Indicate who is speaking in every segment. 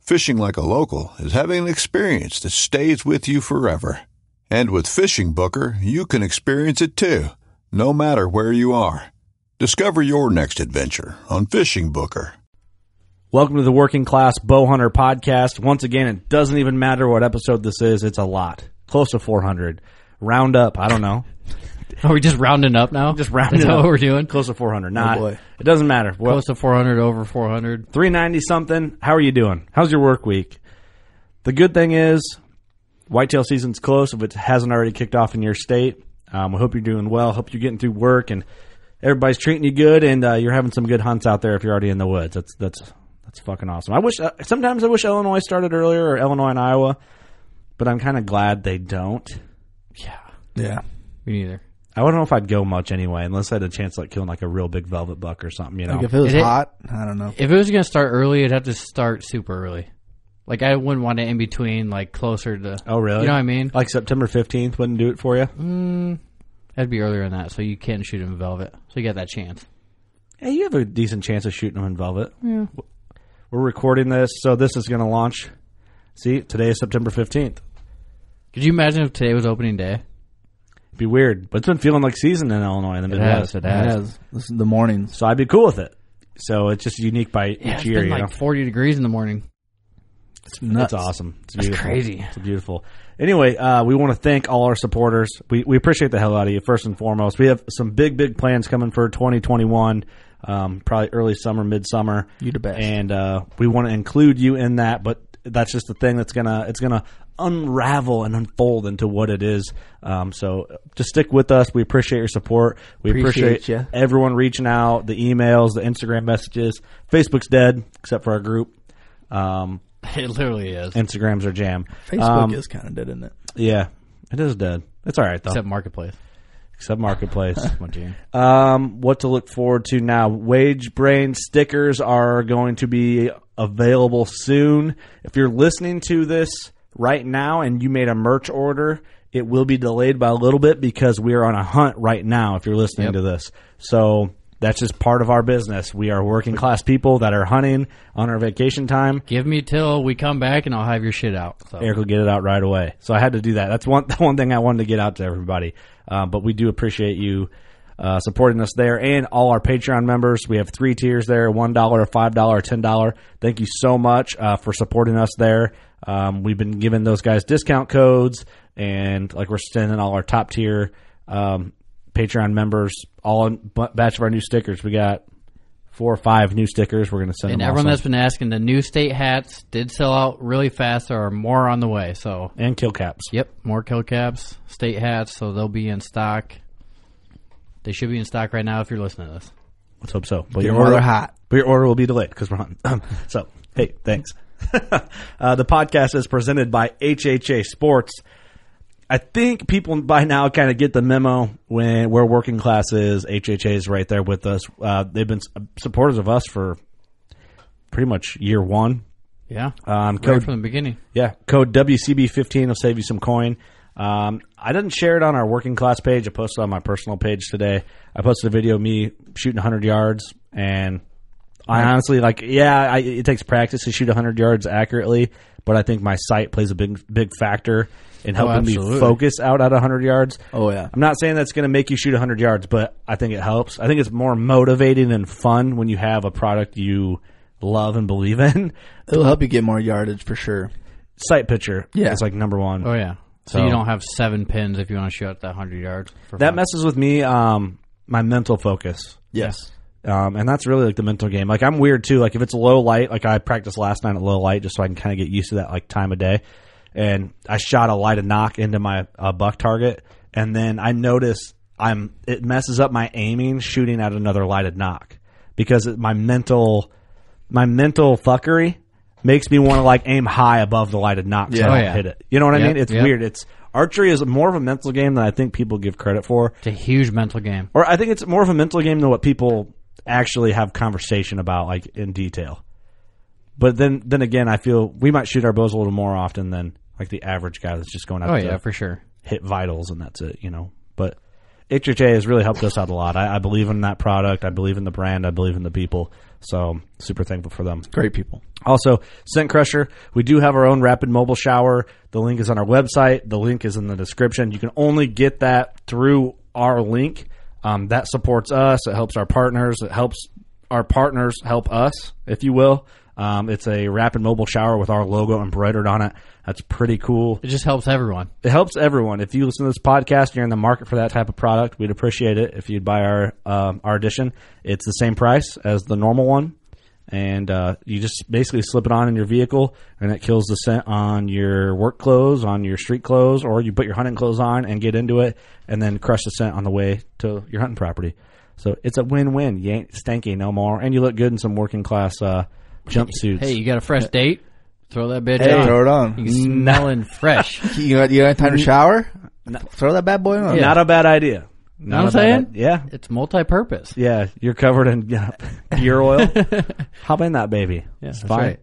Speaker 1: Fishing like a local is having an experience that stays with you forever. And with Fishing Booker, you can experience it too, no matter where you are. Discover your next adventure on Fishing Booker.
Speaker 2: Welcome to the Working Class Bowhunter Podcast. Once again, it doesn't even matter what episode this is, it's a lot. Close to 400. Round up, I don't know.
Speaker 3: Are we just rounding up now?
Speaker 2: Just rounding
Speaker 3: Is that
Speaker 2: up.
Speaker 3: what we're doing?
Speaker 2: Close to 400. Not,
Speaker 4: boy.
Speaker 2: it doesn't matter. Well,
Speaker 3: Close to 400, over 400.
Speaker 2: 390 something. How are you doing? How's your work week? The good thing is, whitetail season's close if it hasn't already kicked off in your state. Um, we hope you're doing well. Hope you're getting through work and everybody's treating you good and uh, you're having some good hunts out there if you're already in the woods. That's that's that's fucking awesome. I wish uh, sometimes I wish Illinois started earlier or Illinois and Iowa, but I'm kind of glad they don't.
Speaker 5: Yeah.
Speaker 3: Me neither.
Speaker 2: I don't know if I'd go much anyway unless I had a chance like killing like a real big velvet buck or something. You know,
Speaker 5: Like if it was
Speaker 3: It-
Speaker 5: hot, I don't know.
Speaker 3: If it was going to start early, it'd have to start super early. Like, I wouldn't want it in between, like, closer to.
Speaker 2: oh really?
Speaker 3: You know what I mean?
Speaker 2: Like September 15th wouldn't do it for you.
Speaker 3: That'd be earlier than that, so you can shoot in velvet. So you got that chance.
Speaker 2: Hey, you have a decent chance of shooting them in velvet. Yeah. We're recording this, so this is going to launch. See, today is September 15th.
Speaker 3: Could you imagine if today was opening day?
Speaker 2: Be weird, but it's been feeling like season in Illinois in the Midwest.
Speaker 3: it has.
Speaker 5: This is the mornings.
Speaker 2: So I'd be cool with it. So it's just unique by
Speaker 3: Yeah,
Speaker 2: each
Speaker 3: it's
Speaker 2: year.
Speaker 3: been
Speaker 2: you
Speaker 3: like
Speaker 2: know?
Speaker 3: 40 degrees in the morning.
Speaker 5: It's nuts.
Speaker 2: It's awesome. It's
Speaker 3: That's
Speaker 2: beautiful.
Speaker 3: crazy.
Speaker 2: It's beautiful. Anyway, uh, we want to thank all our supporters. We, we appreciate the hell out of you, first and foremost. We have some big, big plans coming for 2021, um, probably early summer, midsummer.
Speaker 5: You the best.
Speaker 2: And uh, we want to include you in that, but that's just the thing that's gonna it's gonna unravel and unfold into what it is. Um, so just stick with us. We appreciate your support. We appreciate,
Speaker 5: Appreciate ya.
Speaker 2: everyone reaching out, the emails, the Instagram messages. Facebook's dead except for our group. Um,
Speaker 3: It literally is.
Speaker 2: Instagrams are jam.
Speaker 5: Facebook
Speaker 2: Um,
Speaker 5: is kind of dead, isn't it?
Speaker 2: yeah, it is dead. It's all right though.
Speaker 3: Except
Speaker 2: Except,
Speaker 3: Marketplace.
Speaker 2: marketplace.
Speaker 3: Oh, dear.
Speaker 2: um, what to look forward to now? Wage Brain stickers are going to be available soon. If you're listening to this right now and you made a merch order. It will be delayed by a little bit because we are on a hunt right now. If you're listening to this, so that's just part of our business. We are working class people that are hunting on our vacation time.
Speaker 3: Give me till we come back and I'll have your shit out. So.
Speaker 2: Eric will get it out right away. So I had to do that. That's one one thing I wanted to get out to everybody. Um, but we do appreciate you uh, supporting us there and all our Patreon members. We have three tiers there: one dollar, five dollar, ten dollar. Thank you so much uh, for supporting us there. Um, we've been giving those guys discount codes, and like we're sending all our top tier um, Patreon members all in b- batch of our new stickers. We got four or five new stickers. We're going to send
Speaker 3: And
Speaker 2: them.
Speaker 3: everyone
Speaker 2: also.
Speaker 3: that's been asking, the new state hats did sell out really fast. There are more on the way. So,
Speaker 2: and kill caps.
Speaker 3: yep, more kill caps, state hats. So they'll be in stock. They should be in stock right now if you're listening to this.
Speaker 2: Let's hope so. But
Speaker 5: Get
Speaker 2: your
Speaker 5: while
Speaker 2: order
Speaker 5: they're hot.
Speaker 2: But your order will be delayed because we're hunting. so hey, thanks. uh, the podcast is presented by HHA Sports. I think people by now kind of get the memo when where working class is. HHA is right there with us. Uh, they've been s- supporters of us for pretty much year one.
Speaker 3: Yeah.
Speaker 2: Um,
Speaker 3: right
Speaker 2: code
Speaker 3: from the beginning.
Speaker 2: yeah, code WCB15 will save you some coin. Um, I didn't share it on our working class page. I posted on my personal page today. I posted a video of me shooting 100 yards, and I honestly like, yeah, I, it takes practice to shoot 100 yards accurately, but I think my sight plays a big, big factor in helping me
Speaker 3: absolutely.
Speaker 2: focus out at 100 yards.
Speaker 5: Oh, yeah.
Speaker 2: I'm not saying that's going to make you shoot 100 yards, but I think it helps. I think it's more motivating and fun when you have a product you love and believe in.
Speaker 5: It'll help you get more yardage for sure.
Speaker 2: Sight picture
Speaker 5: Yeah.
Speaker 2: is like number one.
Speaker 3: Oh yeah. So,
Speaker 2: So-
Speaker 3: you don't have seven pins if you want to shoot that hundred yards. For
Speaker 2: That
Speaker 3: fun.
Speaker 2: messes with me, um, my mental focus.
Speaker 5: Yes.
Speaker 2: Um, and that's really like the mental game. Like I'm weird too. Like if it's low light, like I practiced last night at low light just so I can kind of get used to that like time of day. And I shot a light a knock into my uh, buck target, and then I noticed I'm it messes up my aiming shooting at another lighted knock because it, my mental my mental fuckery makes me want to like aim high above the lighted knock so I
Speaker 3: Oh,
Speaker 2: don't
Speaker 3: yeah.
Speaker 2: hit it. You know what I
Speaker 3: Yep,
Speaker 2: mean? It's
Speaker 3: yep.
Speaker 2: weird. It's archery is more of a mental game than I think people give credit for
Speaker 3: it's a huge mental game.
Speaker 2: or I think it's more of a mental game than what people actually have conversation about, like in detail. But then, then again, I feel we might shoot our bows a little more often than like the average guy that's just going out
Speaker 3: Oh
Speaker 2: to
Speaker 3: yeah, for sure.
Speaker 2: hit vitals and that's it, you know. But HHA has really helped us out a lot. I, I believe in that product. I believe in the brand. I believe in the people. So super thankful for them.
Speaker 5: Great people.
Speaker 2: Also, Scent Crusher, we do have our own rapid mobile shower. The link is on our website. The link is in the description. You can only get that through our link. Um, that supports us. It helps our partners. It helps our partners help us, if you will. Um, it's a rapid mobile shower with our logo embroidered on it. That's pretty cool
Speaker 3: It just helps everyone.
Speaker 2: it helps everyone. If you listen to this podcast, and you're in the market for that type of product. We'd appreciate it if you'd buy our um, our edition. It's the same price as the normal one, and uh, you just basically slip it on in your vehicle, and it kills the scent on your work clothes, on your street clothes, or you put your hunting clothes on and get into it, and then crush the scent on the way to your hunting property. So it's a win win. You ain't stanky no more, and you look good in some working class uh, jumpsuits.
Speaker 3: Hey, you got a fresh date? Throw that bitch
Speaker 5: Hey,
Speaker 3: on.
Speaker 5: throw it on.
Speaker 3: You smelling fresh.
Speaker 5: You got, you got time to shower? Mm-hmm. Throw that bad boy on.
Speaker 2: not a bad idea.
Speaker 3: Know what I'm
Speaker 2: a bad
Speaker 3: saying?
Speaker 2: i- yeah,
Speaker 3: It's multi-purpose.
Speaker 2: Yeah, you're covered in yeah, gear oil. Hop in that baby. Yeah, it's
Speaker 3: that's
Speaker 2: fine.
Speaker 3: right.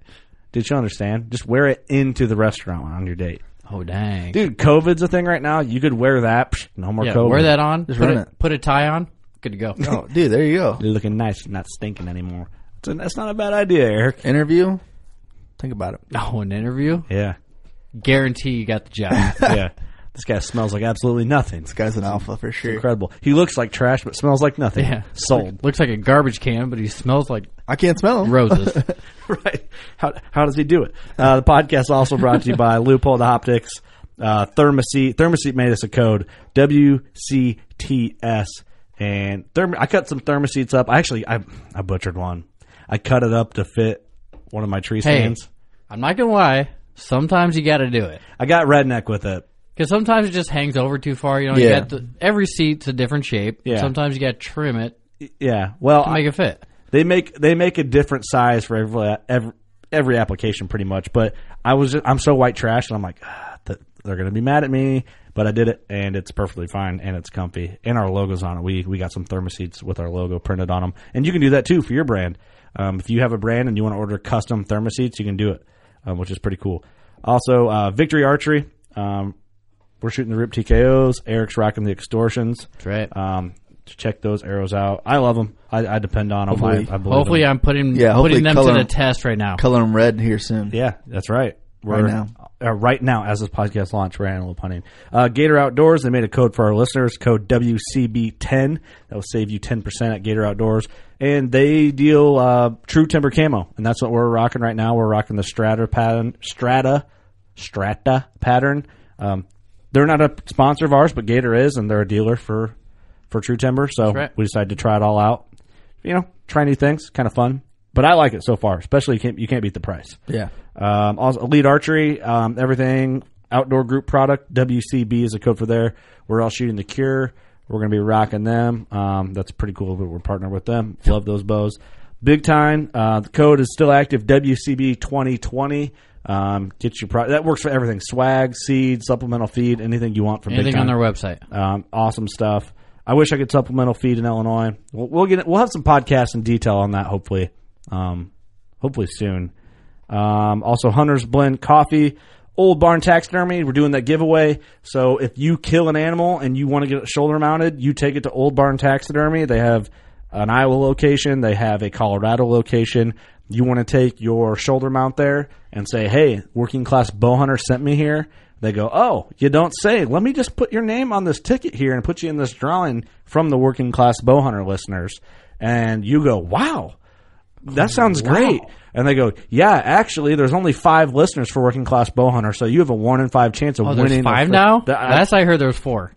Speaker 2: Did you understand? Just wear it into the restaurant on your date.
Speaker 3: Oh dang.
Speaker 2: Dude, COVID's a thing right now. You could wear that. Psh, no more
Speaker 3: yeah,
Speaker 2: COVID.
Speaker 3: wear that on.
Speaker 5: Just
Speaker 3: put,
Speaker 5: run
Speaker 3: a,
Speaker 5: it.
Speaker 3: put a tie on. Good to go.
Speaker 5: Oh, dude, there you go.
Speaker 2: You're looking nice. You're not stinking anymore. It's a- that's not a bad idea, Eric.
Speaker 5: Interview? Think about it.
Speaker 3: Oh, an interview?
Speaker 2: Yeah.
Speaker 3: Guarantee you got the job.
Speaker 2: Yeah. this guy smells like absolutely nothing. It's
Speaker 5: This guy's an alpha for sure.
Speaker 2: incredible. He looks like trash, but smells like nothing.
Speaker 3: Yeah.
Speaker 2: Sold.
Speaker 3: Looks like a garbage can, but he smells like
Speaker 5: I can't smell him.
Speaker 3: roses.
Speaker 2: right. How, how does he do it? Uh, the podcast also brought to you by Loophole Optics, uh, Thermoseat. Thermoseat made us a code WCTS, and therm- I cut some Thermoseats up. I actually I I butchered one. I cut it up to fit one of my tree
Speaker 3: Hey.
Speaker 2: stands.
Speaker 3: I'm not gonna lie. Sometimes you got to do it
Speaker 2: I got redneck with it.
Speaker 3: because sometimes it just hangs over too far. You know, you
Speaker 5: Yeah.
Speaker 3: got the, every seat's a different shape.
Speaker 2: Yeah. Mm.
Speaker 3: Sometimes you got to trim it
Speaker 2: Yeah. Well,
Speaker 3: to
Speaker 2: I-
Speaker 3: make it fit.
Speaker 2: they make they make a different size for every every, every application pretty much but i was i'm so white trash and i'm like ah, th- they're gonna be mad at me but i did it and it's perfectly fine and it's comfy and our logo's on it we we got some thermoseats with our logo printed on them and you can do that too for your brand um, if you have a brand and you want to order custom thermoseats you can do it um, which is pretty cool also uh, victory archery um, we're shooting the rip TKOs. Eric's rocking the extortions.
Speaker 3: That's right.
Speaker 2: Um, to check those arrows out. I love them. I, I depend on them.
Speaker 5: Hopefully-
Speaker 2: I, I believe
Speaker 3: Hopefully,
Speaker 2: in 'em.
Speaker 3: I'm putting
Speaker 5: Yeah, hopefully
Speaker 3: putting them to
Speaker 5: color-
Speaker 3: the test right now.
Speaker 5: Color him red here soon.
Speaker 2: Yeah, that's right. We're,
Speaker 5: Right now.
Speaker 2: uh, right now, as this podcast launch, we're antelope hunting. Uh, Gator Outdoors, they made a code for our listeners, code WCB10. That will save you 10% at Gator Outdoors. And they deal uh, true timber camo, and that's what we're rocking right now. We're rocking the Strata pattern, Strata, Strata pattern. Um, they're not a sponsor of ours, but Gator is, and they're a dealer for for True Timber. So
Speaker 3: right.
Speaker 2: we decided to try it all out. You know, try new things, kind of fun. But I like it so far, especially you can't, you can't beat the price.
Speaker 5: Yeah.
Speaker 2: Um, also, Elite Archery, um, everything, outdoor group product, WCB is the code for there. We're all shooting the Cure. We're going to be rocking them. Um, that's pretty cool that we're partnered with them. Love those bows. Big time. Uh, the code is still active, WCB2020. Um, get your pro- that works for everything swag, seed, supplemental feed, anything you want from Big
Speaker 3: Anything
Speaker 2: Time.
Speaker 3: on their website?
Speaker 2: Um, awesome stuff. I wish I could supplemental feed in Illinois. We'll, we'll get we'll have some podcasts in detail on that hopefully, um, hopefully soon. Um, also, Hunter's Blend Coffee, Old Barn Taxidermy. We're doing that giveaway. So if you kill an animal and you want to get it shoulder mounted, you take it to Old Barn Taxidermy. They have an Iowa location. They have a Colorado location. You want to take your shoulder mount there and say, "Hey, working class bow hunter sent me here." They go, "Oh, you don't say. Let me just put your name on this ticket here and put you in this drawing from the working class bow hunter listeners." And you go, "Wow, that sounds great. And they go, yeah, actually, there's only five listeners for Working Class Bowhunter, so you have a one in five chance of
Speaker 3: Oh, there's
Speaker 2: winning. the
Speaker 3: five
Speaker 2: fir-
Speaker 3: now.
Speaker 2: The- I-
Speaker 3: Last I heard, there was four.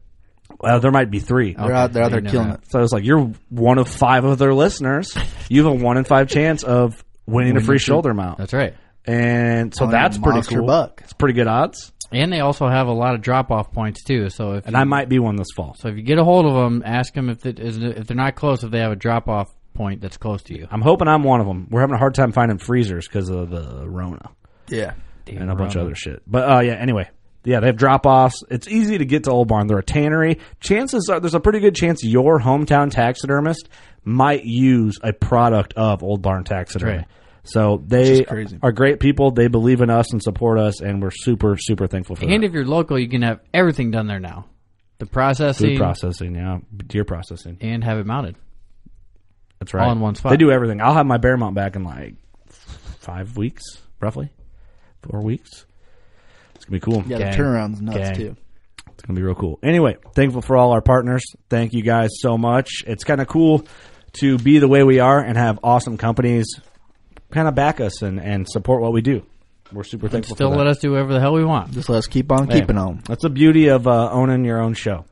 Speaker 2: well, there might be three.
Speaker 5: They're out, they're out there
Speaker 3: You
Speaker 5: killing
Speaker 3: know.
Speaker 5: it.
Speaker 2: So it's like you're one of five of their listeners. You have a one in five chance of winning a free shoulder mount,
Speaker 3: That's right.
Speaker 2: and so
Speaker 5: On a
Speaker 2: that's pretty
Speaker 5: monster
Speaker 2: cool.
Speaker 5: buck.
Speaker 2: It's pretty good odds,
Speaker 3: And they also have a lot of drop off points too. So if
Speaker 2: and
Speaker 3: you,
Speaker 2: I might be one this fall.
Speaker 3: so if you get a hold of them, ask them if it is if they're not close, if they have a drop off point that's close to you.
Speaker 2: I'm hoping I'm one of them. We're having a hard time finding freezers because of the Rona.
Speaker 5: Yeah.
Speaker 2: and a bunch of other shit. But uh, yeah, anyway, yeah, they have drop offs. It's easy to get to Old Barn. They're a tannery. Chances are there's a pretty good chance your hometown taxidermist might use a product of Old Barn Taxidermy.
Speaker 3: Right.
Speaker 2: So they
Speaker 5: crazy.
Speaker 2: are great people. They believe in us and support us, and we're super super thankful for
Speaker 3: And
Speaker 2: that.
Speaker 3: if you're local, you can have everything done there now. The processing
Speaker 2: Food processing, yeah, deer processing.
Speaker 3: and have it mounted.
Speaker 2: That's right.
Speaker 3: All in one spot.
Speaker 2: They do everything. I'll have my bear mount back in like five weeks, roughly four weeks. It's gonna be cool.
Speaker 5: Yeah,
Speaker 2: Gang.
Speaker 5: the turnaround's nuts
Speaker 2: Gang.
Speaker 5: too.
Speaker 2: It's gonna be real cool. Anyway, thankful for all our partners. Thank you guys so much. It's kind of cool to be the way we are and have awesome companies kind of back us and, and support what we do. We're super thankful.
Speaker 3: Still
Speaker 2: for
Speaker 3: let
Speaker 2: that.
Speaker 3: us do whatever the hell we want.
Speaker 5: Just let us keep on keeping on.
Speaker 2: That's the beauty of uh, owning your own show.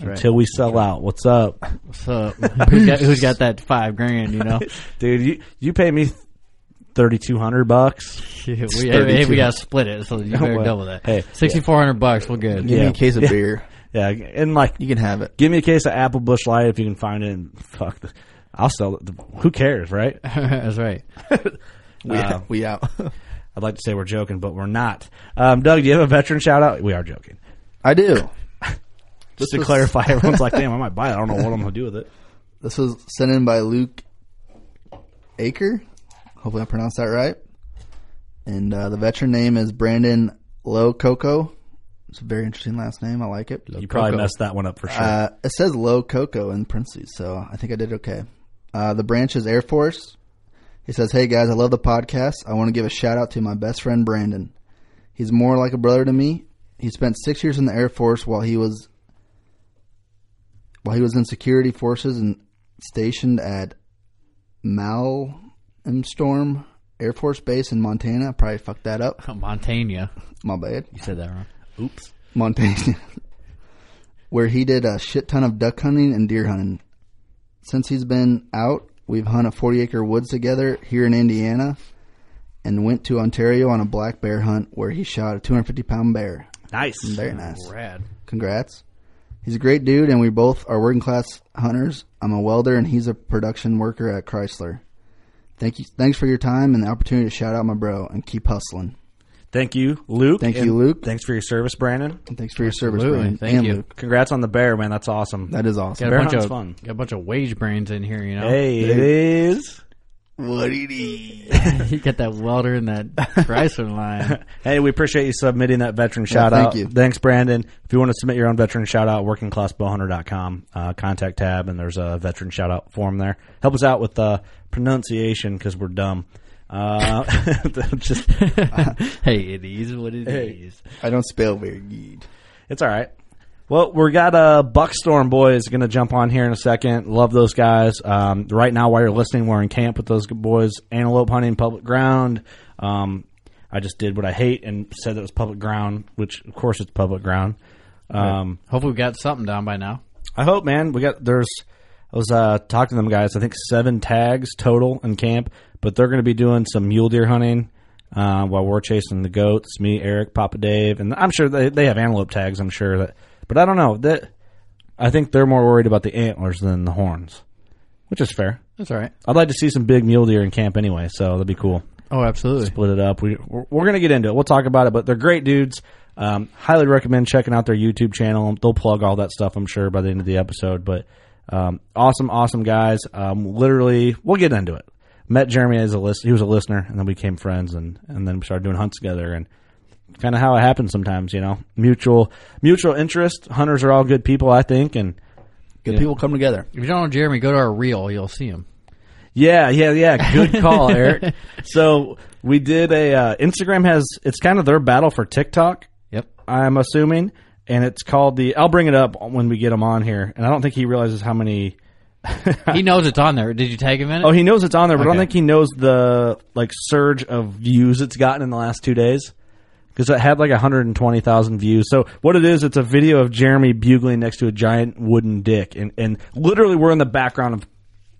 Speaker 2: Until we sell out. What's up,
Speaker 3: So who's got, who's got that five grand? You know,
Speaker 2: dude? You you pay me thirty two hundred bucks.
Speaker 3: we, hey, hey, we got to split it, so you better
Speaker 2: Oh, Well,
Speaker 3: double that.
Speaker 2: hey,
Speaker 3: sixty four hundred bucks, we're good.
Speaker 5: Give
Speaker 2: Yeah.
Speaker 5: me a case of beer.
Speaker 2: Yeah, and like
Speaker 5: You can have it.
Speaker 2: Give me a case of Apple Bush Light if you can find it. And fuck, the, I'll sell it. Who cares, right?
Speaker 3: that's right.
Speaker 5: We out. We out.
Speaker 2: I'd like to say we're joking, but we're not. Um, Doug, do you have a veteran shout out? We are joking.
Speaker 5: I do.
Speaker 2: Just to clarify, everyone's like, "Damn, I might buy it. I don't know what I'm gonna do with it."
Speaker 5: This was sent in by Luke Aker. Hopefully I pronounced that right. And uh, the veteran name is Brandon Low Coco. It's a very interesting last name. I like it.
Speaker 2: You probably
Speaker 3: Coco.
Speaker 2: messed that one up for sure.
Speaker 5: Uh, it says Low Coco in parentheses, so I think I did okay. Uh, the branch is Air Force. He says, Hey guys, I love the podcast. I want to give a shout out to my best friend Brandon. He's more like a brother to me. He spent six years in the Air Force while he was while he was in security forces and stationed at Malmstrom Air Force Base in Montana. I probably fucked that up.
Speaker 3: Montana,
Speaker 5: My bad.
Speaker 3: you said that wrong.
Speaker 2: Oops.
Speaker 5: Montana, where he did a shit ton of duck hunting and deer hunting. Since he's been out, we've hunted 40 acre woods together here in Indiana and went to Ontario on a black bear hunt where he shot a 250 pound bear.
Speaker 2: Nice.
Speaker 5: Very nice.
Speaker 3: Rad.
Speaker 5: Congrats. He's a great dude, and we both are working class hunters. I'm a welder, and he's a production worker at Chrysler. Thank you. Thanks for your time and the opportunity to shout out my bro and keep hustling.
Speaker 2: Thank you, Luke.
Speaker 5: Thank
Speaker 2: and
Speaker 5: you, Luke.
Speaker 2: Thanks for your service, Brandon.
Speaker 5: And thanks for your service,
Speaker 3: Absolutely.
Speaker 5: Brandon.
Speaker 3: Thank
Speaker 5: and
Speaker 3: you.
Speaker 5: Luke.
Speaker 2: Congrats on the bear, man. That's awesome.
Speaker 5: That is awesome.
Speaker 3: Got a
Speaker 2: Bear
Speaker 3: bunch
Speaker 2: hunt's
Speaker 3: of
Speaker 2: fun.
Speaker 3: got a bunch of wage brains in here. You know,
Speaker 2: hey, it is.
Speaker 5: What it is.
Speaker 3: you got that welder and that Chrysler line.
Speaker 2: Hey, we appreciate you submitting that veteran shout
Speaker 5: thank
Speaker 2: out.
Speaker 5: you.
Speaker 2: Thanks, Brandon. If you want to submit your own veteran shout out, workingclassbowhunter.com, uh, contact tab, and there's a veteran shout out form there. Help us out with uh, pronunciation because we're dumb. Uh, just,
Speaker 3: hey, it is what it is.
Speaker 5: I don't spell very good.
Speaker 2: it's all right. Well, we got uh, Buckstorm boys going to jump on here in a second. Love those guys. Um, right now, while you're listening, we're in camp with those good boys. Antelope hunting public ground. Um, I just did what I hate and said it was public ground, which of course it's public ground. Um,
Speaker 3: Hopefully, we got something down by now.
Speaker 2: I hope, man. We got there's. I was uh, talking to them guys. I think seven tags total in camp, but they're going to be doing some mule deer hunting uh, while we're chasing the goats. Me, Eric, Papa Dave, and I'm sure they, they have antelope tags. I'm sure that, but I don't know that. I think they're more worried about the antlers than the horns, which is fair.
Speaker 3: That's all right.
Speaker 2: I'd like to see some big mule deer in camp anyway, so that'd be cool
Speaker 3: Oh, absolutely.
Speaker 2: split it up. We we're, we're going to get into it. We'll talk about it, but they're great dudes. Um, highly recommend checking out their YouTube channel. They'll plug all that stuff, I'm sure, by the end of the episode. But um, awesome, awesome guys. Um, literally, we'll get into it. Met Jeremy as a list. He was a listener, and then we became friends, and and then we started doing hunts together. And kind of how it happens sometimes, you know. Mutual mutual interest. Hunters are all good people, I think, and
Speaker 5: Good people come together.
Speaker 3: If you don't know Jeremy, go to our reel. You'll see him.
Speaker 2: Yeah, yeah, yeah. Good call, Eric. So we did a uh, Instagram has it's kind of their battle for TikTok,
Speaker 3: Yep.
Speaker 2: I'm assuming, and it's called the. I'll bring it up when we get him on here, and I don't think he realizes how many.
Speaker 3: He knows it's on there. Did you tag him in it?
Speaker 2: Oh, he knows it's on there, but I don't
Speaker 3: Okay.
Speaker 2: think he knows the like surge of views it's gotten in the last two days because it had like 120,000 views. So what it is, it's a video of Jeremy bugling next to a giant wooden dick, and and literally we're in the background of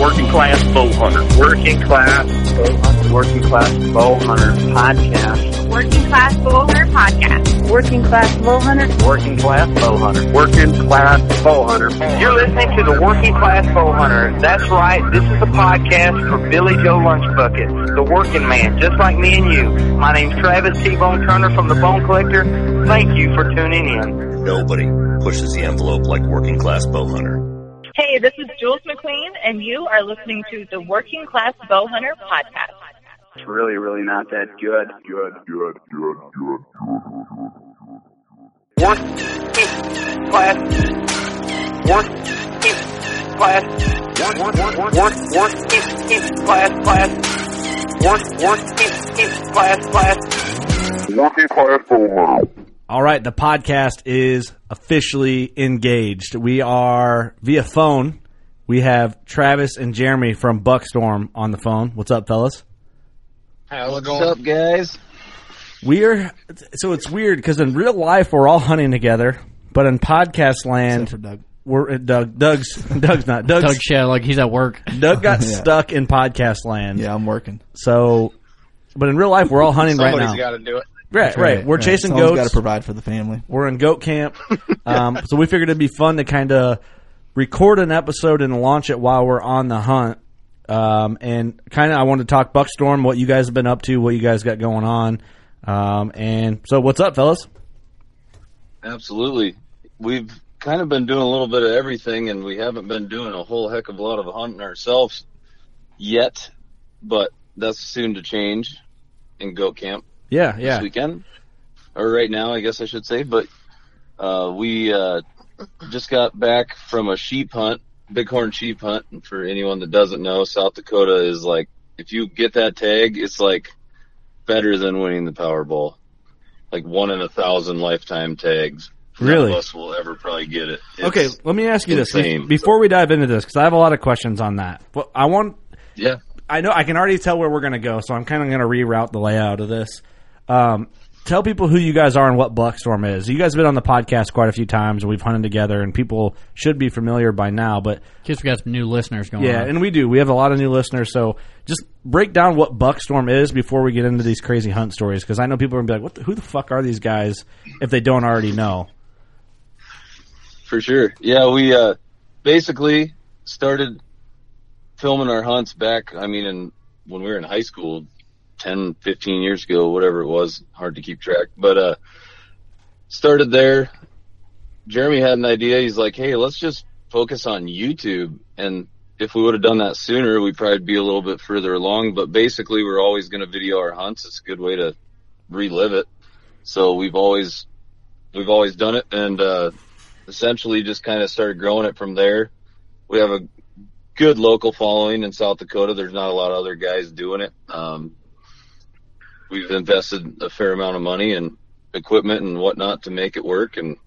Speaker 6: Working Class Bow Hunter. Working Class Bow Hunter. Working Class Bow Hunter Podcast.
Speaker 7: Working Class Bowhunter Podcast. Working Class Bowhunter.
Speaker 6: Working Class Bow Hunter. Working Class Bow Hunter. You're listening to the Working Class Bow Hunter. That's right, this is a podcast for Billy Joe Lunchbucket, the working man, just like me and you. My name's Travis T. Bone Turner from The Bone Collector. Thank you for tuning in.
Speaker 8: Nobody pushes the envelope like working class bow hunter.
Speaker 9: Hey, this is Jules McQueen, and you are listening to the Working Class Bowhunter Podcast.
Speaker 6: It's really, really not that good. Good, good, good, good, good. Work class. Work class. Work, work, work, work, work, class, class. Work, work, class, class. Working class over.
Speaker 2: All right, the podcast is officially engaged. We are via phone. We have Travis and Jeremy from Buckstorm on the phone. What's up, fellas?
Speaker 10: What's up, guys?
Speaker 2: We are so it's weird because in real life we're all hunting together, but in podcast land
Speaker 5: For Doug.
Speaker 2: we're uh, Doug. Doug's Doug's not Doug's.
Speaker 3: Doug Shad, like he's at work.
Speaker 2: Doug got
Speaker 5: Yeah.
Speaker 2: stuck in podcast land.
Speaker 5: Yeah, I'm working.
Speaker 2: So, but in real life, we're all hunting right now.
Speaker 10: Somebody's got to do it.
Speaker 2: right, right, We're chasing
Speaker 5: Got to
Speaker 2: goats.
Speaker 5: provide for the family.
Speaker 2: we're in goat camp. Um, so we figured it'd be fun to kind of record an episode and launch it while we're on the hunt. Um, and kind of, I wanted to talk Buckstorm, what you guys have been up to, what you guys got going on. Um, and so, what's up, fellas?
Speaker 10: Absolutely. We've kind of been doing a little bit of everything, and we haven't been doing a whole heck of a lot of hunting ourselves yet, but that's soon to change in Go Camp
Speaker 2: Yeah,
Speaker 10: this
Speaker 2: yeah.
Speaker 10: weekend. Or right now, I guess I should say, but uh, we uh, just got back from a sheep hunt, bighorn sheep hunt. And for anyone that doesn't know, South Dakota is like, if you get that tag, it's like better than winning the Powerball. Like one in a thousand lifetime tags. None
Speaker 2: Really?
Speaker 10: of us will ever probably get it. It's-
Speaker 2: Okay, let me ask you this
Speaker 10: insane.
Speaker 2: Be- before we dive into this because I have a lot of questions on that. But I want
Speaker 10: Yeah.
Speaker 2: I know I can already tell where we're going to go, so I'm kind of going to reroute the layout of this. Um, tell people who you guys are and what Buckstorm is. You guys have been on the podcast quite a few times, and we've hunted together, and people should be familiar by now. But
Speaker 3: Just we got some new listeners going.
Speaker 10: Uh-huh.
Speaker 2: yeah,
Speaker 3: on.
Speaker 2: and we do. We have a lot of new listeners, so just break down what Buckstorm is before we get into these crazy hunt stories, because I know people are going to be like, "What? The, who the fuck are these guys?" If they don't already know.
Speaker 10: For sure. Yeah, we uh, basically started filming our hunts back, I mean, in, when we were in high school, 10, 15 years ago, whatever it was, hard to keep track. But uh, started there. Jeremy had an idea. He's like, hey, let's just focus on YouTube. And if we would have done that sooner, we'd probably be a little bit further along. But basically, we're always going to video our hunts. It's a good way to relive it. So we've always we've always done it, and uh, essentially just kind of started growing it from there. We have a good local following in South Dakota. There's not a lot of other guys doing it. Um, we've invested a fair amount of money and equipment and whatnot to make it work. And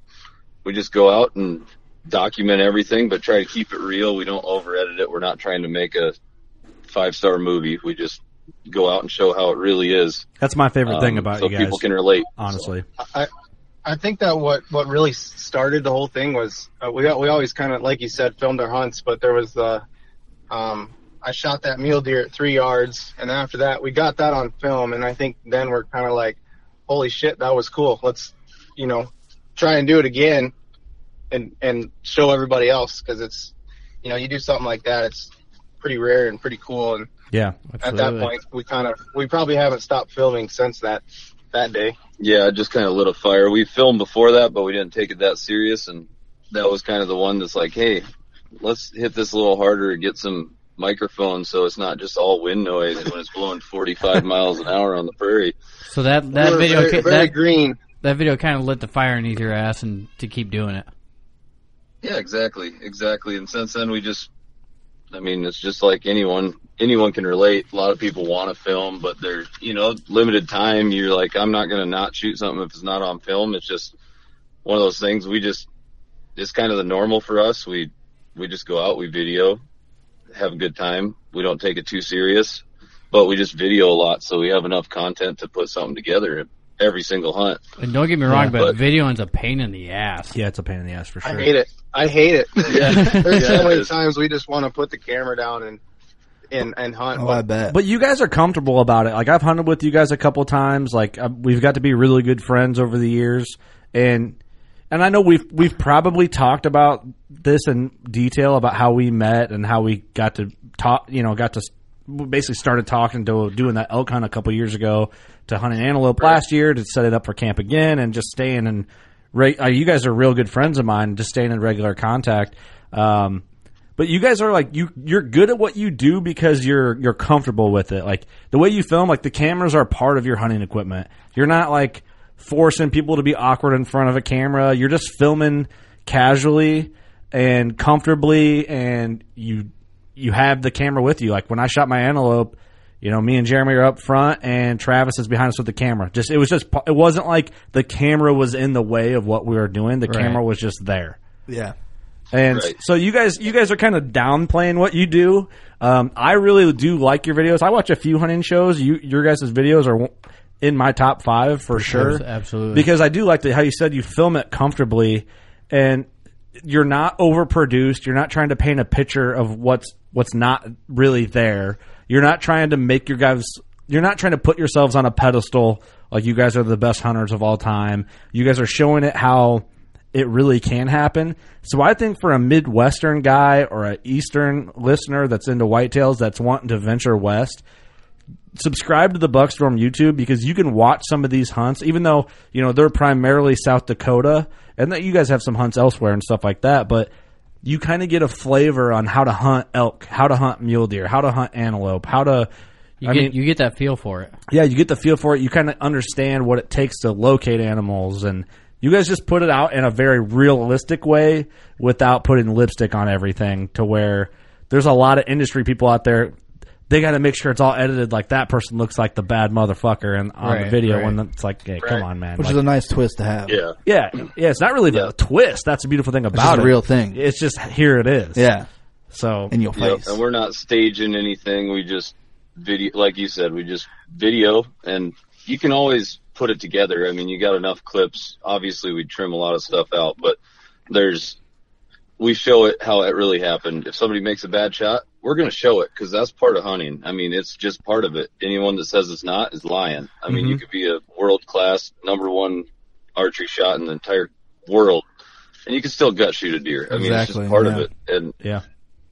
Speaker 10: we just go out and document everything, but try to keep it real. We don't over edit it. We're not trying to make a five star movie. We just go out and show how it really is.
Speaker 2: That's my favorite thing
Speaker 10: Um,
Speaker 2: about
Speaker 10: so
Speaker 2: you guys.
Speaker 10: people can relate.
Speaker 2: honestly.
Speaker 11: I I think that what what really s- started the whole thing was uh, we we always kind of like you said filmed our hunts, but there was uh, the um I shot that mule deer at three yards, and after that we got that on film, and I think then we're kind of like, holy shit, that was cool. Let's you know try and do it again, and and show everybody else because it's you know you do something like that, it's pretty rare and pretty cool, and
Speaker 2: yeah.
Speaker 11: at that point we kind of we probably haven't stopped filming since that that day.
Speaker 10: Yeah, it just kind of lit a fire. We filmed before that, but we didn't take it that serious, and that was kind of the one that's like, hey, let's hit this a little harder and get some microphones so it's not just all wind noise when it's blowing 45 miles an hour on the prairie.
Speaker 3: So that that
Speaker 11: We're
Speaker 3: video
Speaker 11: very-
Speaker 3: ki-
Speaker 11: very
Speaker 3: that
Speaker 11: green.
Speaker 3: That video kind of lit the fire underneath your ass and to keep doing it.
Speaker 10: Yeah, exactly, exactly. And since then, we just, I mean, it's just like anyone, anyone can relate. A lot of people want to film, but they're, you know, limited time. You're like, I'm not going to not shoot something if it's not on film. It's just one of those things. We just, it's kind of the normal for us. We, we just go out, we video, have a good time. We don't take it too serious, but we just video a lot. So we have enough content to put something together every single hunt.
Speaker 3: And don't get me wrong,
Speaker 10: Yeah.
Speaker 3: but,
Speaker 10: But-
Speaker 3: videoing's a pain in the ass.
Speaker 2: Yeah, it's a pain in the ass for
Speaker 11: I hate it. I hate it. There's
Speaker 10: Yeah,
Speaker 11: so
Speaker 10: it
Speaker 11: many
Speaker 10: is.
Speaker 11: times we just want to put the camera down and and and hunt.
Speaker 5: Oh, I bet.
Speaker 2: But you guys are comfortable about it. Like I've hunted with you guys a couple times. Like uh, we've got to be really good friends over the years, and and I know we've we've probably talked about this in detail about how we met and how we got to talk. You know, got to s- we basically started talking to doing that elk hunt a couple years ago to hunting antelope last year to set it up for camp again and just staying in. Re- uh, you guys are real good friends of mine. Just staying in regular contact. Um, but you guys are like you you're good at what you do because you're you're comfortable with it. Like the way you film, like the cameras are part of your hunting equipment. You're not like forcing people to be awkward in front of a camera. You're just filming casually and comfortably and you you have the camera with you. Like when I shot my antelope, you know, me and Jeremy are up front and Travis is behind us with the camera. Just it was just it wasn't like the camera was in the way of what we were doing. The
Speaker 3: Right.
Speaker 2: camera was just there.
Speaker 5: Yeah.
Speaker 2: And
Speaker 10: Right.
Speaker 2: so you guys, you guys are kind of downplaying what you do. Um, I really do like your videos. I watch a few hunting shows. You, your guys' videos are in my top five for sure.
Speaker 3: Abs- absolutely.
Speaker 2: Because I do like the, how you said you film it comfortably and you're not overproduced. You're not trying to paint a picture of what's, what's not really there. You're not trying to make your guys, you're not trying to put yourselves on a pedestal. Like you guys are the best hunters of all time. You guys are showing it how, it really can happen. So I think for a Midwestern guy or an Eastern listener that's into whitetails that's wanting to venture west, subscribe to the Buckstorm YouTube because you can watch some of these hunts, even though, you know, they're primarily South Dakota and that you guys have some hunts elsewhere and stuff like that, but you kind of get a flavor on how to hunt elk, how to hunt mule deer, how to hunt antelope, how to
Speaker 3: You
Speaker 2: I
Speaker 3: get
Speaker 2: mean-
Speaker 3: you get that feel for it.
Speaker 2: yeah, you get the feel for it. You kind of understand what it takes to locate animals, and you guys just put it out in a very realistic way without putting lipstick on everything. To where there's a lot of industry people out there they got to make sure it's all edited like that person looks like the bad motherfucker and on the
Speaker 5: Right,
Speaker 2: video
Speaker 5: right.
Speaker 2: when it's like, hey, come on, man.
Speaker 5: which
Speaker 2: Like,
Speaker 5: is a nice twist to have.
Speaker 10: Yeah.
Speaker 2: yeah, yeah. It's not really the twist. That's the beautiful thing about
Speaker 5: just a
Speaker 2: it.
Speaker 5: real thing.
Speaker 2: It's just here it is.
Speaker 5: Yeah.
Speaker 2: So
Speaker 5: in your
Speaker 10: Yep,
Speaker 5: face.
Speaker 10: and we're not staging anything. We just video, like you said, we just video, and you can always put it together. I mean, you got enough clips. Obviously, we trim a lot of stuff out, but there's we show it how it really happened. If somebody makes a bad shot, we're going to show it because that's part of hunting. I mean, it's just part of it. Anyone that says it's not is lying. I mean,
Speaker 2: Mm-hmm.
Speaker 10: you
Speaker 12: Mhm.
Speaker 10: could be a world class number one archery shot in the entire world, and you can still gut shoot a deer. I mean, it's
Speaker 2: Exactly,
Speaker 10: just part of
Speaker 2: yeah.
Speaker 10: it, and
Speaker 2: yeah,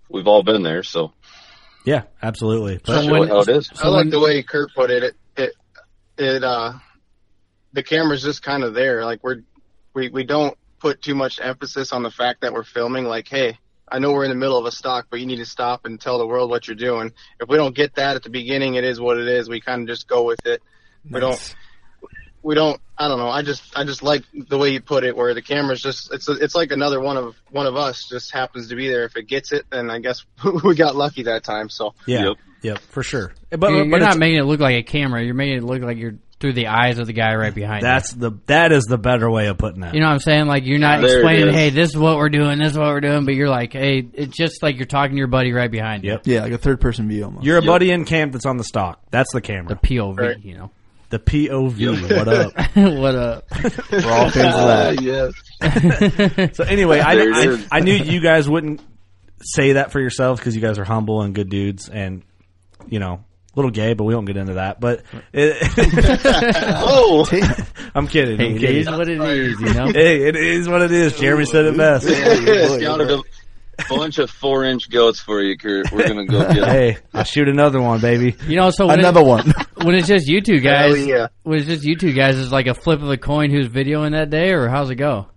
Speaker 10: we've all been there. So
Speaker 2: yeah, absolutely.
Speaker 10: So That's when- how it is.
Speaker 11: I like the way Kurt put it. It, it, it uh, the camera's just kind of there. Like we're, we, we don't put too much emphasis on the fact that we're filming. Like, hey, I know we're in the middle of a stock, but you need to stop and tell the world what you're doing. If we don't get that at the beginning, it is what it is. We kind of just go with it. We don't, we don't. I don't know. I just, I just like the way you put it, where the camera's just, it's, it's like another one of one of us just happens to be there. If it gets it, then I guess we got lucky that time. So
Speaker 2: Yeah, yeah, for sure. But,
Speaker 3: you're, you're
Speaker 2: but
Speaker 3: not
Speaker 2: it's-
Speaker 3: making it look like a camera. You're making it look like you're through the eyes of the guy right behind
Speaker 2: that's the that is the better way of putting
Speaker 3: you.
Speaker 2: that.
Speaker 3: You know what I'm saying? Like you're not
Speaker 2: There it
Speaker 3: explaining,
Speaker 2: is.
Speaker 3: "Hey, this is what we're doing. This is what we're doing," but you're like, "Hey, it's just like you're talking to your buddy right behind you."
Speaker 5: Yeah, like a third person view almost.
Speaker 2: You're a buddy in camp that's on the stock. That's the camera. The
Speaker 3: POV, you know.
Speaker 2: The POV. What up?
Speaker 3: what up?
Speaker 2: We're all fans of so anyway, I,
Speaker 3: There it
Speaker 2: I,
Speaker 3: is.
Speaker 2: I knew you guys wouldn't say that for yourselves because you guys are humble and good dudes and you know a little gay, but we don't get into that. But oh, I'm kidding. I'm
Speaker 3: Hey, it
Speaker 2: kidding.
Speaker 3: is what it is, you know?
Speaker 2: Hey, it is what it is. Jeremy said it best.
Speaker 10: Counted a bunch of four inch goats for you, Kurt. We're gonna go get 'em.
Speaker 2: hey, I'll shoot another one, baby.
Speaker 3: You know, so when
Speaker 2: Another
Speaker 3: it-
Speaker 2: one.
Speaker 3: when it's just you two guys,
Speaker 2: Hell yeah.
Speaker 3: when it's just you two guys, it's like a flip of a coin who's videoing that day, or how's it go?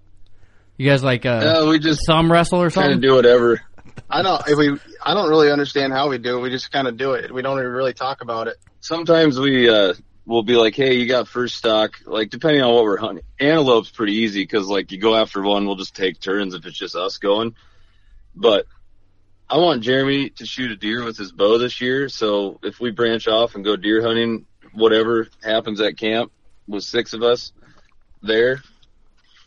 Speaker 3: You guys like uh,
Speaker 10: we just
Speaker 3: thumb wrestle or
Speaker 10: Kind
Speaker 3: something?
Speaker 10: of do whatever.
Speaker 11: I don't. If we, I don't really understand how we do it. We just kind of do it. We don't even really talk about it.
Speaker 10: Sometimes we uh, will be like, "Hey, you got first stock." Like depending on what we're hunting, antelope's pretty easy because like you go after one, we'll just take turns if it's just us going. But I want Jeremy to shoot a deer with his bow this year. So if we branch off and go deer hunting, whatever happens at camp with six of us there,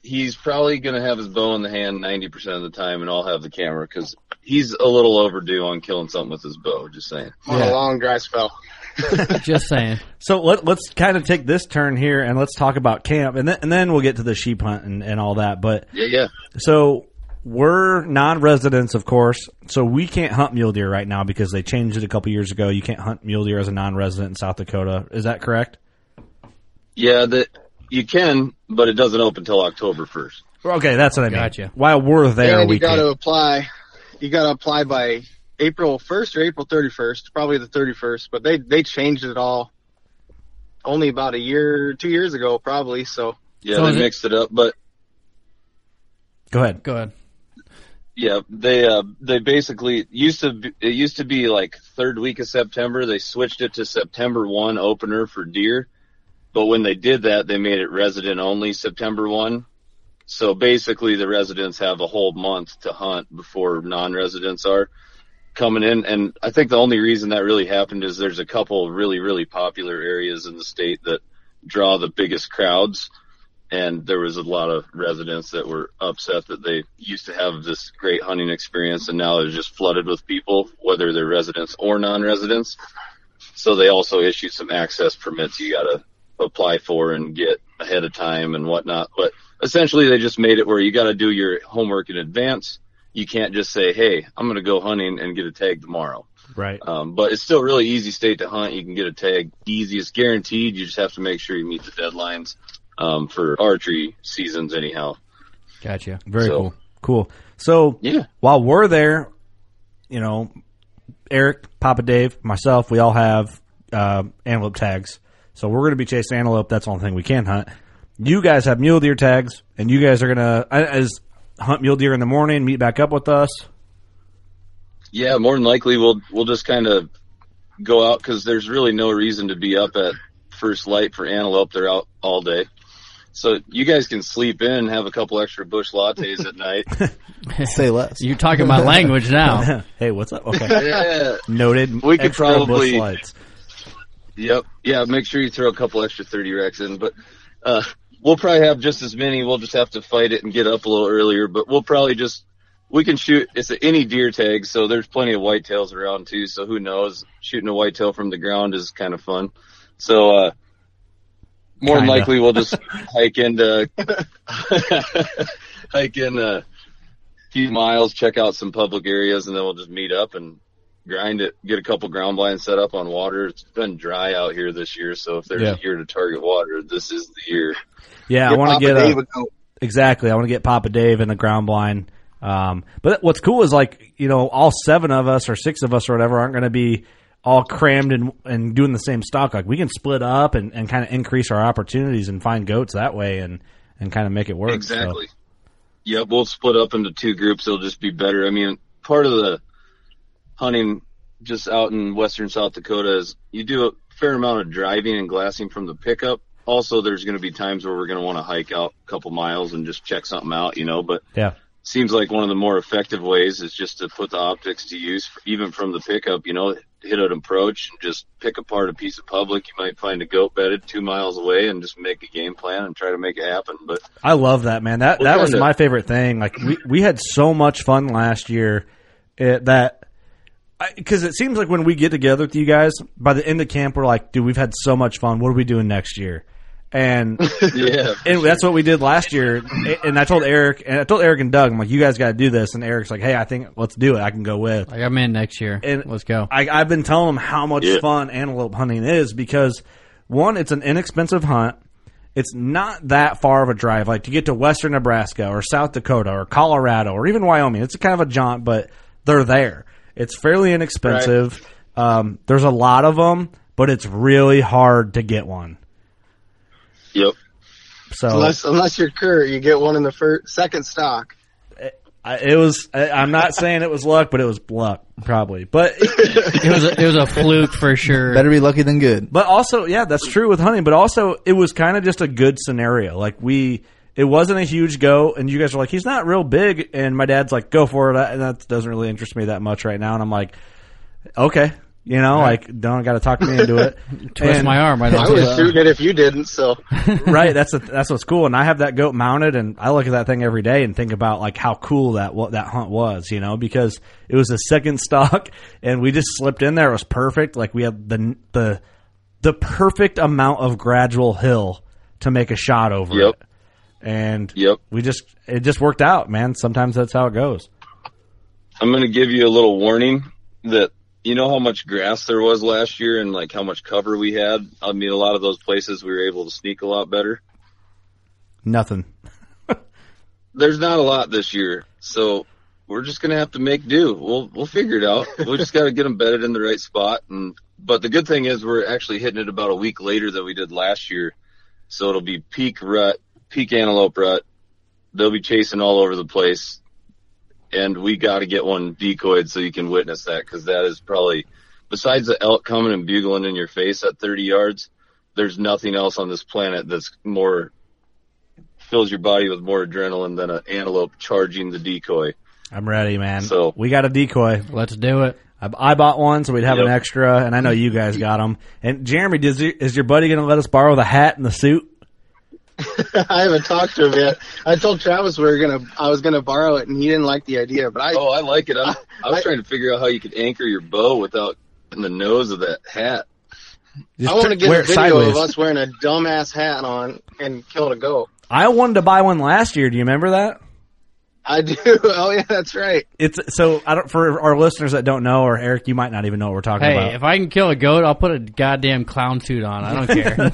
Speaker 10: he's probably going to have his bow in the hand 90% of the time and I'll have the camera because he's a little overdue on killing something with his bow. Just saying.
Speaker 11: On a long dry spell.
Speaker 3: Just saying.
Speaker 2: So let, let's kind of take this turn here and let's talk about camp, and then and then we'll get to the sheep hunt and, and all that. But
Speaker 10: Yeah, yeah.
Speaker 2: so we're non-residents, of course, so we can't hunt mule deer right now because they changed it a couple years ago. You can't hunt mule deer as a non-resident in South Dakota. Is that correct?
Speaker 10: Yeah, that you can, but it doesn't open till October 1st.
Speaker 2: Okay, that's what I mean.
Speaker 3: Gotcha.
Speaker 2: While we're there,
Speaker 11: and
Speaker 2: we
Speaker 11: you got to
Speaker 2: can.
Speaker 11: apply. You got to apply by April 1st or April 31st, probably the 31st. But they they changed it all only about a year, two years ago, probably. So
Speaker 10: Yeah,
Speaker 11: So
Speaker 10: they
Speaker 11: is it-
Speaker 10: mixed it up, but
Speaker 2: Go ahead.
Speaker 3: Go ahead.
Speaker 10: yeah, they uh, they basically it used to be, it used to be like third week of September. They switched it to September one opener for deer, but when they did that, they made it resident only September one. So basically, the residents have a whole month to hunt before non-residents are coming in. And I think the only reason that really happened is there's a couple of really really popular areas in the state that draw the biggest crowds. and there was a lot of residents that were upset that they used to have this great hunting experience and now they're just flooded with people, whether they're residents or non-residents. So they also issued some access permits you gotta apply for and get ahead of time and whatnot. But essentially they just made it where you gotta do your homework in advance. You can't just say, Hey, I'm gonna go hunting and get a tag tomorrow.
Speaker 2: Right.
Speaker 10: Um, but it's still a really easy state to hunt. You can get a tag easy. It's guaranteed. You just have to make sure you meet the deadlines um, for archery seasons, anyhow.
Speaker 3: Gotcha.
Speaker 2: Very
Speaker 10: So-
Speaker 2: cool. Cool. So while we're there, you know, Eric, Papa Dave, myself, we all have uh, antelope tags. So we're going to be chasing antelope. That's the only thing we can hunt. You guys have mule deer tags, and you guys are going to as hunt mule deer in the morning, meet back up with us.
Speaker 10: Yeah, more than likely we'll we'll just kind of go out because there's really no reason to be up at first light for antelope. They're out all day, So you guys can sleep in, have a couple extra bush lattes at night.
Speaker 5: Say less.
Speaker 3: You're talking my language now.
Speaker 2: hey, what's up? Okay.
Speaker 10: Yeah.
Speaker 2: Noted.
Speaker 10: We could
Speaker 2: Extra
Speaker 10: probably-
Speaker 2: Busch lights.
Speaker 10: Yep. Yeah. Make sure you throw a couple extra 30 racks in, but, uh, we'll probably have just as many. We'll just have to fight it and get up a little earlier, but we'll probably just, we can shoot. It's a, any deer tag. So there's plenty of whitetails around too. So who knows? Shooting a whitetail from the ground is kind of fun. So, uh, more than
Speaker 12: Kinda.
Speaker 10: likely we'll just hike into, hike in a few miles, check out some public areas and then we'll just meet up and grind it, get a couple ground blinds set up on water. It's been dry out here this year, so if there's
Speaker 2: Yeah.
Speaker 10: a year to target water, this is the year.
Speaker 2: Yeah, I
Speaker 10: Get
Speaker 2: want to
Speaker 10: Papa
Speaker 2: get
Speaker 10: Dave
Speaker 2: a, Oh.
Speaker 10: a goat.
Speaker 2: exactly. I want to get Papa Dave in the ground blind. Um, but what's cool is like you know all seven of us or six of us or whatever aren't going to be all crammed and and doing the same stock. Like we can split up and, and kind of increase our opportunities and find goats that way and and kind of make it work. So,
Speaker 10: Exactly. Yep, we'll split up into two groups. It'll just be better. I mean, part of the hunting just out in western South Dakota is you do a fair amount of driving and glassing from the pickup. Also, there's going to be times where we're going to want to hike out a couple miles and just check something out, you know, but
Speaker 2: yeah.
Speaker 10: seems like one of the more effective ways is just to put the optics to use, even from the pickup. You know, hit an approach and just pick apart a piece of public. You might find a goat bedded two miles away and just make a game plan and try to make it happen. But
Speaker 2: I love that man. That
Speaker 10: What
Speaker 2: that was
Speaker 10: kind of-
Speaker 2: my favorite thing. Like we, we had so much fun last year it, that because it seems like when we get together with you guys, by the end of camp, we're like, dude, we've had so much fun. What are we doing next year? And
Speaker 10: yeah,
Speaker 2: and that's what we did last year. And- And I told Eric and I told Eric and Doug, I'm like, you guys got to do this. And Eric's like, hey, I think let's do it. I can go with.
Speaker 3: Like I'm in next year.
Speaker 2: And-
Speaker 3: Let's go.
Speaker 2: I, I've been telling them how much
Speaker 3: Yeah.
Speaker 2: fun antelope hunting is because one, it's an inexpensive hunt. It's not that far of a drive. Like to get to Western Nebraska or South Dakota or Colorado or even Wyoming, it's a kind of a jaunt, but they're there. It's fairly inexpensive. Um, there's a lot of them, but it's really hard to get one.
Speaker 10: Yep.
Speaker 2: So
Speaker 11: Unless unless you're Kurt, you get one in the first second stock.
Speaker 2: I, it was. I, I'm not saying it was luck, but it was luck probably. But
Speaker 3: It was a, it was a fluke for sure.
Speaker 5: Better be lucky than good.
Speaker 2: But also, yeah, that's true with hunting. But also, it was kind of just a good scenario. Like we, it wasn't a huge go, and you guys were like, "He's not real big," and my dad's like, "Go for it," I- and that doesn't really interest me that much right now. And I'm like, "Okay." You know, like don't got to talk me into it.
Speaker 3: Twist my arm, why don't
Speaker 11: I
Speaker 2: uh,
Speaker 11: was shooting it if you didn't. So
Speaker 2: right. That's the that's what's cool. And I have that goat mounted, and I look at that thing every day and think about like how cool that what that hunt was, you know, because it was a second stock, and we just slipped in there. It was perfect. Like we had the the the perfect amount of gradual hill to make a shot over
Speaker 10: Yep.
Speaker 2: it, and
Speaker 10: Yep.
Speaker 2: we just it just worked out, man. Sometimes that's how it goes.
Speaker 10: I'm going to give you a little warning that you know how much grass there was last year and like how much cover we had. I mean, a lot of those places we were able to sneak a lot better.
Speaker 2: Nothing.
Speaker 10: There's not a lot this year, so we're just going to have to make do. We'll we'll figure it out. we just got to get them bedded in the right spot. And but the good thing is we're actually hitting it about a week later than we did last year, so it'll be peak rut, peak antelope rut. They'll be chasing all over the place. and we got to get one decoyed so you can witness that because that is probably besides the elk coming and bugling in your face at 30 yards there's nothing else on this planet that's more fills your body with more adrenaline than an antelope charging the decoy
Speaker 2: I'm ready, man.
Speaker 10: So-
Speaker 2: we got a decoy.
Speaker 3: Let's do it.
Speaker 2: I, I bought one, so we'd have an
Speaker 10: Yep.
Speaker 2: extra, and I know you guys got them. And Jeremy, does your, is your buddy going to let us borrow the hat and the suit?
Speaker 11: I haven't talked to him yet. I told Travis we were gonna I was gonna borrow it, and he didn't like the idea. But I
Speaker 10: oh i like it i, I was trying to figure out how you could anchor your bow without in the nose of that hat
Speaker 2: Just
Speaker 11: I want
Speaker 2: tur-
Speaker 11: to get a
Speaker 2: wear
Speaker 11: video
Speaker 2: it sideways.
Speaker 11: of us wearing a dumbass hat on and killed a goat.
Speaker 2: I wanted to buy one last year. Do you remember that?
Speaker 11: I do. Oh yeah, that's right.
Speaker 2: It's so I don't for our listeners that don't know, or Eric, you might not even know what we're talking
Speaker 3: Hey,
Speaker 2: about.
Speaker 3: if I can kill a goat, I'll put a goddamn clown suit on. I don't care.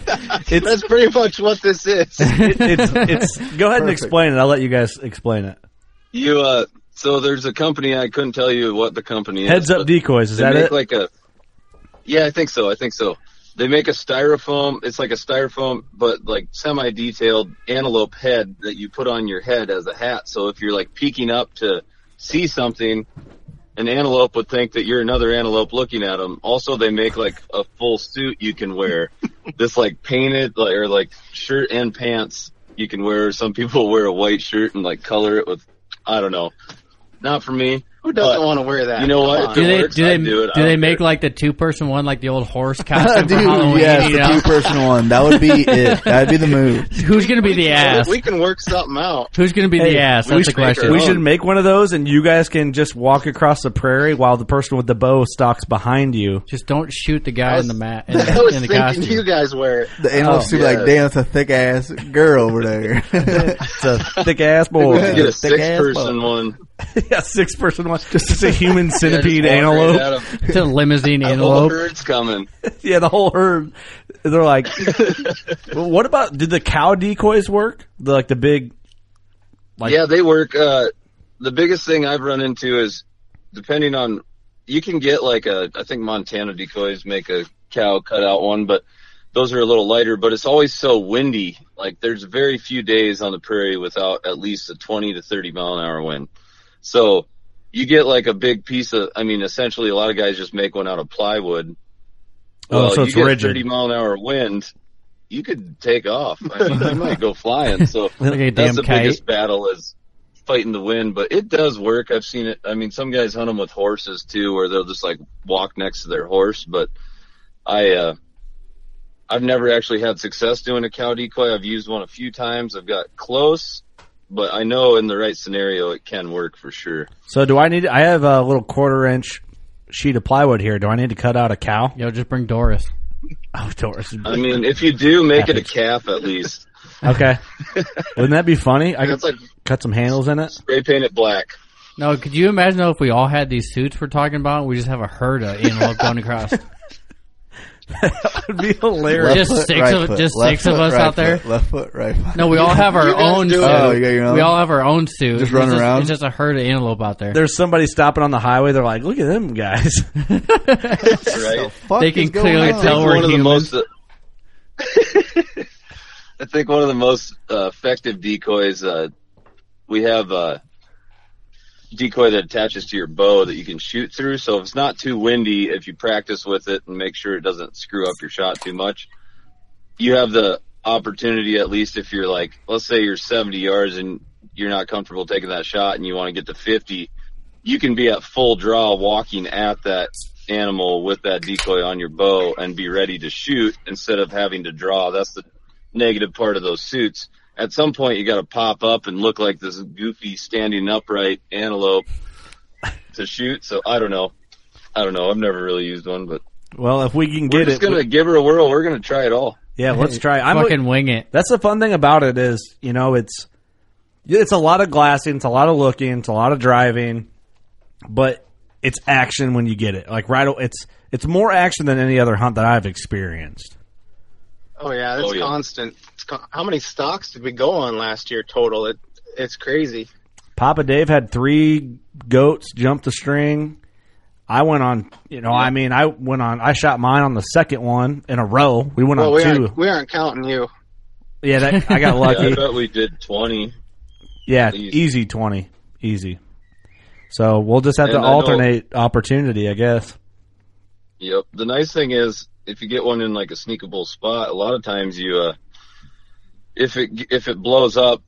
Speaker 11: that's pretty much what this is.
Speaker 2: It- it's, it's go ahead and explain it. I'll let you guys explain it.
Speaker 10: you uh so there's a company i couldn't tell you what the company is
Speaker 2: Heads
Speaker 10: but-
Speaker 2: up decoys. Is
Speaker 10: they
Speaker 2: that
Speaker 10: make
Speaker 2: it?
Speaker 10: like a yeah i think so i think so they make a styrofoam it's like a styrofoam but like semi detailed antelope head that you put on your head as a hat so if you're like peeking up to see something an antelope would think that you're another antelope looking at them also they make like a full suit you can wear this like painted like or like shirt and pants you can wear. Some people wear a white shirt and like color it with, I don't know. Not for me.
Speaker 11: Who doesn't
Speaker 10: but
Speaker 11: want to wear that?
Speaker 10: You know
Speaker 11: Come
Speaker 10: what?
Speaker 11: on.
Speaker 10: If
Speaker 3: Do
Speaker 10: it
Speaker 3: they
Speaker 10: works,
Speaker 3: do they
Speaker 10: I'd do it. I
Speaker 3: do
Speaker 10: don't
Speaker 3: they
Speaker 10: care.
Speaker 3: make like the two person one, like the old horse costume for
Speaker 5: Dude,
Speaker 3: Halloween?
Speaker 5: yes,
Speaker 3: you
Speaker 5: the
Speaker 3: know?
Speaker 5: two person one. That would be it. That'd be the move.
Speaker 3: Who's gonna be the ass?
Speaker 11: We can work something out.
Speaker 3: Who's gonna be the ass? That's the question.
Speaker 2: We should make one of those, and you guys can just walk across the prairie while the person with the bow stalks behind you.
Speaker 3: Just don't shoot the guy in the mat in
Speaker 11: I
Speaker 3: the,
Speaker 11: was
Speaker 3: in the
Speaker 11: thinking
Speaker 3: costume.
Speaker 11: you guys wear it.
Speaker 5: The analysts
Speaker 11: Oh,
Speaker 5: would be like,
Speaker 11: yeah.
Speaker 5: damn, it's a thick ass girl over there.
Speaker 2: It's a thick ass
Speaker 10: We
Speaker 2: boy.
Speaker 10: could get a
Speaker 5: Thick-ass
Speaker 10: six-person
Speaker 5: boat.
Speaker 10: one.
Speaker 2: yeah, six person one. Just a human
Speaker 10: Yeah, just
Speaker 2: centipede
Speaker 10: walk right
Speaker 2: antelope.
Speaker 10: at 'em.
Speaker 3: It's a limousine
Speaker 10: The whole
Speaker 3: antelope.
Speaker 10: herd's coming.
Speaker 2: yeah, the whole herd. They're like, well, what about? Did the cow decoys work? The, like the big. Like-
Speaker 10: yeah, they work. Uh, the biggest thing I've run into is depending on you can get like a I think Montana decoys make a cow cutout one, but those are a little lighter. But it's always so windy. Like there's very few days on the prairie without at least a 20 to 30 mile an hour wind. So you get like a big piece of. I mean, essentially, a lot of guys just make one out of plywood.
Speaker 2: Oh,
Speaker 10: Well,
Speaker 2: so it's
Speaker 10: you get
Speaker 2: rigid.
Speaker 10: 30 mile an hour wind. You could take off. I mean, you might go flying. So
Speaker 3: Like a
Speaker 10: that's
Speaker 3: damn
Speaker 10: the
Speaker 3: kite.
Speaker 10: biggest battle is fighting the wind, but it does work. I've seen it. I mean, some guys hunt them with horses too, where they'll just like walk next to their horse. But I, uh, I've never actually had success doing a cow decoy. I've used one a few times. I've got close, but I know in the right scenario it can work for sure.
Speaker 2: So do I need? I have a little quarter inch sheet of plywood here. Do I need to cut out a cow?
Speaker 3: Yo, just bring Doris.
Speaker 2: Oh, Doris.
Speaker 10: I mean, if you do, make it a calf at least.
Speaker 2: Okay. Wouldn't that be funny? I could
Speaker 10: That's like
Speaker 2: cut some handles in it.
Speaker 10: spray paint it black.
Speaker 3: No, could you imagine though if we all had these suits we're talking about? We just have a herd of antelope going across.
Speaker 2: That would be hilarious.
Speaker 5: Left
Speaker 3: Just
Speaker 5: foot,
Speaker 3: six
Speaker 5: right
Speaker 3: of-
Speaker 5: foot.
Speaker 3: just
Speaker 5: Left
Speaker 3: six of
Speaker 5: foot,
Speaker 3: us
Speaker 5: right
Speaker 3: out there?
Speaker 5: foot. Left foot, right foot.
Speaker 3: No, we all have our
Speaker 11: You guys
Speaker 3: own.
Speaker 11: do
Speaker 3: Suit.
Speaker 11: it.
Speaker 5: Oh, you got your own?
Speaker 3: We all have our own suit.
Speaker 5: Just run
Speaker 3: it's
Speaker 5: around?
Speaker 3: It's just a herd of antelope out there.
Speaker 2: There's somebody stopping on the highway. They're like, "Look at them guys."
Speaker 10: Right?
Speaker 5: Fuck
Speaker 3: They
Speaker 5: is
Speaker 3: can
Speaker 5: going
Speaker 3: clearly
Speaker 5: on?
Speaker 3: tell
Speaker 10: think
Speaker 3: we're
Speaker 10: one of the
Speaker 3: humans.
Speaker 10: most. I think one of the most uh, effective decoys. Uh, we have a decoy that attaches to your bow that you can shoot through. So if it's not too windy, if you practice with it and make sure it doesn't screw up your shot too much, you have the opportunity. At least if you're like, let's say you're 70 yards and you're not comfortable taking that shot and you want to get to 50, you can be at full draw walking at that animal with that decoy on your bow and be ready to shoot instead of having to draw. That's the negative part of those suits. At some point, you got to pop up and look like this goofy standing upright antelope to shoot. So I don't know. I don't know. I've never really used one, but
Speaker 2: well, if we can
Speaker 10: we're
Speaker 2: get it,
Speaker 10: just gonna
Speaker 2: we-
Speaker 10: give her a whirl. We're gonna try it all.
Speaker 2: yeah, let's try. I'm
Speaker 3: Fucking wing it.
Speaker 2: That's the fun thing about it is, you know, it's it's a lot of glassing, it's a lot of looking, it's a lot of driving, but it's action when you get it. Like right, o- it's it's more action than any other hunt that I've experienced.
Speaker 11: Oh yeah, that's
Speaker 10: Oh, yeah.
Speaker 11: constant. It's con- how many stocks did we go on last year total? It it's crazy.
Speaker 2: Papa Dave had three goats jump the string. I went on, you know, I mean, I went on. I shot mine on the second one in a row. We went
Speaker 11: Well,
Speaker 2: on
Speaker 11: we
Speaker 2: 2
Speaker 11: aren't, we aren't counting you.
Speaker 2: yeah, that, I got
Speaker 10: Yeah, I
Speaker 2: lucky.
Speaker 10: bet we did twenty.
Speaker 2: Yeah,
Speaker 10: Easy.
Speaker 2: easy twenty, easy. So we'll just have
Speaker 10: And
Speaker 2: to
Speaker 10: I know-
Speaker 2: alternate opportunity, I guess.
Speaker 10: Yep. The nice thing is, if you get one in like a sneakable spot, a lot of times you, uh, if it if it blows up,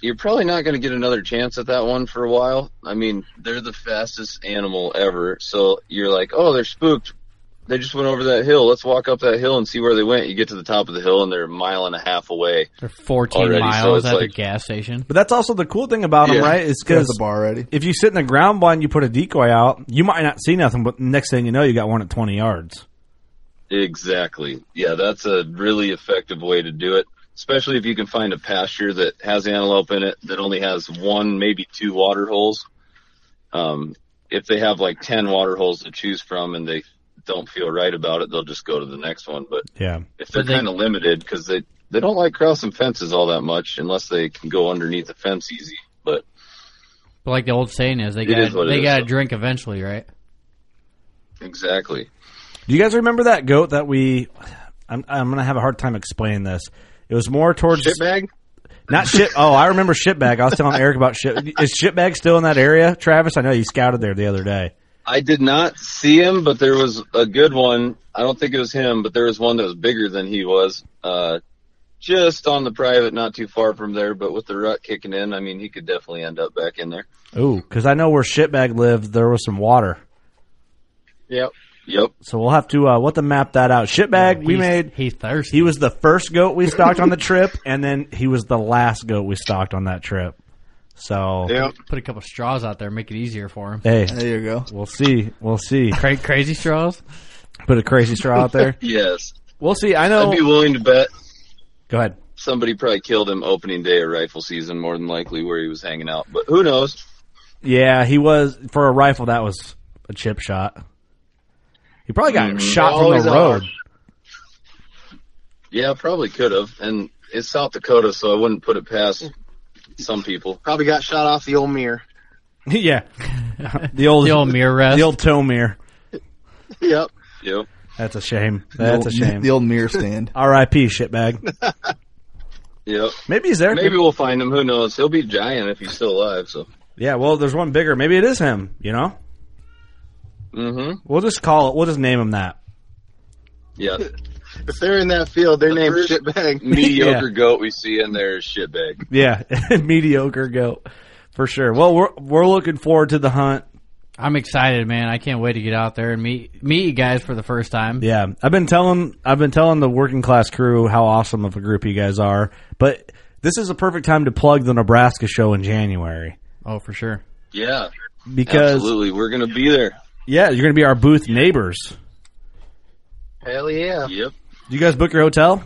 Speaker 10: you're probably not going to get another chance at that one for a while. I mean, they're the fastest animal ever, so you're like, oh, they're spooked. They just went over that hill. Let's walk up that hill and see where they went. You get to the top of the hill and they're a mile and a half away.
Speaker 3: They're 14
Speaker 10: Already, so
Speaker 3: miles
Speaker 10: it's
Speaker 3: at the
Speaker 10: like-
Speaker 3: gas station.
Speaker 2: But that's also the cool thing about them,
Speaker 10: Yeah.
Speaker 2: right? Is
Speaker 5: Get off
Speaker 2: because
Speaker 5: the bar ready.
Speaker 2: if you sit in the ground blind, you put a decoy out, you might not see nothing, but next thing you know, you got one at twenty yards.
Speaker 10: Exactly. Yeah, that's a really effective way to do it, especially if you can find a pasture that has antelope in it that only has one, maybe two water holes. Um, if they have like 10 water holes to choose from and they don't feel right about it, they'll just go to the next one. But
Speaker 2: Yeah,
Speaker 10: if they're
Speaker 3: But they-
Speaker 10: kind of limited because they, they don't like crossing fences all that much unless they can go underneath the fence easy. But
Speaker 3: But like the old saying is, they
Speaker 10: It is
Speaker 3: got
Speaker 10: what it
Speaker 3: they
Speaker 10: is,
Speaker 3: got to
Speaker 10: though.
Speaker 3: drink eventually, right?
Speaker 10: exactly.
Speaker 2: do you guys remember that goat that we? I'm I'm gonna have a hard time explaining this. It was more towards
Speaker 11: Shitbag?
Speaker 2: not shit. Oh, I remember shitbag. I was telling Eric about shit. Is shitbag still in that area, Travis? I know you scouted there the other day.
Speaker 10: I did not see him, but there was a good one. I don't think it was him, but there was one that was bigger than he was. Uh, just on the private, not too far from there. But with the rut kicking in, I mean, he could definitely end up back in there.
Speaker 2: Ooh, because I know where shitbag lived, there was some water.
Speaker 10: Yep. Yep.
Speaker 2: So we'll have to uh, we'll have to map that out. Shitbag, we
Speaker 3: he's-
Speaker 2: made.
Speaker 3: He's thirsty.
Speaker 2: He was the first goat we stocked on the trip, and then he was the last goat we stocked on that trip. So
Speaker 3: Put a couple straws out there, make it easier for him.
Speaker 2: hey,
Speaker 5: There you go.
Speaker 2: we'll see. We'll see.
Speaker 3: Cra- crazy straws.
Speaker 2: Put a crazy straw out there.
Speaker 10: Yes.
Speaker 2: We'll see. I
Speaker 10: I'd
Speaker 2: know.
Speaker 10: be willing to bet
Speaker 2: Go ahead.
Speaker 10: somebody probably killed him opening day of rifle season, more than likely where he was hanging out. But who knows?
Speaker 2: Yeah, he was for a rifle. That was a chip shot. He probably
Speaker 5: Mm-hmm.
Speaker 2: got shot from
Speaker 10: Always
Speaker 2: the
Speaker 10: are.
Speaker 2: road.
Speaker 10: Yeah, probably could have. And it's South Dakota, so I wouldn't put it past some people.
Speaker 11: Probably got shot off the old mirror.
Speaker 2: yeah, the old
Speaker 3: The
Speaker 2: the old,
Speaker 3: old mirror rest.
Speaker 2: toe mirror.
Speaker 11: Yep.
Speaker 10: Yep.
Speaker 2: That's a shame. That's
Speaker 5: the,
Speaker 2: a
Speaker 5: old-
Speaker 2: shame.
Speaker 5: The old mirror stand.
Speaker 2: R.I.P. Shitbag.
Speaker 10: Yep.
Speaker 2: Maybe he's there.
Speaker 10: Maybe we'll find him. Who knows? He'll be giant if he's still alive. So.
Speaker 2: Yeah. Well, there's one bigger. Maybe it is him. You know.
Speaker 10: hmm
Speaker 2: We'll just call it. We'll just name him that.
Speaker 10: Yeah.
Speaker 11: If they're in that field, their
Speaker 10: The
Speaker 11: name's
Speaker 10: first-
Speaker 11: Shitbag.
Speaker 10: Mediocre goat we see in there is shitbag.
Speaker 2: Yeah, mediocre goat for sure. Well, we're we're looking forward to the hunt.
Speaker 3: I'm excited, man. I can't wait to get out there and meet meet you guys for the first time.
Speaker 2: Yeah, I've been telling I've been telling the working class crew how awesome of a group you guys are, but this is a perfect time to plug the Nebraska show in January
Speaker 3: Oh, for sure.
Speaker 10: Yeah.
Speaker 2: because
Speaker 10: Absolutely. We're going to be there.
Speaker 2: yeah, you're going to be our booth neighbors.
Speaker 11: Hell yeah.
Speaker 10: Yep.
Speaker 2: You guys book your hotel?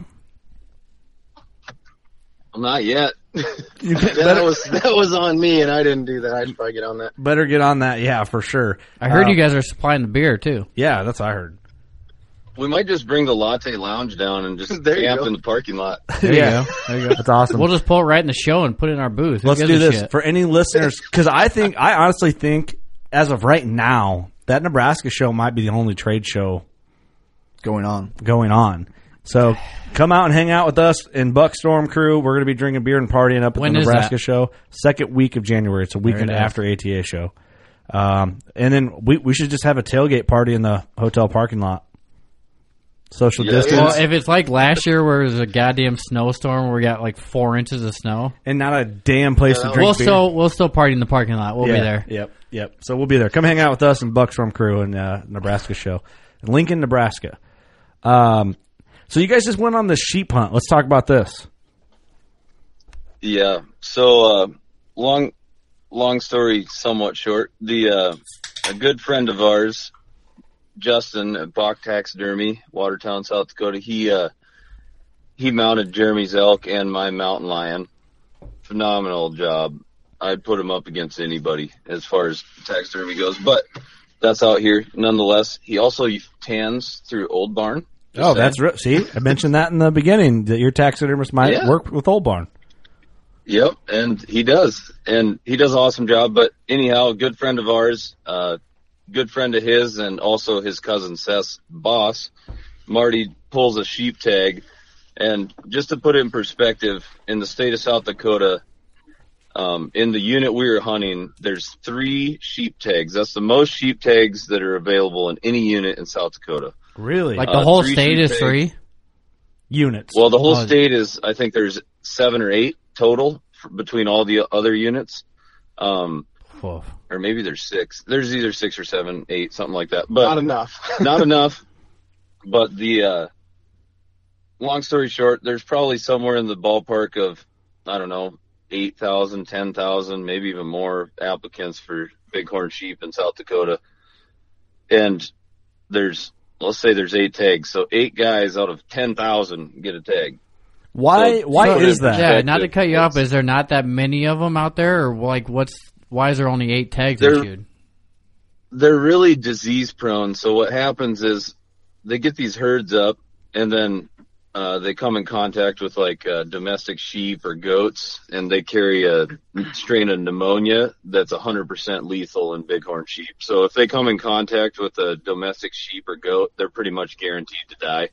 Speaker 10: Well, not yet.
Speaker 2: You
Speaker 11: That
Speaker 2: better,
Speaker 11: was that was on me, and I didn't do that. I should probably get on that.
Speaker 2: better get on that. Yeah, for sure.
Speaker 3: I heard
Speaker 2: Uh,
Speaker 3: you guys are supplying the beer too.
Speaker 2: Yeah, that's what I heard.
Speaker 10: We might just bring the latte lounge down and just
Speaker 11: There you
Speaker 10: camp
Speaker 11: go.
Speaker 10: in the parking lot.
Speaker 2: yeah, that's awesome.
Speaker 3: We'll just pull it right in the show and put it in our booth. Who
Speaker 2: Let's
Speaker 3: gives
Speaker 2: do
Speaker 3: a
Speaker 2: this
Speaker 3: shit?
Speaker 2: for any listeners because I think I honestly think as of right now that Nebraska show might be the only trade show
Speaker 5: Going on.
Speaker 2: going on. So come out and hang out with us in Buckstorm crew. We're going to be drinking beer and partying up at
Speaker 3: When
Speaker 2: the
Speaker 3: is
Speaker 2: Nebraska
Speaker 3: that?
Speaker 2: show. Second week of January. It's a weekend
Speaker 3: it is.
Speaker 2: after ATA show. Um, and then we, we should just have a tailgate party in the hotel parking lot. Social
Speaker 10: Yeah.
Speaker 2: distance.
Speaker 3: Well, if it's like last year where it was a goddamn snowstorm where we got like four inches of snow,
Speaker 2: and not a damn place to drink
Speaker 3: we'll
Speaker 2: beer.
Speaker 3: still we'll still party in the parking lot. We'll
Speaker 2: yeah,
Speaker 3: be there.
Speaker 2: Yep, yep. So we'll be there. Come hang out with us and Buckstorm crew and uh, Nebraska show. In Lincoln, Nebraska. Um, so you guys just went on the sheep hunt. Let's talk about this.
Speaker 10: Yeah. So uh, long, long story, somewhat short. The uh, a good friend of ours, Justin at Bach Taxidermy, Watertown, South Dakota. He uh, he mounted Jeremy's elk and my mountain lion. Phenomenal job. I'd put him up against anybody as far as taxidermy goes, but that's out here nonetheless. He also tans through Old Barn.
Speaker 2: Oh, that's right. See, I mentioned that in the beginning that your taxidermist might
Speaker 10: Yeah.
Speaker 2: work with Old Barn.
Speaker 10: Yep, and he does, and he does an awesome job. But anyhow, a good friend of ours, uh, good friend of his, and also his cousin Seth's boss, Marty pulls a sheep tag, and just to put it in perspective, in the state of South Dakota, um, in the unit we were hunting, there's three sheep tags. That's the most sheep tags that are available in any unit in South Dakota.
Speaker 2: Really,
Speaker 3: Like
Speaker 2: like
Speaker 3: the
Speaker 10: Uh,
Speaker 3: whole
Speaker 10: three
Speaker 3: state
Speaker 10: sheep
Speaker 3: is
Speaker 10: eggs.
Speaker 3: free.
Speaker 2: units.
Speaker 10: Well, the whole
Speaker 3: Oh, is-
Speaker 10: state is, I think there's seven or eight total f between all the other units. Um,
Speaker 3: Whoa.
Speaker 10: or maybe there's six. There's either six or seven, eight, something like that. But
Speaker 11: Not enough.
Speaker 10: not enough. But the uh, long story short, there's probably somewhere in the ballpark of I don't know, 8,000, 10,000, maybe even more applicants for bighorn sheep in South Dakota. And there's let's say there's eight tags, so eight guys out of 10,000 get a tag.
Speaker 2: why?
Speaker 10: so-
Speaker 2: Why
Speaker 10: so-
Speaker 2: is that?
Speaker 3: Yeah, not to cut you off,
Speaker 10: It's-
Speaker 3: is there not that many of them out there, or like what's why is there only eight tags
Speaker 10: There-
Speaker 3: issued?
Speaker 10: they're really disease prone. So what happens is they get these herds up and then uh, they come in contact with like uh, domestic sheep or goats and they carry a strain of pneumonia that's 100% lethal in bighorn sheep. So if they come in contact with a domestic sheep or goat, they're pretty much guaranteed to die.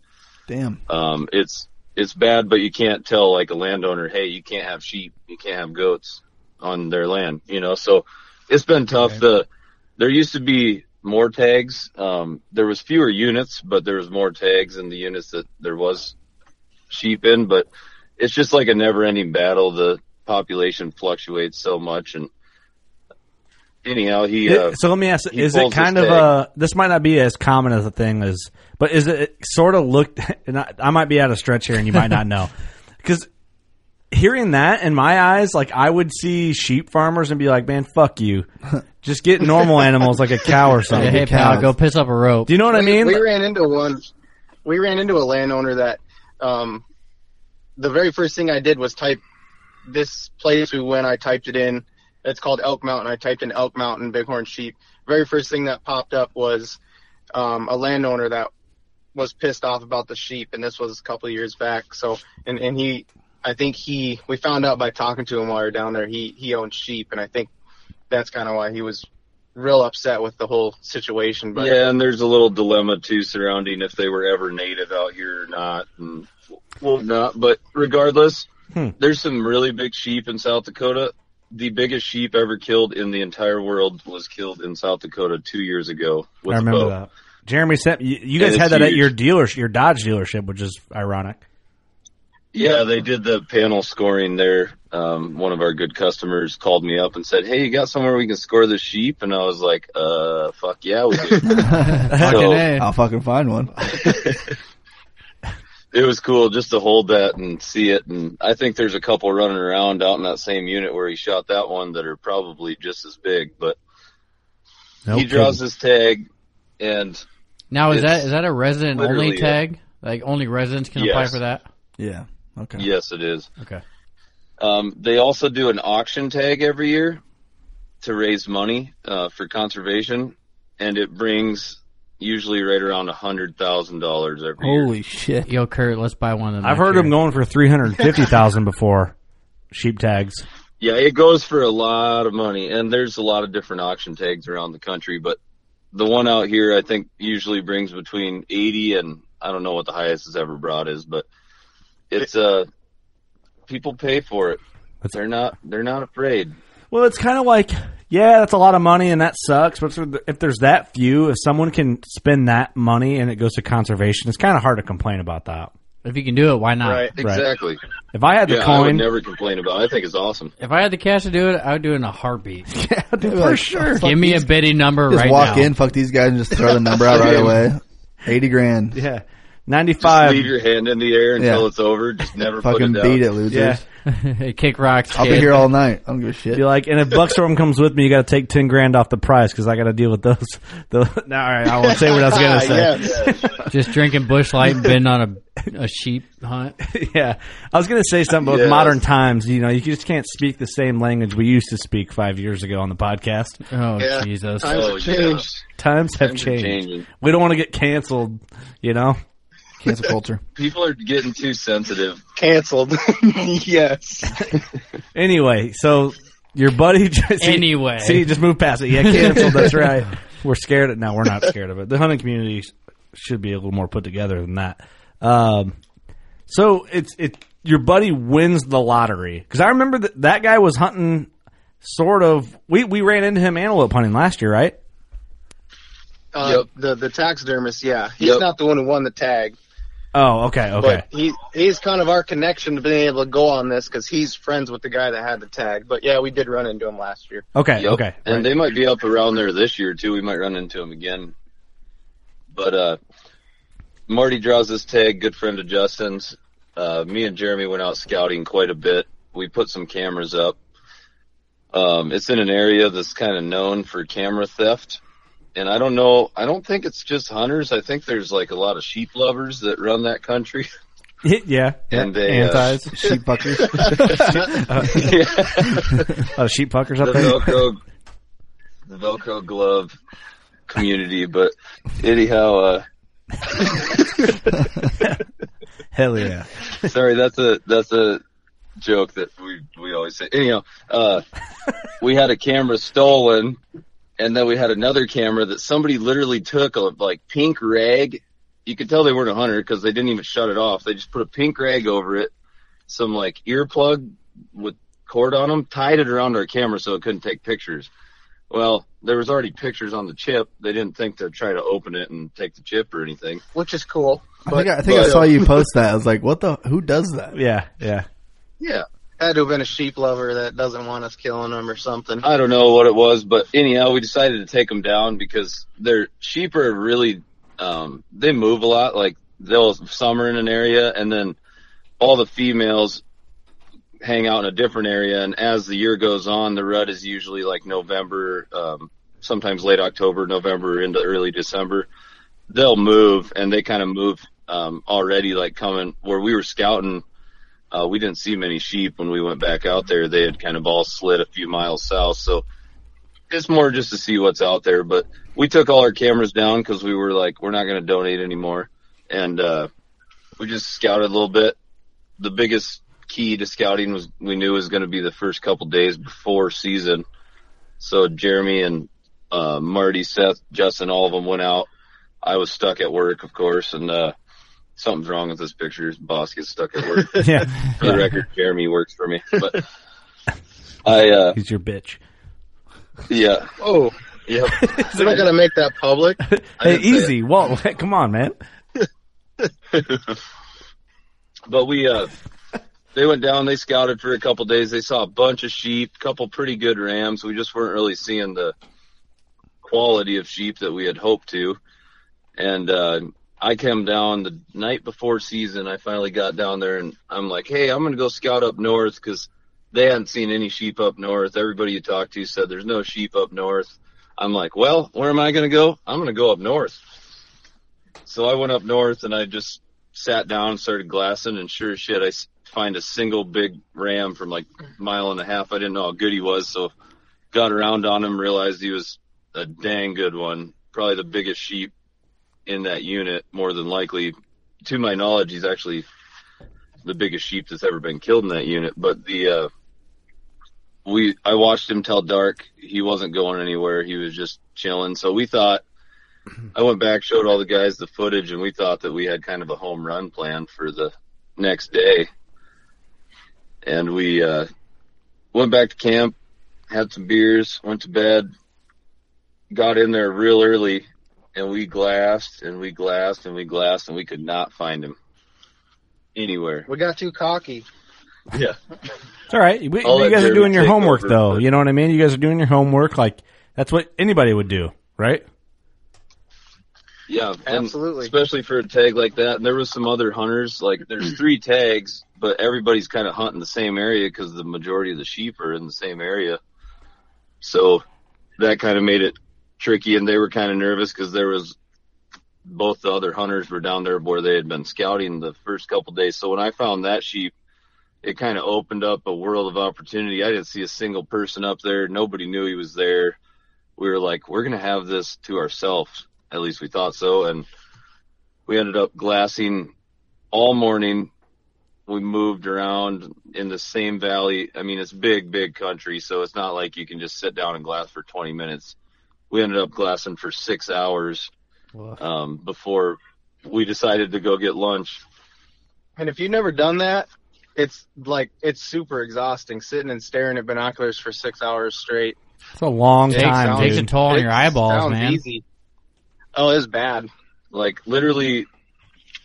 Speaker 5: Damn.
Speaker 10: Um, it's it's bad, but you can't tell like a landowner, hey, you can't have sheep, you can't have goats on their land, you know. So it's been tough. The there used to be more tags. Um, there was fewer units, but there was more tags in the units that there was sheep in. But it's just like a never ending battle. The population fluctuates so much and anyhow, he, uh,
Speaker 2: It- so let me ask:
Speaker 10: he
Speaker 2: Is it
Speaker 10: pulls
Speaker 2: kind
Speaker 10: his
Speaker 2: of
Speaker 10: tag.
Speaker 2: a? This might not be as common as a thing as, but is it sort of looked? And I, I might be out of stretch here, and you might not know, because hearing that in my eyes, like I would see sheep farmers and be like, "Man, fuck you, just get normal animals like a cow or something."
Speaker 3: hey, pal, go piss up a rope.
Speaker 2: Do you know what I mean?
Speaker 11: We ran into one. We ran into a landowner that um, the very first thing I did was type this place we went. I typed it in. It's called Elk Mountain. I typed in Elk Mountain bighorn sheep. Very first thing that popped up was um, a landowner that was pissed off about the sheep, and this was a couple of years back. So, and and he, I think he, we found out by talking to him while we were down there. He he owned sheep, and I think that's kind of why he was real upset with the whole situation. But
Speaker 10: yeah, and there's a little dilemma too surrounding if they were ever native out here or not, and well, not. But regardless,
Speaker 2: Hmm.
Speaker 10: there's some really big sheep in South Dakota. The biggest sheep ever killed in the entire world was killed in South Dakota two years ago. With
Speaker 2: I remember
Speaker 10: a bow.
Speaker 2: that. Jeremy sent you, you
Speaker 10: Yeah,
Speaker 2: guys
Speaker 10: it's
Speaker 2: had that at
Speaker 10: huge.
Speaker 2: your dealership, your Dodge dealership, which is ironic.
Speaker 10: Yeah, they did the panel scoring there. Um, one of our good customers called me up and said, "Hey, you got somewhere we can score the sheep?" And I was like, "Uh, fuck yeah, we do."
Speaker 5: Fucking
Speaker 10: A.
Speaker 5: I'll fucking find one.
Speaker 10: it was cool just to hold that and see it. And I think there's a couple running around out in that same unit where he shot that one that are probably just as big. But
Speaker 3: No
Speaker 10: he draws his tag, and
Speaker 3: Now is
Speaker 10: It's
Speaker 3: that is that a resident only
Speaker 10: literally it.
Speaker 3: tag? Like only residents can apply
Speaker 10: Yes.
Speaker 3: for that?
Speaker 5: Yeah. Okay.
Speaker 10: yes, it is.
Speaker 3: Okay.
Speaker 10: Um, they also do an auction tag every year to raise money uh, for conservation, and it brings usually right around a hundred thousand dollars every year.
Speaker 5: Holy shit.
Speaker 3: Yo, Kurt, let's buy one of them.
Speaker 2: I've heard them going for three hundred fifty thousand before sheep tags.
Speaker 10: Yeah, it goes for a lot of money, and there's a lot of different auction tags around the country, but the one out here I think usually brings between eighty and I don't know what the highest it's ever brought is, but it's uh people pay for it. They're not they're not afraid.
Speaker 2: Well, it's kind of like, yeah, that's a lot of money and that sucks. But if there's that few, if someone can spend that money and it goes to conservation, it's kind of hard to complain about that.
Speaker 3: If you can do it, why not?
Speaker 10: right, exactly.
Speaker 2: If I had the
Speaker 10: Yeah, I would
Speaker 2: coin,
Speaker 10: never complain about it. I think it's awesome.
Speaker 3: If I had the cash to do it, I would do it in a heartbeat.
Speaker 5: For sure.
Speaker 3: Give me a bidding number
Speaker 5: Just
Speaker 3: right
Speaker 5: walk
Speaker 3: now.
Speaker 5: in, fuck these guys, and just throw the number out right away. Eighty grand.
Speaker 2: yeah,
Speaker 10: Just
Speaker 2: ninety-five.
Speaker 10: leave your hand in the air until
Speaker 5: Yeah.
Speaker 10: it's over. Just never put
Speaker 5: Fucking
Speaker 10: it down.
Speaker 5: beat it, losers.
Speaker 2: Yeah,
Speaker 3: Hey, Kick rocks.
Speaker 5: I'll be
Speaker 3: kid.
Speaker 5: here all night. I don't give a shit.
Speaker 2: be like, and if Buckstorm comes with me, you got to take ten grand off the price because I got to deal with those. The, no, all right, I won't say what I was gonna say.
Speaker 3: Just drinking bush light and been on a, a sheep hunt.
Speaker 2: yeah, I was gonna say something about
Speaker 10: Yes.
Speaker 2: modern times. You know, you just can't speak the same language we used to speak five years ago on the podcast.
Speaker 3: Oh,
Speaker 11: Yeah.
Speaker 3: Jesus.
Speaker 11: Times
Speaker 10: Oh,
Speaker 11: have changed.
Speaker 2: Times have
Speaker 10: Times are
Speaker 2: changed.
Speaker 10: changing.
Speaker 2: We don't want to get canceled. You know.
Speaker 5: Cancel culture.
Speaker 10: People are getting too sensitive.
Speaker 11: Canceled. yes.
Speaker 2: Anyway, so your buddy. Just, see-
Speaker 3: Anyway.
Speaker 2: see, just move past it. Yeah, canceled. that's right. We're scared. Of, no, we're not scared of it. The hunting community s- should be a little more put together than that. Um, so it's it. Your buddy wins the lottery because I remember that that guy was hunting. Sort of. We we ran into him antelope hunting last year, right?
Speaker 11: Uh,
Speaker 10: Yep.
Speaker 11: The the taxidermist. Yeah, he's
Speaker 10: Yep.
Speaker 11: not the one who won the tag,
Speaker 2: Oh, okay, okay.
Speaker 11: but he he's kind of our connection to being able to go on this because he's friends with the guy that had the tag. But yeah, we did run into him last year.
Speaker 2: Okay,
Speaker 10: Yep.
Speaker 2: okay.
Speaker 10: And
Speaker 2: right.
Speaker 10: they might be up around there this year too. We might run into them again. But uh Marty draws this tag, good friend of Justin's. Uh me and Jeremy went out scouting quite a bit. We put some cameras up. Um it's in an area that's kind of known for camera theft. And I don't know, I don't think it's just hunters. I think there's like a lot of sheep lovers that run that country.
Speaker 2: yeah.
Speaker 10: And they uh,
Speaker 5: Sheep fuckers.
Speaker 2: Uh, Oh, sheep puckers up
Speaker 10: the
Speaker 2: there.
Speaker 10: Velcro, the Velcro glove community. But anyhow, uh,
Speaker 2: Hell yeah.
Speaker 10: sorry, that's a that's a joke that we we always say. Anyhow, uh, we had a camera stolen, and then we had another camera that somebody literally took a like pink rag. You could tell they weren't a hunter because they didn't even shut it off. They just put a pink rag over it, some like earplug with cord on them, tied it around our camera so it couldn't take pictures. Well, there was already pictures on the chip. They didn't think to try to open it and take the chip or anything.
Speaker 11: Which is cool.
Speaker 5: I think I, I think I
Speaker 11: but-
Speaker 5: saw
Speaker 10: uh,
Speaker 5: you post that. I was like, what the? Who does that?
Speaker 2: Yeah, yeah.
Speaker 11: Yeah, had to have been a sheep lover that doesn't want us killing them or something.
Speaker 10: I don't know what it was, but anyhow, we decided to take them down because their sheep are really, um, they move a lot. Like they'll summer in an area and then all the females hang out in a different area. And as the year goes on, the rut is usually like November, um, sometimes late October, November into early December. They'll move and they kind of move, um, already like coming where we were scouting uh, we didn't see many sheep when we went back out there. They had kind of all slid a few miles south. So it's more just to see what's out there. But we took all our cameras down because we were like, we're not going to donate anymore. And, uh, we just scouted a little bit. The biggest key to scouting was we knew was going to be the first couple days before season. So Jeremy and, uh, Marty, Seth, Justin, all of them went out. I was stuck at work, of course, and, uh, something's wrong with this picture. Boss gets stuck at work.
Speaker 2: Yeah.
Speaker 10: For the record, Jeremy works for me, but I, uh,
Speaker 2: He's your bitch.
Speaker 10: yeah.
Speaker 11: Oh,
Speaker 10: Yep.
Speaker 11: we're not gonna make that public. I
Speaker 2: Hey,
Speaker 11: didn't say
Speaker 2: easy. Whoa, come on, man.
Speaker 10: but we uh they went down they scouted for a couple days they saw a bunch of sheep couple pretty good rams we just weren't really seeing the quality of sheep that we had hoped to and uh i came down the night before season i finally got down there and i'm like hey i'm gonna go scout up north because they hadn't seen any sheep up north everybody you talked to said there's no sheep up north i'm like well where am i gonna go i'm gonna go up north so i went up north and i just sat down and started glassing and sure as shit I s- find a single big ram from like mile and a half I didn't know how good he was so got around on him realized he was a dang good one probably the biggest sheep in that unit more than likely to my knowledge he's actually the biggest sheep that's ever been killed in that unit but the uh we I watched him till dark he wasn't going anywhere he was just chilling so we thought I went back, showed all the guys the footage, and we thought that we had kind of a home run plan for the next day. And we uh, went back to camp, had some beers, went to bed, got in there real early, and we glassed and we glassed and we glassed, and we could not find him anywhere.
Speaker 11: We got too cocky.
Speaker 10: Yeah.
Speaker 2: It's all right. We,
Speaker 10: I'll
Speaker 2: you
Speaker 10: let
Speaker 2: guys are
Speaker 10: Jeremy
Speaker 2: doing your
Speaker 10: take
Speaker 2: homework,
Speaker 10: over,
Speaker 2: though.
Speaker 10: but-
Speaker 2: You know what I mean? You guys are doing your homework. Like, that's what anybody would do, right?
Speaker 10: Yeah, absolutely. Especially for a tag like that. And there was some other hunters. Like there's three tags, but everybody's kind of hunting the same area because the majority of the sheep are in the same area. So that kind of made it tricky, and they were kind of nervous because there was both the other hunters were down there where they had been scouting the first couple days. So when I found that sheep, it kind of opened up a world of opportunity. I didn't see a single person up there. Nobody knew he was there. We were like, we're going to have this to ourselves. At least we thought so. And we ended up glassing all morning. We moved around in the same valley. I mean, it's big, big country. So it's not like you can just sit down and glass for 20 minutes. We ended up glassing for six hours um, before we decided to go get lunch.
Speaker 11: And if you've never done that, it's like it's super exhausting sitting and staring at binoculars for six hours straight.
Speaker 2: It's a long
Speaker 11: Takes
Speaker 2: time,
Speaker 11: out-
Speaker 2: dude.
Speaker 11: takes a toll on your eyeballs, Sounds man. easy. Oh, it's bad.
Speaker 10: Like literally,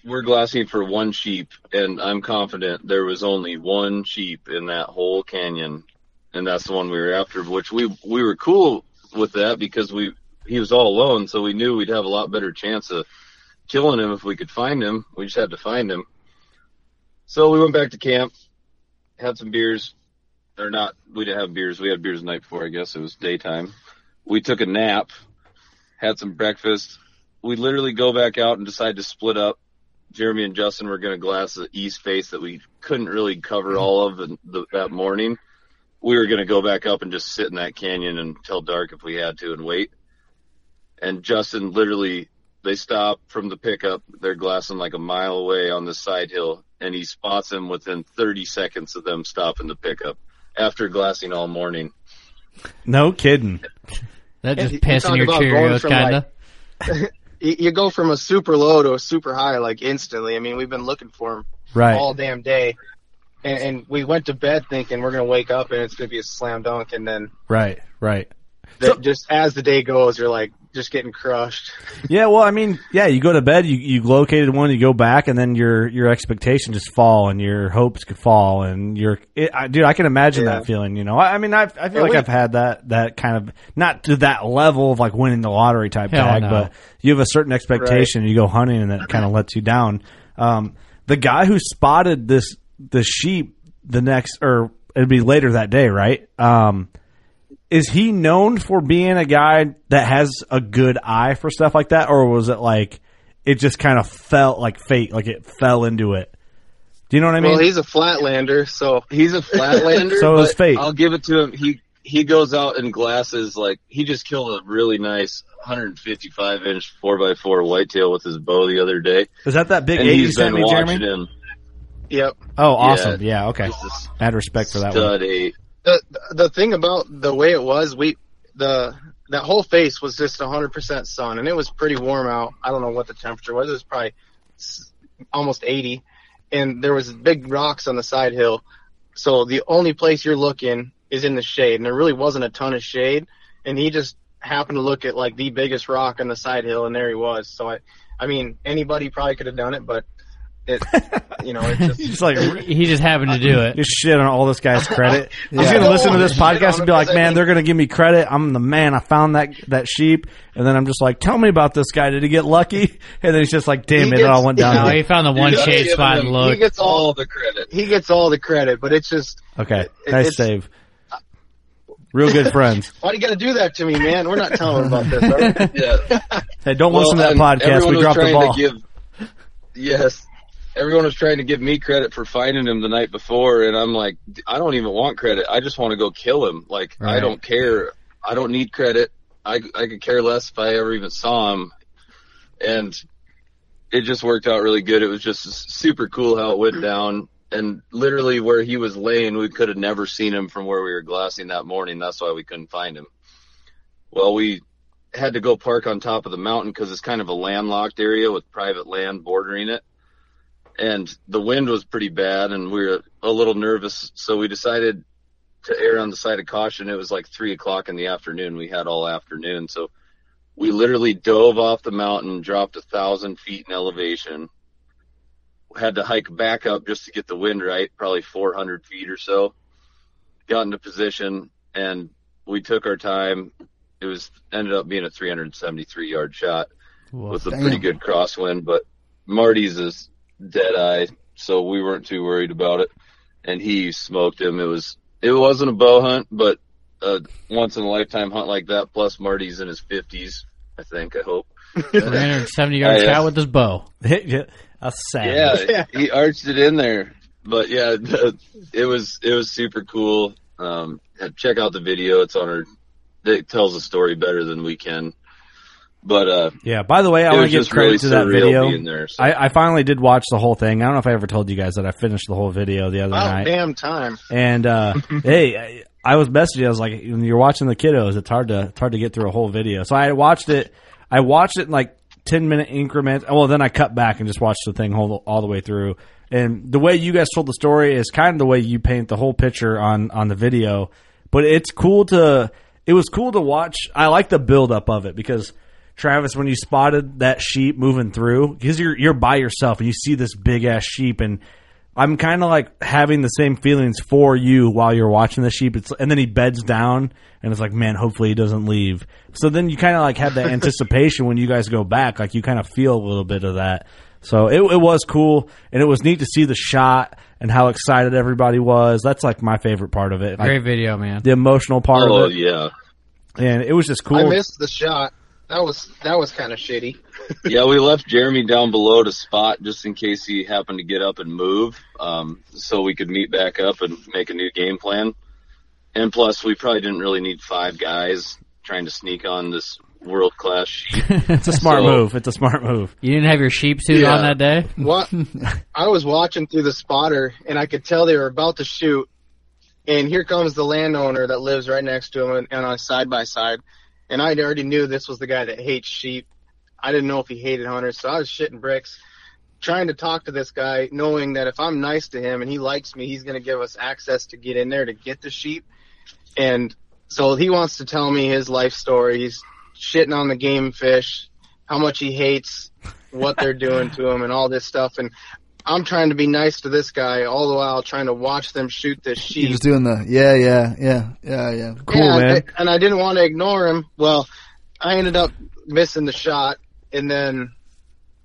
Speaker 10: we're glassing for one sheep, and I'm confident there was only one sheep in that whole canyon, and that's the one we were after. Which we we were cool with that because we he was all alone, so we knew we'd have a lot better chance of killing him if we could find him. We just had to find him. So we went back to camp, had some beers. Or not, we didn't have beers. We had beers the night before, I guess. It was daytime. We took a nap, had some breakfast. We literally go back out and decide to split up. Jeremy and Justin were going to glass the east face that we couldn't really cover all of in the, that morning. We were going to go back up and just sit in that canyon until dark if we had to and wait. And Justin literally, they stop from the pickup. They're glassing like a mile away on the side hill, and he spots him within 30 seconds of them stopping the pickup after glassing all morning.
Speaker 2: No kidding.
Speaker 3: That
Speaker 11: You- you talk about going from, like- you you go from a super low to a super high like instantly. I mean, we've been looking for him
Speaker 2: Right.
Speaker 11: all damn day, and, and we went to bed thinking we're gonna wake up and it's gonna be a slam dunk, and then
Speaker 2: Right, right.
Speaker 11: that just as the day goes, you're like, just getting crushed.
Speaker 2: Yeah, well, I mean, yeah, you go to bed, you you located one, you go back, and then your your expectations just fall, and your hopes could fall, and your it, I, dude, I can imagine
Speaker 11: Yeah.
Speaker 2: that feeling. You know, I, I mean, I I feel
Speaker 11: And
Speaker 2: like
Speaker 11: we-
Speaker 2: I've had that that kind of not to that level of like winning the lottery type
Speaker 3: Hell
Speaker 2: bag,
Speaker 3: no.
Speaker 2: but you have a certain expectation. You go hunting, and that kind of lets you down. Um, the guy who spotted this the sheep the next or oh, it'd be later that day, right? Um, is he known for being a guy that has a good eye for stuff like that, or was it like it just kind of felt like fate, like it fell into it? Do you know what I mean?
Speaker 11: well, he's a flatlander, so
Speaker 10: He's a flatlander.
Speaker 2: So it was
Speaker 10: but
Speaker 2: fate.
Speaker 10: I'll give it to him. He he goes out in glasses like he just killed a really nice 155 inch 4x4 whitetail with his bow the other day.
Speaker 2: Is that that big
Speaker 10: and
Speaker 2: eight you
Speaker 10: he's
Speaker 2: sent
Speaker 10: been
Speaker 2: me,
Speaker 10: watching
Speaker 2: Jeremy?
Speaker 10: him.
Speaker 11: yep.
Speaker 2: Oh, awesome!
Speaker 10: Yeah,
Speaker 2: Yeah, okay.
Speaker 10: He's a
Speaker 2: I had respect for that one.
Speaker 10: stud eight.
Speaker 11: the the thing about the way it was, we the that whole face was just 100% sun, and it was pretty warm out. I don't know what the temperature was. It was probably s- almost 80, and there was big rocks on the side hill. So the only place you're looking is in the shade, and there really wasn't a ton of shade. And he just happened to look at like the biggest rock on the side hill, and there he was. So I, I mean, anybody probably could have done it, but it, you know, it's just.
Speaker 2: Just like
Speaker 3: He just happened to do it.
Speaker 2: just shit on all this guy's credit.
Speaker 11: Yeah.
Speaker 2: He's
Speaker 11: I
Speaker 2: gonna
Speaker 11: don't
Speaker 2: listen to
Speaker 11: wanna
Speaker 2: this
Speaker 11: shit on
Speaker 2: podcast and
Speaker 11: him
Speaker 2: be like,
Speaker 11: because I
Speaker 2: "Man,
Speaker 11: think-
Speaker 2: they're gonna give me credit. I'm the man. I found that that sheep." And then I'm just like, "Tell me about this guy. Did he get lucky?" And then he's just like, "Damn it,
Speaker 11: He
Speaker 2: it
Speaker 11: gets-
Speaker 2: all went
Speaker 3: No,
Speaker 2: down."
Speaker 3: he found the one
Speaker 10: He's
Speaker 3: shade
Speaker 10: giving
Speaker 3: spot and
Speaker 10: him- He
Speaker 3: looked.
Speaker 10: gets all the credit.
Speaker 11: He gets all the credit, but it's just
Speaker 2: Okay,
Speaker 11: it-
Speaker 2: nice
Speaker 11: it's-
Speaker 2: save. Real good friends.
Speaker 11: Why do you got to do that to me, man? We're not telling him about this. Right?
Speaker 10: Yeah.
Speaker 2: Hey, don't
Speaker 10: Well,
Speaker 2: listen to that
Speaker 10: and
Speaker 2: podcast.
Speaker 10: everyone
Speaker 2: We
Speaker 10: was
Speaker 2: dropped the
Speaker 10: trying
Speaker 2: ball.
Speaker 10: To give, yes. Everyone was trying to give me credit for finding him the night before, and I'm like, I don't even want credit. I just want to go kill him. Like, I
Speaker 3: Right.
Speaker 10: don't care. I don't need credit. I, I could care less if I ever even saw him. And it just worked out really good. It was just super cool how it went down. And literally where he was laying, we could have never seen him from where we were glassing that morning. That's why we couldn't find him. Well, we had to go park on top of the mountain because it's kind of a landlocked area with private land bordering it. And the wind was pretty bad, and we were a little nervous, so we decided to err on the side of caution. It was like three o'clock in the afternoon. We had all afternoon, so we literally dove off the mountain, dropped a thousand feet in elevation, had to hike back up just to get the wind right, probably 400 feet or so. Got into position, and we took our time. It was ended up being a 373 yard shot with a
Speaker 5: Damn.
Speaker 10: pretty good crosswind, but Marty's is dead eye, so we weren't too worried about it. And he smoked him. It was it wasn't a bow hunt, but a once in a lifetime hunt like that. Plus Marty's in his 50s, I think. I hope.
Speaker 3: 370 yard
Speaker 10: Yeah, Oh, yeah.
Speaker 3: shot with his bow.
Speaker 2: Yeah, a savage.
Speaker 10: Yeah, he arched it in there. But yeah, the, it was it was super cool. Um, check out the video; it's on our. It tells the story better than we can. But uh,
Speaker 2: Yeah, By the way, I
Speaker 10: it
Speaker 2: want to
Speaker 10: was
Speaker 2: give
Speaker 10: just
Speaker 2: credit
Speaker 10: really
Speaker 2: to that
Speaker 10: surreal
Speaker 2: video.
Speaker 10: being there. So.
Speaker 2: I, I finally did watch the whole thing. I don't know if I ever told you guys that I finished the whole video the other
Speaker 11: Wow,
Speaker 2: night.
Speaker 11: damn time.
Speaker 2: And uh, hey, I, I was messaging. I was like, when you're watching the kiddos, it's hard to it's hard to get through a whole video. So I watched it. I watched it in like ten minute increments. Well, then I cut back and just watched the thing whole, all the way through. And the way you guys told the story is kind of the way you paint the whole picture on on the video. But it's cool to it was cool to watch. I like the build up of it because Travis, when you spotted that sheep moving through, because you're you're by yourself and you see this big ass sheep, and I'm kind of like having the same feelings for you while you're watching the sheep. It's and then he beds down, and it's like, man, hopefully he doesn't leave. So then you kind of like have that anticipation when you guys go back, like you kind of feel a little bit of that. So it, it was cool, and it was neat to see the shot and how excited everybody was. That's like my favorite part of it, like
Speaker 3: Great video, man.
Speaker 2: the emotional part
Speaker 10: oh
Speaker 2: of it,
Speaker 10: yeah,
Speaker 2: and it was just cool.
Speaker 11: I missed the shot. That was that was kind of shitty.
Speaker 10: yeah. We left Jeremy down below to spot just in case he happened to get up and move, um, so we could meet back up and make a new game plan. And plus, we probably didn't really need five guys trying to sneak on this world class sheep.
Speaker 2: it's a smart
Speaker 10: So-
Speaker 2: move. It's a smart move.
Speaker 3: You didn't have your sheep suit
Speaker 10: Yeah.
Speaker 3: on that day?
Speaker 11: What I was watching through the spotter, and I could tell they were about to shoot. And here comes the landowner that lives right next to him, and, and on side by side. And I already knew this was the guy that hates sheep. I didn't know if he hated hunters, so I was shitting bricks, trying to talk to this guy, knowing that if I'm nice to him and he likes me, he's going to give us access to get in there to get the sheep. And so he wants to tell me his life story. He's shitting on the game fish, how much he hates what they're doing to him, and all this stuff. And I'm trying to be nice to this guy, all the while trying to watch them shoot this sheep.
Speaker 5: He was doing the yeah, yeah, yeah, yeah, yeah.
Speaker 11: yeah, and I- and I didn't want to ignore him. Well, I ended up missing the shot, and then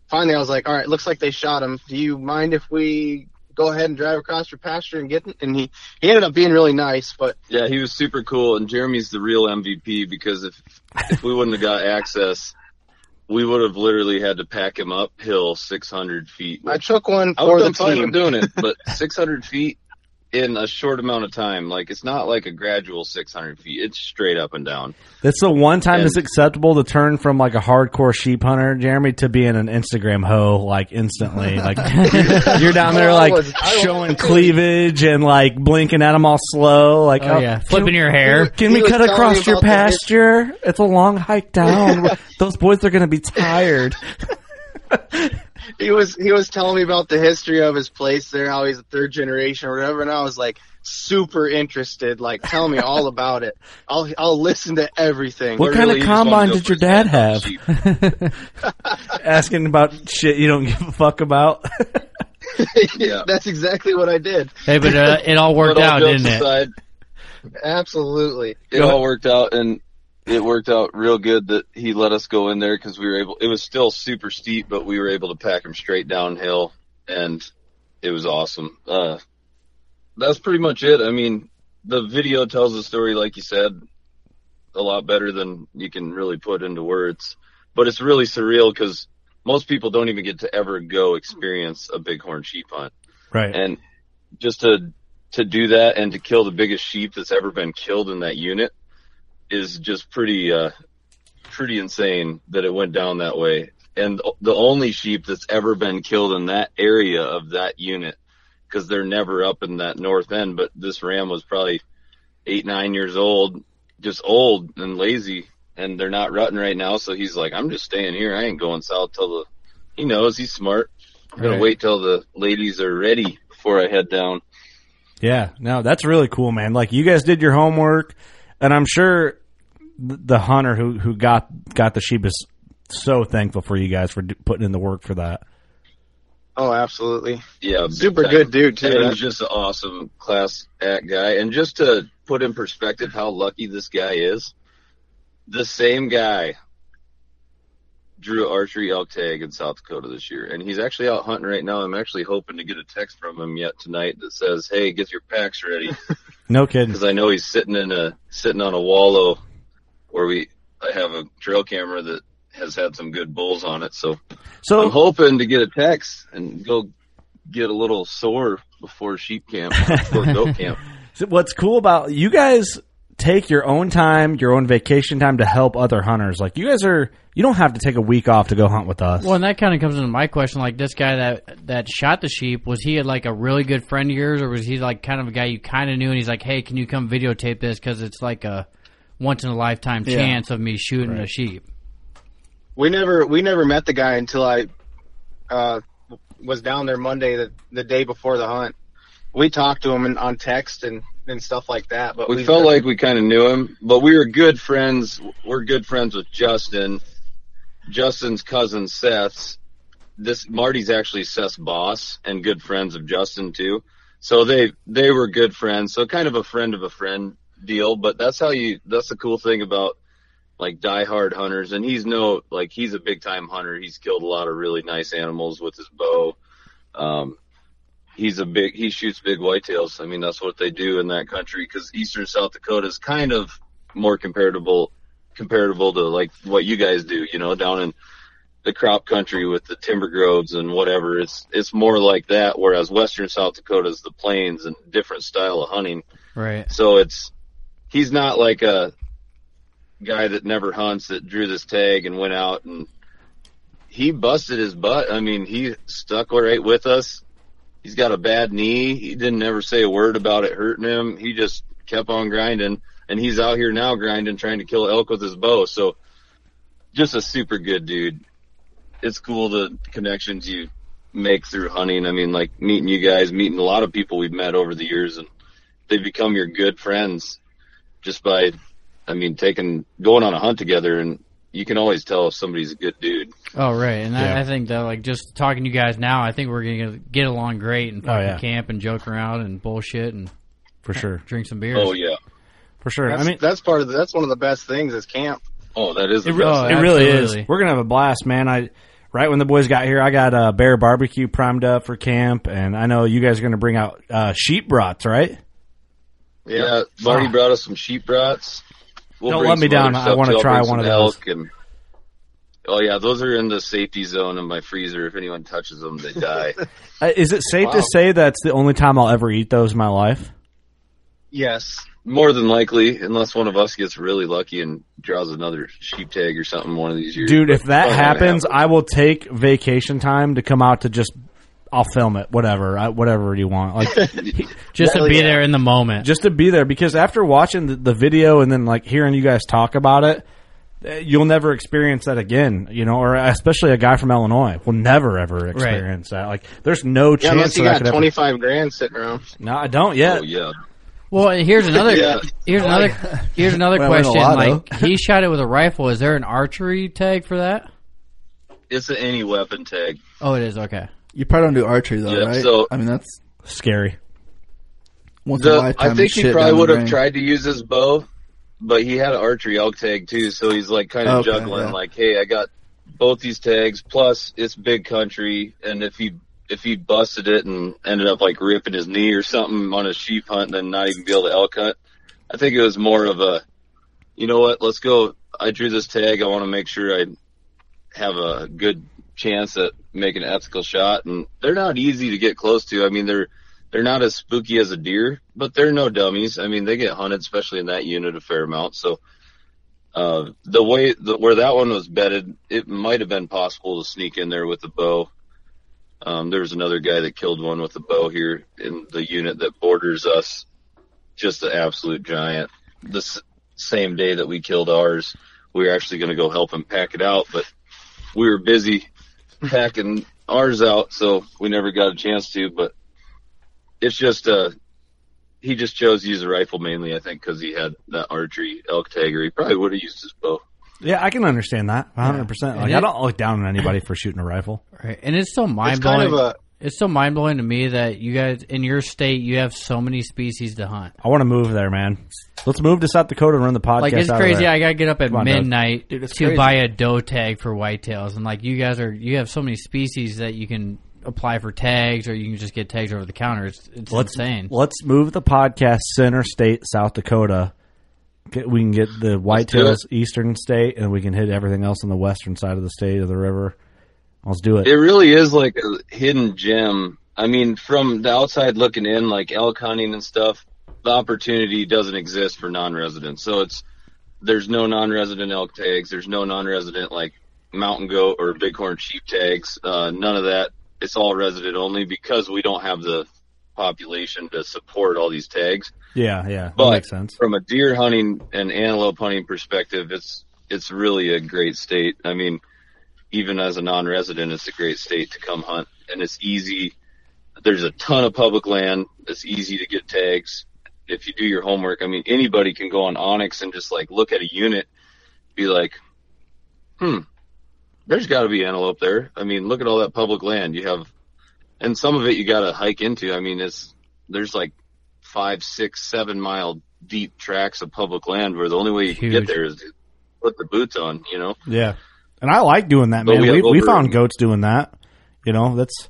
Speaker 11: finally I was like, "All right, looks like they shot him. Do you mind if we go ahead and drive across your pasture and get?" him?" And he he ended up being really nice, but
Speaker 10: Yeah, he was super cool, and Jeremy's the real MVP because if if we wouldn't have got access, we would have literally had to pack him uphill 600 feet.
Speaker 11: I took one
Speaker 10: I
Speaker 11: for
Speaker 10: would
Speaker 11: the
Speaker 10: have fine with
Speaker 11: team.
Speaker 10: doing it, but 600 feet in a short amount of time, like it's not like a gradual 600 feet. It's straight up and down.
Speaker 2: That's the one time it's acceptable to turn from like a hardcore sheep hunter, Jeremy, to being an Instagram hoe like instantly. Like you're down there
Speaker 3: Well, Oh, I
Speaker 2: like
Speaker 3: was- I was-
Speaker 2: showing cleavage and like blinking at them all slow. Like
Speaker 3: Oh, yeah. Flipping
Speaker 2: can-
Speaker 3: your hair.
Speaker 2: Can
Speaker 3: He
Speaker 2: we
Speaker 3: was
Speaker 2: cut
Speaker 3: telling me
Speaker 2: across
Speaker 3: about
Speaker 2: your
Speaker 3: the his-
Speaker 2: pasture? It's a long hike down. Those boys are going to be tired.
Speaker 11: he was he was telling me about the history of his place there, how he's a third generation or whatever, and I was like super interested. Like, tell me all about it. I'll I'll listen to everything.
Speaker 2: What kind of combine did your dad have? Asking about shit you don't give a fuck about.
Speaker 11: yeah, that's exactly what I did.
Speaker 3: Hey, but uh, it all worked
Speaker 10: But all
Speaker 3: out,
Speaker 10: jokes
Speaker 3: didn't it?
Speaker 10: aside,
Speaker 11: Absolutely.
Speaker 10: it all worked out and it worked out real good that he let us go in there because we were able it was still super steep but we were able to pack him straight downhill and it was awesome uh that's pretty much it i mean the video tells the story like you said a lot better than you can really put into words but it's really surreal because most people don't even get to ever go experience a bighorn sheep hunt
Speaker 2: Right.
Speaker 10: and just to to do that and to kill the biggest sheep that's ever been killed in that unit is just pretty uh pretty insane that it went down that way and the only sheep that's ever been killed in that area of that unit because they're never up in that north end but this ram was probably eight nine years old just old and lazy and they're not rutting right now so he's like i'm just staying here i ain't going south till the he knows he's smart i'm gonna
Speaker 2: Right.
Speaker 10: wait till the ladies are ready before i head down
Speaker 2: Yeah, no, that's really cool, man. Like you guys did your homework, and I'm sure th- the hunter who who got got the sheep is so thankful for you guys for d- putting in the work for that.
Speaker 11: Oh, absolutely.
Speaker 10: Yeah,
Speaker 11: Super
Speaker 10: big
Speaker 11: good
Speaker 10: time.
Speaker 11: dude, too.
Speaker 10: And he's just an awesome class act guy. And just to put in perspective how lucky this guy is, the same guy drew an archery elk tag in South Dakota this year, and he's actually out hunting right now. I'm actually hoping to get a text from him yet tonight that says, "Hey, get your packs ready,"
Speaker 2: No kidding.
Speaker 10: because I know he's sitting in a sitting on a wallow where we I have a trail camera that has had some good bulls on it, so.
Speaker 2: So
Speaker 10: I'm hoping to get a text and go get a little sore before sheep camp, before goat camp.
Speaker 2: So what's cool about you guys take your own time, your own vacation time to help other hunters. Like you guys are, you don't have to take a week off to go hunt with us.
Speaker 3: Well, and that kind of comes into my question. Like this guy that that shot the sheep, was he like a really good friend of yours, or was he like kind of a guy you kind of knew? And he's like, "Hey, can you come videotape this? Because it's like a once in a lifetime
Speaker 11: Yeah.
Speaker 3: chance of me shooting a sheep."
Speaker 11: We never we never met the guy until I uh, was down there Monday the, the day before the hunt. We talked to him in, on text and, and stuff like that, but
Speaker 10: We felt like we kind of knew him, but we were good friends. We're good friends with Justin, Justin's cousin Seth's. This Marty's actually Seth's boss and good friends of Justin too. So they they were good friends. So kind of a friend of a friend deal. But that's how you. That's the cool thing about like diehard hunters. And he's no like he's a big time hunter. He's killed a lot of really nice animals with his bow. Um, he's a big he shoots big whitetails. I mean that's what they do in that country because eastern South Dakota is kind of more comparable comparable to like what you guys do. You know, down in the crop country with the timber groves and whatever. It's it's more like that. Whereas western South Dakota is the plains and different style of hunting.
Speaker 3: Right.
Speaker 10: So it's he's not like a guy that never hunts that drew this tag and went out and he busted his butt. I mean, he stuck right with us. He's got a bad knee. He didn't ever say a word about it hurting him. He just kept on grinding and he's out here now grinding trying to kill elk with his bow. So just a super good dude. It's cool the connections you make through hunting. I mean, like meeting you guys, meeting a lot of people we've met over the years and they become your good friends just by, I mean, taking going on a hunt together and you can always tell if somebody's a good dude.
Speaker 3: Oh right, and
Speaker 10: Yeah.
Speaker 3: I, I think that like just talking to you guys now, I think we're gonna get along great and
Speaker 10: Oh,
Speaker 3: fucking
Speaker 10: yeah.
Speaker 3: camp and joke around and bullshit and
Speaker 2: for sure
Speaker 3: drink some beers.
Speaker 10: Oh yeah.
Speaker 2: for sure.
Speaker 11: That's,
Speaker 2: I mean,
Speaker 11: that's part of the, that's one of the best things is camp.
Speaker 10: Oh, that is
Speaker 2: it, re- it really is. We're gonna have a blast, man. I right when the boys got here, I got uh, bear barbecue primed up for camp, and I know you guys are gonna bring out uh, sheep brats, right?
Speaker 10: Yeah, Marty brought us some sheep brats.
Speaker 2: Don't
Speaker 10: bring
Speaker 2: let me
Speaker 10: some
Speaker 2: down.
Speaker 10: other
Speaker 2: I
Speaker 10: stuff,
Speaker 2: wanna
Speaker 10: too. I'll
Speaker 2: try
Speaker 10: bring
Speaker 2: one of
Speaker 10: some
Speaker 2: those.
Speaker 10: elk And, oh yeah, those are in the safety zone in my freezer. If anyone touches them, they die.
Speaker 2: Uh, is it safe to
Speaker 10: Wow.
Speaker 2: say that's the only time I'll ever eat those in my life?
Speaker 11: yes,
Speaker 10: more than likely, unless one of us gets really lucky and draws another sheep tag or something one of these years.
Speaker 2: Dude,
Speaker 10: But
Speaker 2: if that
Speaker 11: Oh,
Speaker 10: probably won't
Speaker 2: happens, I will take vacation time to come out to just. I'll film it, whatever, I, whatever you want. Like
Speaker 3: Just to Hell be yeah. there in the moment,
Speaker 2: just to be there. Because after watching the, the video and then like hearing you guys talk about it, eh, you'll never experience that again. You know, or especially a guy from Illinois will never ever experience that. Like, there's no
Speaker 11: yeah,
Speaker 2: chance
Speaker 11: unless you
Speaker 2: that I
Speaker 11: got
Speaker 2: could ever-
Speaker 11: twenty five grand sitting around.
Speaker 2: No, I don't yet.
Speaker 10: Oh yeah.
Speaker 3: Well, and here's another
Speaker 11: Yeah.
Speaker 3: here's
Speaker 11: Oh,
Speaker 3: another
Speaker 11: yeah.
Speaker 3: here's another
Speaker 11: When I win the
Speaker 3: question.
Speaker 11: lotto.
Speaker 3: Like he shot it with a rifle. Is there an archery tag for that?
Speaker 10: It's a any weapon tag.
Speaker 3: Oh, it is okay.
Speaker 5: You probably don't do archery though,
Speaker 10: Yeah,
Speaker 5: right?
Speaker 10: so-
Speaker 5: I mean, that's
Speaker 2: scary.
Speaker 5: Once a
Speaker 10: The-
Speaker 5: lifetime.
Speaker 10: I think
Speaker 5: of
Speaker 10: he
Speaker 5: shit
Speaker 10: probably
Speaker 5: down the
Speaker 10: would have
Speaker 5: drain.
Speaker 10: tried to use his bow, but he had an archery elk tag too, so he's like kind of
Speaker 5: Okay,
Speaker 10: juggling.
Speaker 5: yeah.
Speaker 10: Like, hey, I got both these tags. Plus, it's big country, and if he if he busted it and ended up like ripping his knee or something on a sheep hunt, and then not even be able to elk hunt, I think it was more of a, you know what? Let's go. I drew this tag. I want to make sure I have a good chance at making an ethical shot. And they're not easy to get close to. I mean, they're they're not as spooky as a deer, but they're no dummies. I mean, they get hunted, especially in that unit, a fair amount. So, uh, the way the, where that one was bedded, it might have been possible to sneak in there with a bow. Um, there was another guy that killed one with a bow here in the unit that borders us. Just an absolute giant. The s- same day that we killed ours, we were actually going to go help him pack it out, but we were busy packing ours out, so we never got a chance to. But it's just uh he just chose to use a rifle mainly, I think, because he had that archery elk tag, or he probably would have used his bow.
Speaker 2: Yeah, I can understand that 100. percent Like,
Speaker 3: And
Speaker 2: I
Speaker 3: it-
Speaker 2: don't look down on anybody for shooting a rifle.
Speaker 3: Right, and it's so mind blowing.
Speaker 11: kind of a-
Speaker 3: it's so mind blowing to me that you guys in your state you have so many species to hunt.
Speaker 2: I want to move there, man. Let's move to South Dakota and run the podcast.
Speaker 3: Like it's
Speaker 2: out of
Speaker 3: crazy.
Speaker 2: there.
Speaker 3: I gotta get up at
Speaker 2: Come on, Doug.
Speaker 3: midnight
Speaker 2: Dude, it's
Speaker 3: to
Speaker 2: crazy.
Speaker 3: buy a doe tag for whitetails, and like you guys are, you have so many species that you can apply for tags, or you can just get tags over the counter. It's, it's
Speaker 2: let's
Speaker 3: insane.
Speaker 2: let's move the podcast center state South Dakota. Get, we can get the whitetails eastern state, and we can hit everything else on the western side of the state of the river. Let's do it.
Speaker 10: It really is like a hidden gem. I mean, from the outside looking in, like elk hunting and stuff, the opportunity doesn't exist for non-residents. So it's there's no non-resident elk tags. There's no non-resident like mountain goat or bighorn sheep tags. Uh, none of that. It's all resident only because we don't have the population to support all these tags.
Speaker 2: Yeah, yeah, that
Speaker 10: But
Speaker 2: makes sense.
Speaker 10: From a deer hunting and antelope hunting perspective, it's it's really a great state. I mean, even as a non-resident, it's a great state to come hunt, and it's easy. There's a ton of public land. It's easy to get tags if you do your homework. I mean, anybody can go on Onyx and just like look at a unit, be like, hmm, there's got to be antelope there. I mean, look at all that public land you have, and some of it you got to hike into. I mean, it's there's like five, six, seven mile deep tracks of public land where the only way you can
Speaker 2: Huge.
Speaker 10: get there is to put the boots on. You know,
Speaker 2: Yeah, and I like doing that,
Speaker 10: But
Speaker 2: man.
Speaker 10: we
Speaker 2: We,
Speaker 10: have
Speaker 2: we
Speaker 10: over-
Speaker 2: found goats doing that. You know, that's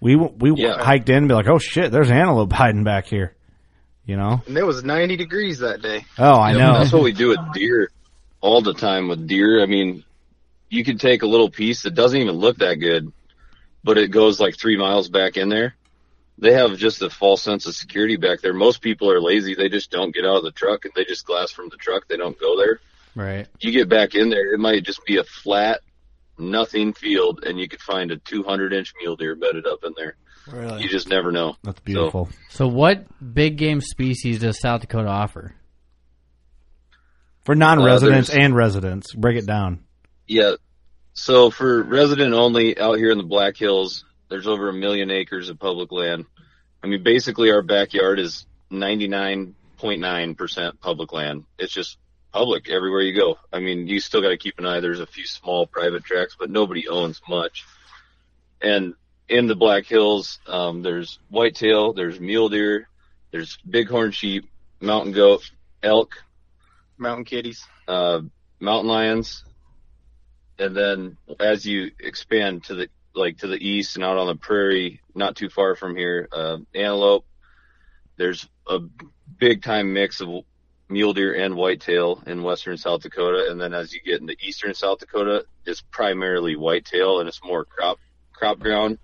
Speaker 2: we we
Speaker 11: Yeah.
Speaker 2: hiked in and be like, oh shit, there's antelope hiding back here. You know,
Speaker 11: And it was ninety degrees that day.
Speaker 2: oh I
Speaker 10: Yeah,
Speaker 2: know.
Speaker 10: That's what we do with deer all the time with deer. I mean, you can take a little piece that doesn't even look that good, but it goes like three miles back in there. They have just a false sense of security back there. Most people are lazy. They just don't get out of the truck and they just glass from the truck. They don't go there.
Speaker 3: Right.
Speaker 10: You get back in there, it might just be a flat, nothing field, and you could find a 200 inch mule deer bedded up in there.
Speaker 3: Really?
Speaker 10: You just never know.
Speaker 2: That's
Speaker 10: beautiful.
Speaker 3: So, what big game species does South Dakota offer?
Speaker 2: For non-residents
Speaker 10: Uh, there's-
Speaker 2: and residents, break it down.
Speaker 10: Yeah. So for resident only out here in the Black Hills, there's over a million acres of public land. I mean, basically our backyard is 99.9% public land. It's just public everywhere you go. I mean, you still got to keep an eye. There's a few small private tracks, but nobody owns much. And in the Black Hills, um, there's whitetail, there's mule deer, there's bighorn sheep, mountain goat, elk,
Speaker 11: mountain kitties,
Speaker 10: uh, mountain lions, and then as you expand to the like to the east and out on the prairie, not too far from here, uh, antelope. There's a big time mix of mule deer and whitetail in western South Dakota, and then as you get into eastern South Dakota, it's primarily whitetail and it's more crop crop ground.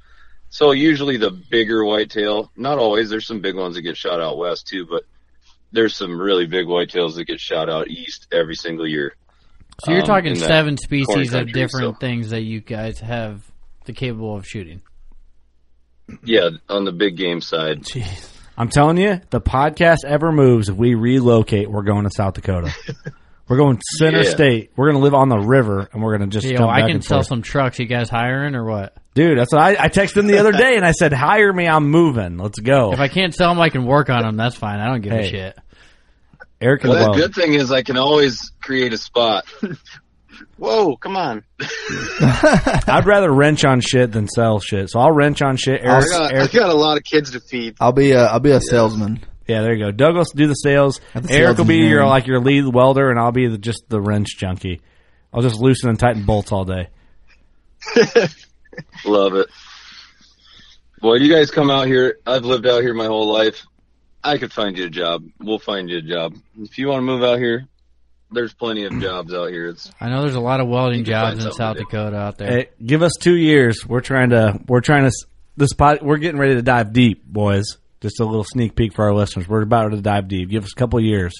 Speaker 10: So usually the bigger whitetail, not always. There's some big ones that get shot out west too, but there's some really big whitetails that get shot out east every single year.
Speaker 3: So you're
Speaker 10: um,
Speaker 3: talking
Speaker 10: in that
Speaker 3: seven
Speaker 10: corn
Speaker 3: species of
Speaker 10: country,
Speaker 3: different things that you guys have the capable of shooting.
Speaker 10: so- yeah, on the big game side.
Speaker 2: I'm telling you, the podcast ever moves. If we relocate, we're going to South Dakota. we're going center
Speaker 3: Yeah.
Speaker 2: state. We're going to live on the river, and we're going to just.
Speaker 3: Yo,
Speaker 2: come
Speaker 3: I
Speaker 2: back
Speaker 3: can
Speaker 2: and
Speaker 3: sell
Speaker 2: forth.
Speaker 3: some trucks. You guys hiring or what?
Speaker 2: Dude, that's what I, I texted him the other day, and I said, "Hire me. I'm moving. Let's go."
Speaker 3: If I can't sell them, I can work on them. That's fine. I don't give a
Speaker 2: Oh. Hey.
Speaker 3: shit.
Speaker 2: Eric and
Speaker 10: Well,
Speaker 2: Will.
Speaker 10: the good thing is I can always create a spot.
Speaker 11: Whoa, come on.
Speaker 2: I'd rather wrench on shit than sell shit, so I'll wrench on shit.
Speaker 11: I
Speaker 2: Eric,
Speaker 11: got, I
Speaker 2: Eric-
Speaker 11: got a lot of kids to feed.
Speaker 5: I'll be a I'll be a salesman.
Speaker 2: yeah, there you go. Doug will do the sales.
Speaker 5: the
Speaker 2: Eric
Speaker 5: sales
Speaker 2: will be
Speaker 5: engineering.
Speaker 2: your like your lead welder, and I'll be the, just the wrench junkie. I'll just loosen and tighten bolts all day.
Speaker 10: Love it. Boy, you guys come out here. I've lived out here my whole life. I could find you a job. We'll find you a job. If you want to move out here, there's plenty of jobs out here. It's
Speaker 3: I know there's a lot of welding jobs in
Speaker 10: something
Speaker 3: South Dakota out there.
Speaker 2: Hey, give us two years. We're trying to. We're trying to. s- This pod. We're getting ready to dive deep, boys. Just a little sneak peek for our listeners. We're about to dive deep. Give us a couple of years.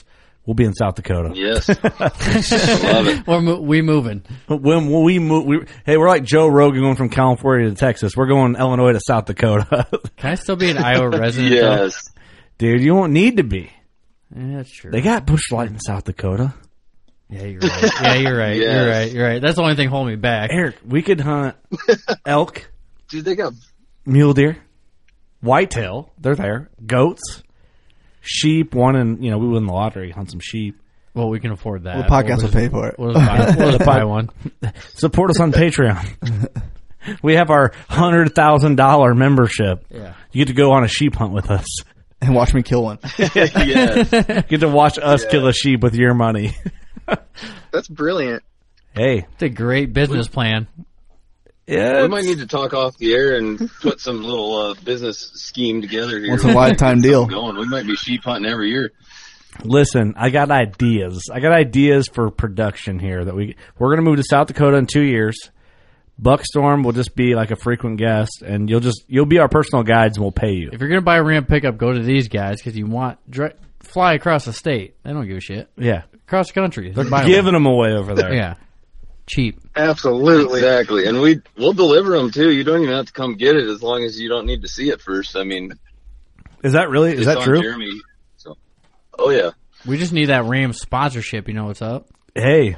Speaker 2: We'll be in South Dakota.
Speaker 10: yes, love it.
Speaker 3: We're mo- we moving.
Speaker 2: But When, when we move, we, hey, we're like Joe Rogan going from California to Texas. We're going Illinois to South Dakota,
Speaker 3: Can I still be an Iowa resident? though?
Speaker 10: Yes,
Speaker 2: dude. You won't need to be.
Speaker 3: Yeah, that's true.
Speaker 2: They got bush light in South Dakota.
Speaker 3: yeah, you're right. Yeah, you're right. You're
Speaker 10: Yes.
Speaker 3: right. You're right. That's the only thing holding me back.
Speaker 2: Eric, we could hunt elk,
Speaker 10: dude. They got
Speaker 2: mule deer, whitetail. They're there. Goats, sheep. One and you know we win the lottery. Hunt some sheep.
Speaker 3: Well, we can afford that.
Speaker 5: The
Speaker 3: We'll
Speaker 5: podcast will
Speaker 3: just-
Speaker 5: pay for it.
Speaker 3: We'll just buy, we'll just buy one.
Speaker 2: Support us on Patreon. we have our hundred thousand dollar membership.
Speaker 3: Yeah.
Speaker 2: You get to go on a sheep hunt with us.
Speaker 5: And watch me kill one.
Speaker 10: yes.
Speaker 2: You get to watch us kill a sheep with your money.
Speaker 11: That's brilliant.
Speaker 2: hey,
Speaker 3: It's a great business plan.
Speaker 2: yeah,
Speaker 10: we might need to talk off the air and put some little uh, business scheme together here.
Speaker 5: Once in a lifetime
Speaker 10: Get
Speaker 5: deal.
Speaker 10: something Going. We might be sheep hunting every year.
Speaker 2: Listen, I got ideas. I got ideas for production here that we we're gonna move to South Dakota in two years. Buckstorm will just be like a frequent guest, and you'll just you'll be our personal guides, and we'll pay you.
Speaker 3: If you're gonna buy a Ram pickup, go to these guys because you want dri- fly across the state. They don't give a shit.
Speaker 2: Yeah,
Speaker 3: Across the country, they're
Speaker 2: giving them away over there.
Speaker 3: Yeah, cheap.
Speaker 11: Absolutely.
Speaker 10: Exactly, and we we'll deliver them too. You don't even have to come get it as long as you don't need to see it first. I mean,
Speaker 2: Is that really? Is
Speaker 10: it's
Speaker 2: that
Speaker 10: on
Speaker 2: true?
Speaker 10: Jeremy, so. Oh yeah,
Speaker 3: We just need that Ram sponsorship. You know what's up?
Speaker 2: Hey,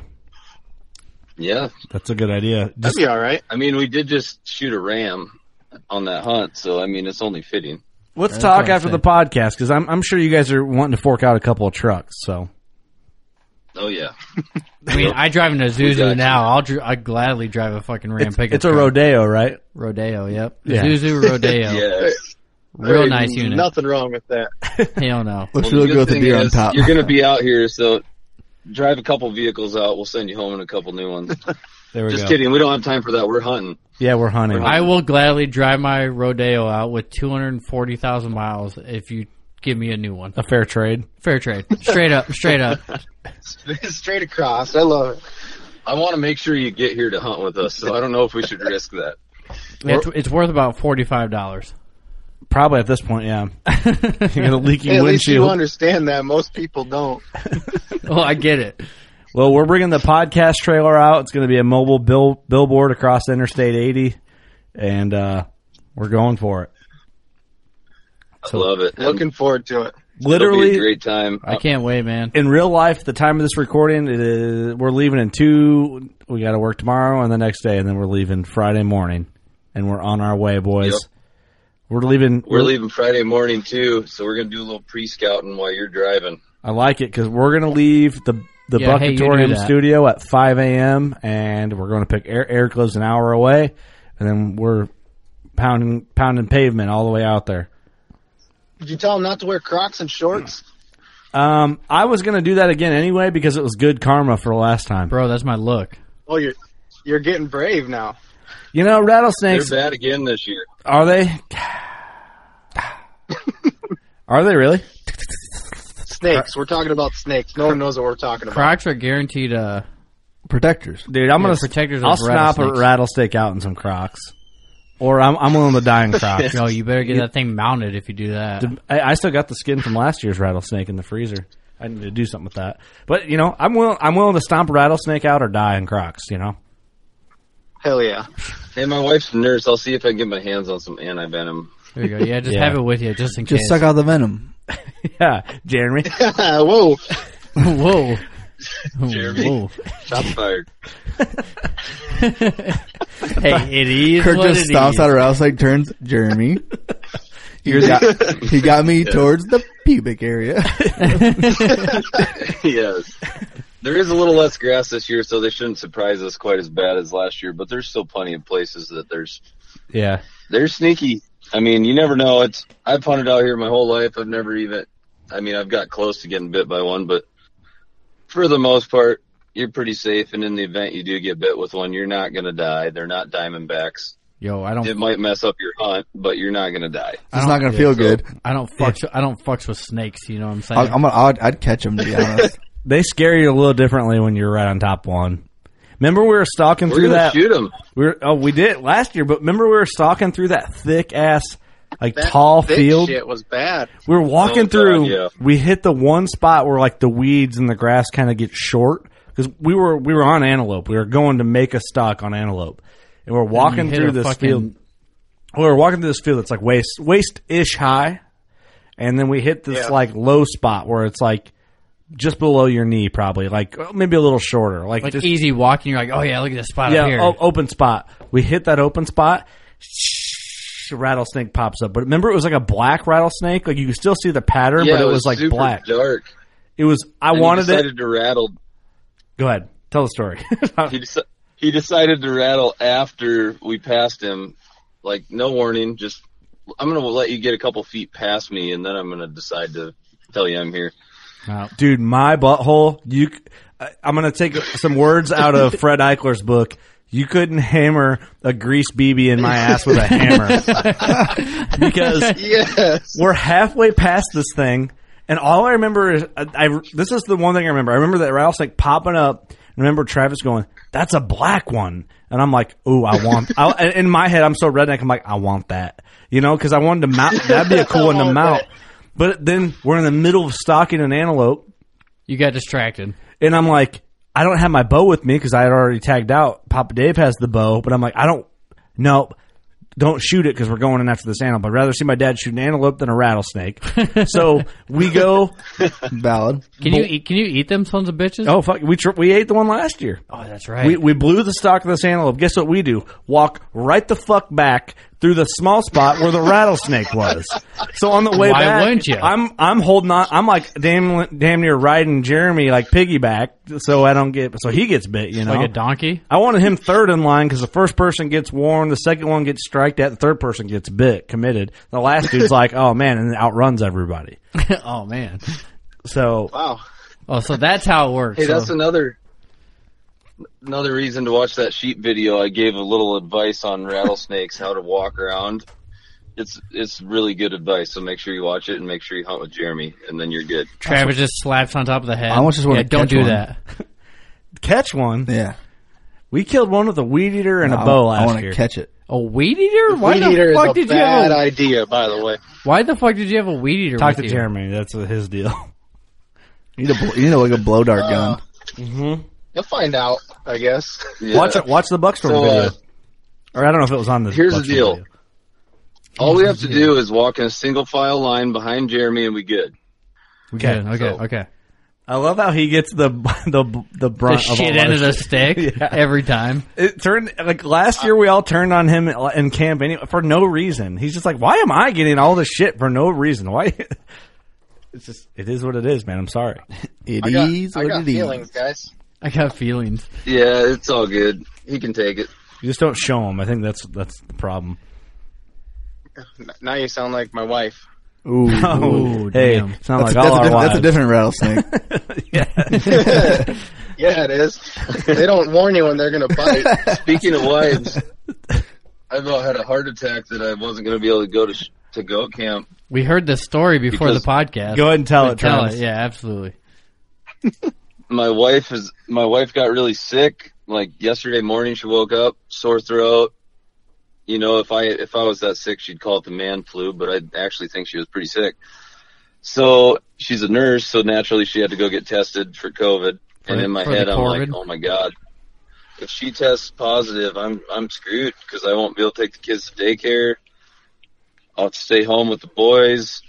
Speaker 10: yeah.
Speaker 2: that's a good idea.
Speaker 11: That'd be all right.
Speaker 10: I mean, we did just shoot a ram on that hunt, so I mean, it's only fitting.
Speaker 2: Let's
Speaker 3: That's
Speaker 2: talk
Speaker 3: what I'm
Speaker 2: after the
Speaker 3: saying.
Speaker 2: podcast because I'm, I'm sure you guys are wanting to fork out a couple of trucks. So
Speaker 10: Oh yeah,
Speaker 3: I mean, I drive an
Speaker 10: got you.
Speaker 3: Azuzu now. I'll dr- I gladly drive a fucking Ram
Speaker 2: it's,
Speaker 3: pickup.
Speaker 2: it's a
Speaker 3: truck.
Speaker 2: rodeo, right?
Speaker 3: rodeo. Yep,
Speaker 2: Yeah.
Speaker 3: Azuzu rodeo.
Speaker 10: yes.
Speaker 3: Real
Speaker 11: There
Speaker 3: nice
Speaker 11: ain't
Speaker 3: unit.
Speaker 11: Nothing wrong with that.
Speaker 3: Hell no.
Speaker 5: Looks
Speaker 10: Well,
Speaker 5: really
Speaker 10: the
Speaker 5: good with the
Speaker 10: thing
Speaker 5: deer on
Speaker 10: is,
Speaker 5: top.
Speaker 10: You're gonna be out here, so drive a couple vehicles out. We'll send you home in a couple new ones.
Speaker 2: There we
Speaker 10: just
Speaker 2: go.
Speaker 10: kidding. We don't have time for that. We're hunting.
Speaker 2: Yeah, we're hunting.
Speaker 3: I will gladly drive my rodeo out with 240,000 miles if you give me a new one.
Speaker 2: a fair trade.
Speaker 3: Fair trade. Straight up. Straight up.
Speaker 11: Straight across. I love it.
Speaker 10: I want to make sure you get here to hunt with us, so I don't know if we should risk that.
Speaker 3: It's, it's worth about $45.
Speaker 2: Probably at this point, yeah. you got a leaking
Speaker 11: Hey, at least you
Speaker 2: windshield.
Speaker 11: understand that. Most people don't.
Speaker 3: Oh, I get it.
Speaker 2: well, we're bringing the podcast trailer out. It's going to be a mobile bill, billboard across Interstate 80, and uh, we're going for it.
Speaker 10: I love it. And
Speaker 11: Looking forward to it.
Speaker 10: it'll be a
Speaker 2: Literally,
Speaker 10: great time.
Speaker 3: I can't wait, man.
Speaker 2: in real life, the time of this recording, it is, we're leaving in two. We got to work tomorrow and the next day, and then we're leaving Friday morning, and we're on our way, boys.
Speaker 10: Yep.
Speaker 2: We're leaving.
Speaker 10: We're leaving Friday morning too, so we're gonna do a little pre-scouting while you're driving.
Speaker 2: I like it because we're gonna leave the the
Speaker 3: Yeah, hey, you do
Speaker 2: Buckatorium
Speaker 3: that.
Speaker 2: studio at 5 a.m. and we're going to pick Eric. Eric lives an hour away, and then we're pounding pounding pavement all the way out there.
Speaker 11: Did you tell him not to wear Crocs and
Speaker 3: Hmm.
Speaker 11: shorts?
Speaker 2: Um, I was going to do that again anyway because it was good karma for last time,
Speaker 3: bro. That's my look.
Speaker 11: Oh, you're you're getting brave now.
Speaker 2: You know, rattlesnakes
Speaker 10: They're bad again this year.
Speaker 2: are they? are they really?
Speaker 11: Snakes. We're talking about snakes. No one knows what we're talking about.
Speaker 3: Crocs are guaranteed uh,
Speaker 5: protectors.
Speaker 2: Dude, I'm
Speaker 3: Yeah,
Speaker 2: gonna
Speaker 3: protectors
Speaker 2: I'll
Speaker 3: of
Speaker 2: snap a
Speaker 3: rattlesnakes.
Speaker 2: rattlesnake out in some Crocs, or I'm I'm willing to die in Crocs.
Speaker 3: Yo, you better get that thing mounted if you do that.
Speaker 2: I, I still got the skin from last year's rattlesnake in the freezer. I need to do something with that. But you know, I'm willing I'm willing to stomp a rattlesnake out or die in Crocs. You know,
Speaker 11: Hell yeah.
Speaker 10: Hey, my wife's a nurse. I'll see if I can get my hands on some anti venom.
Speaker 3: There you go. Yeah, just
Speaker 2: Yeah.
Speaker 3: have it with you just in
Speaker 5: Just
Speaker 3: case.
Speaker 5: suck out the venom.
Speaker 2: yeah, Jeremy.
Speaker 11: Whoa.
Speaker 3: Whoa.
Speaker 10: Jeremy.
Speaker 3: Whoa.
Speaker 10: Shots fired.
Speaker 3: Hey, it is
Speaker 5: Kirk
Speaker 3: what
Speaker 5: just
Speaker 3: it
Speaker 5: stops
Speaker 3: is.
Speaker 5: at her house like turns Jeremy. He got, he got me towards the pubic area.
Speaker 10: yes. There is a little less grass this year, so they shouldn't surprise us quite as bad as last year. But there's still plenty of places that there's
Speaker 2: Yeah,
Speaker 10: they're sneaky. I mean, you never know. It's I've hunted out here my whole life. I've never even. I mean, I've got close to getting bit by one, but for the most part, you're pretty safe. And in the event you do get bit with one, you're not gonna die. They're not diamondbacks.
Speaker 3: Yo, I don't
Speaker 10: It might mess up your hunt, but you're not gonna die.
Speaker 5: It's not gonna feel good.
Speaker 3: I don't fucks I don't fucks with snakes, you know what I'm saying?
Speaker 5: I, I'm gonna, I'd, I'd catch him to be honest.
Speaker 2: they scare you a little differently when you're right on top one. Remember we were stalking
Speaker 10: We're
Speaker 2: through
Speaker 10: gonna
Speaker 2: that.
Speaker 10: shoot them.
Speaker 2: We were, oh, we did last year, but remember we were stalking through that thick ass, like tall
Speaker 11: thick
Speaker 2: field.
Speaker 11: shit was bad.
Speaker 2: We were walking
Speaker 10: Oh, God,
Speaker 2: through.
Speaker 10: yeah.
Speaker 2: We hit the one spot where like the weeds and the grass kind of get short because we were we were on antelope. We were going to make a stock on antelope, and we're walking
Speaker 3: hit
Speaker 2: through
Speaker 3: a
Speaker 2: this
Speaker 3: fucking-
Speaker 2: field. We were walking through this field that's like waist waist ish high, and then we hit this
Speaker 11: Yeah.
Speaker 2: like low spot where it's like just below your knee, probably like oh, maybe a little shorter, like,
Speaker 3: like
Speaker 2: just,
Speaker 3: easy walking, you're like, Oh yeah, look at this spot
Speaker 2: yeah,
Speaker 3: up here.
Speaker 2: o- open spot. We hit that open spot. a Rattlesnake pops up, but remember it was like a black rattlesnake. Like you could still see the pattern,
Speaker 10: Yeah,
Speaker 2: but it, was, like
Speaker 10: super
Speaker 2: black.
Speaker 10: dark.
Speaker 2: It was. I
Speaker 10: And he
Speaker 2: wanted
Speaker 10: decided
Speaker 2: it.
Speaker 10: to rattle
Speaker 2: Go ahead. Tell the story.
Speaker 10: he deci- he decided to rattle after we passed him, like no warning. Just I'm gonna let you get a couple feet past me, and then I'm gonna decide to tell you I'm here.
Speaker 2: Dude, my butthole. You. c- I- I'm gonna take some words out of Fred Eichler's book. You couldn't hammer a grease BB in my ass with a hammer because
Speaker 11: Yes.
Speaker 2: we're halfway past this thing, and all I remember is I, I- This is the one thing I remember. I remember that rattlesnake popping up. I remember Travis going, "That's a black one," and I'm like, "Ooh, I want." I, and in my head, I'm so redneck. I'm like, "I want that," you know, because I wanted to mount. That'd be a cool one to
Speaker 11: want
Speaker 2: mount.
Speaker 11: that.
Speaker 2: But then we're in the middle of stalking an antelope,
Speaker 3: You got distracted.
Speaker 2: and I'm like, I don't have my bow with me because I had already tagged out. Papa Dave has the bow, but I'm like, I don't. No, don't shoot it because we're going in after this antelope. I'd rather see my dad shoot an antelope than a rattlesnake. so we go.
Speaker 5: Valid.
Speaker 3: Can you eat can you eat them sons of bitches?
Speaker 2: Oh fuck! We tri- we ate the one last year.
Speaker 3: Oh, that's right.
Speaker 2: We, we blew the stock of this antelope. Guess what we do? Walk right the fuck back through the small spot where the rattlesnake was. So on the way
Speaker 3: Why
Speaker 2: back,
Speaker 3: wouldn't you?
Speaker 2: I'm I'm holding on. I'm like damn damn near riding Jeremy like piggyback, so I don't get so he gets bit. You know,
Speaker 3: like a donkey?
Speaker 2: I wanted him third in line because the first person gets warned, the second one gets striked at, the third person gets bit, committed. The last dude's like, oh man, and outruns everybody.
Speaker 3: oh man.
Speaker 2: So
Speaker 11: Wow.
Speaker 3: Oh, so that's how it works.
Speaker 10: Hey, that's
Speaker 3: so,
Speaker 10: another another reason to watch that sheep video. I gave a little advice on rattlesnakes, how to walk around. It's it's really good advice. So make sure you watch it and make sure you hunt with Jeremy, and then you're good.
Speaker 3: Travis just slaps on top of the head.
Speaker 5: I almost just wanna
Speaker 3: yeah, don't
Speaker 5: catch
Speaker 3: do
Speaker 5: one.
Speaker 3: that.
Speaker 2: catch one.
Speaker 5: Yeah.
Speaker 2: We killed one with a weed eater and a
Speaker 5: I-
Speaker 2: bow
Speaker 5: I
Speaker 2: last
Speaker 5: want
Speaker 2: year.
Speaker 5: to catch it.
Speaker 3: A weed eater? Why
Speaker 11: Weed
Speaker 3: the
Speaker 11: eater
Speaker 3: fuck
Speaker 11: is a
Speaker 3: did you have
Speaker 11: bad
Speaker 3: a-
Speaker 11: idea, by the way.
Speaker 3: Why the fuck did you have a weed eater?
Speaker 2: Talk
Speaker 3: with
Speaker 2: to
Speaker 3: you?
Speaker 2: Jeremy. That's his deal.
Speaker 5: You need a bl- you need a, like a blow dart gun.
Speaker 11: You'll find out, I guess.
Speaker 10: Yeah.
Speaker 2: Watch it. Watch the Buckstorm
Speaker 10: So,
Speaker 2: video.
Speaker 10: uh,
Speaker 2: or I don't know if it was on the.
Speaker 10: here's the
Speaker 2: Buckstorm
Speaker 10: deal.
Speaker 2: video.
Speaker 10: All we have to do is walk in a single file line behind Jeremy, and we good.
Speaker 3: We good.
Speaker 2: Okay,
Speaker 3: Okay,
Speaker 10: so-
Speaker 3: okay.
Speaker 2: I love how he gets the the the
Speaker 3: The
Speaker 2: brunt.
Speaker 3: shit
Speaker 2: of all
Speaker 3: end
Speaker 2: our
Speaker 3: of the
Speaker 2: shit.
Speaker 3: stick
Speaker 2: Yeah.
Speaker 3: every time.
Speaker 2: It turned like last year we all turned on him in camp any, for no reason. He's just like, why am I getting all this shit for no reason? Why? It's just it is what it is, man. I'm sorry.
Speaker 5: It
Speaker 11: I got, I got feelings, guys.
Speaker 3: I got feelings.
Speaker 10: Yeah, it's all good. He can take it.
Speaker 2: You just don't show them. I think that's that's the problem.
Speaker 11: N- Now you sound like my wife.
Speaker 5: Ooh,
Speaker 2: Oh, hey,
Speaker 3: damn.
Speaker 2: sound like
Speaker 5: that's, a, that's,
Speaker 2: all
Speaker 5: a,
Speaker 2: our
Speaker 5: diff- that's a
Speaker 2: wives.
Speaker 5: different rattlesnake.
Speaker 11: Yeah, it is. they don't warn you when they're gonna bite.
Speaker 10: Speaking of wives, I about had a heart attack that I wasn't going to be able to go to sh- to goat camp.
Speaker 3: We heard this story before
Speaker 10: Because-
Speaker 3: the podcast.
Speaker 2: Go ahead and tell it,
Speaker 3: Tell
Speaker 2: Travis.
Speaker 3: it. Yeah, absolutely.
Speaker 10: My wife is my wife got really sick. Like yesterday morning, she woke up sore throat. You know, if I if I was that sick, she'd call it the man flu. But I actually think she was pretty sick. So she's a nurse, so naturally she had to go get tested for COVID.
Speaker 3: For
Speaker 10: and
Speaker 3: the-
Speaker 10: in my
Speaker 3: for the
Speaker 10: head, I'm like,
Speaker 3: COVID?
Speaker 10: oh my god, if she tests positive, I'm I'm screwed because I won't be able to take the kids to daycare. I'll have to stay home with the boys.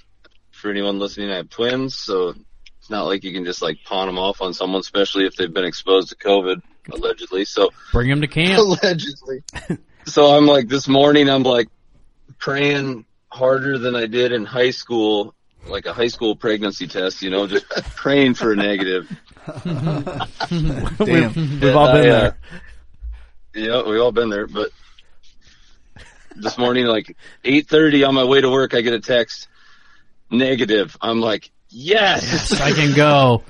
Speaker 10: For anyone listening, I have twins, so it's not like you can just like pawn them off on someone, especially if they've been exposed to COVID allegedly. So
Speaker 3: Bring him to camp.
Speaker 11: Allegedly.
Speaker 10: so I'm like this morning I'm like praying harder than I did in high school, like a high school pregnancy test, you know, just praying for a negative.
Speaker 5: Damn.
Speaker 2: We've all been
Speaker 10: I, uh,
Speaker 2: there.
Speaker 10: Yeah, we've all been there, but this morning like 8:30 on my way to work I get a text negative. I'm like, "Yes."
Speaker 3: I can go.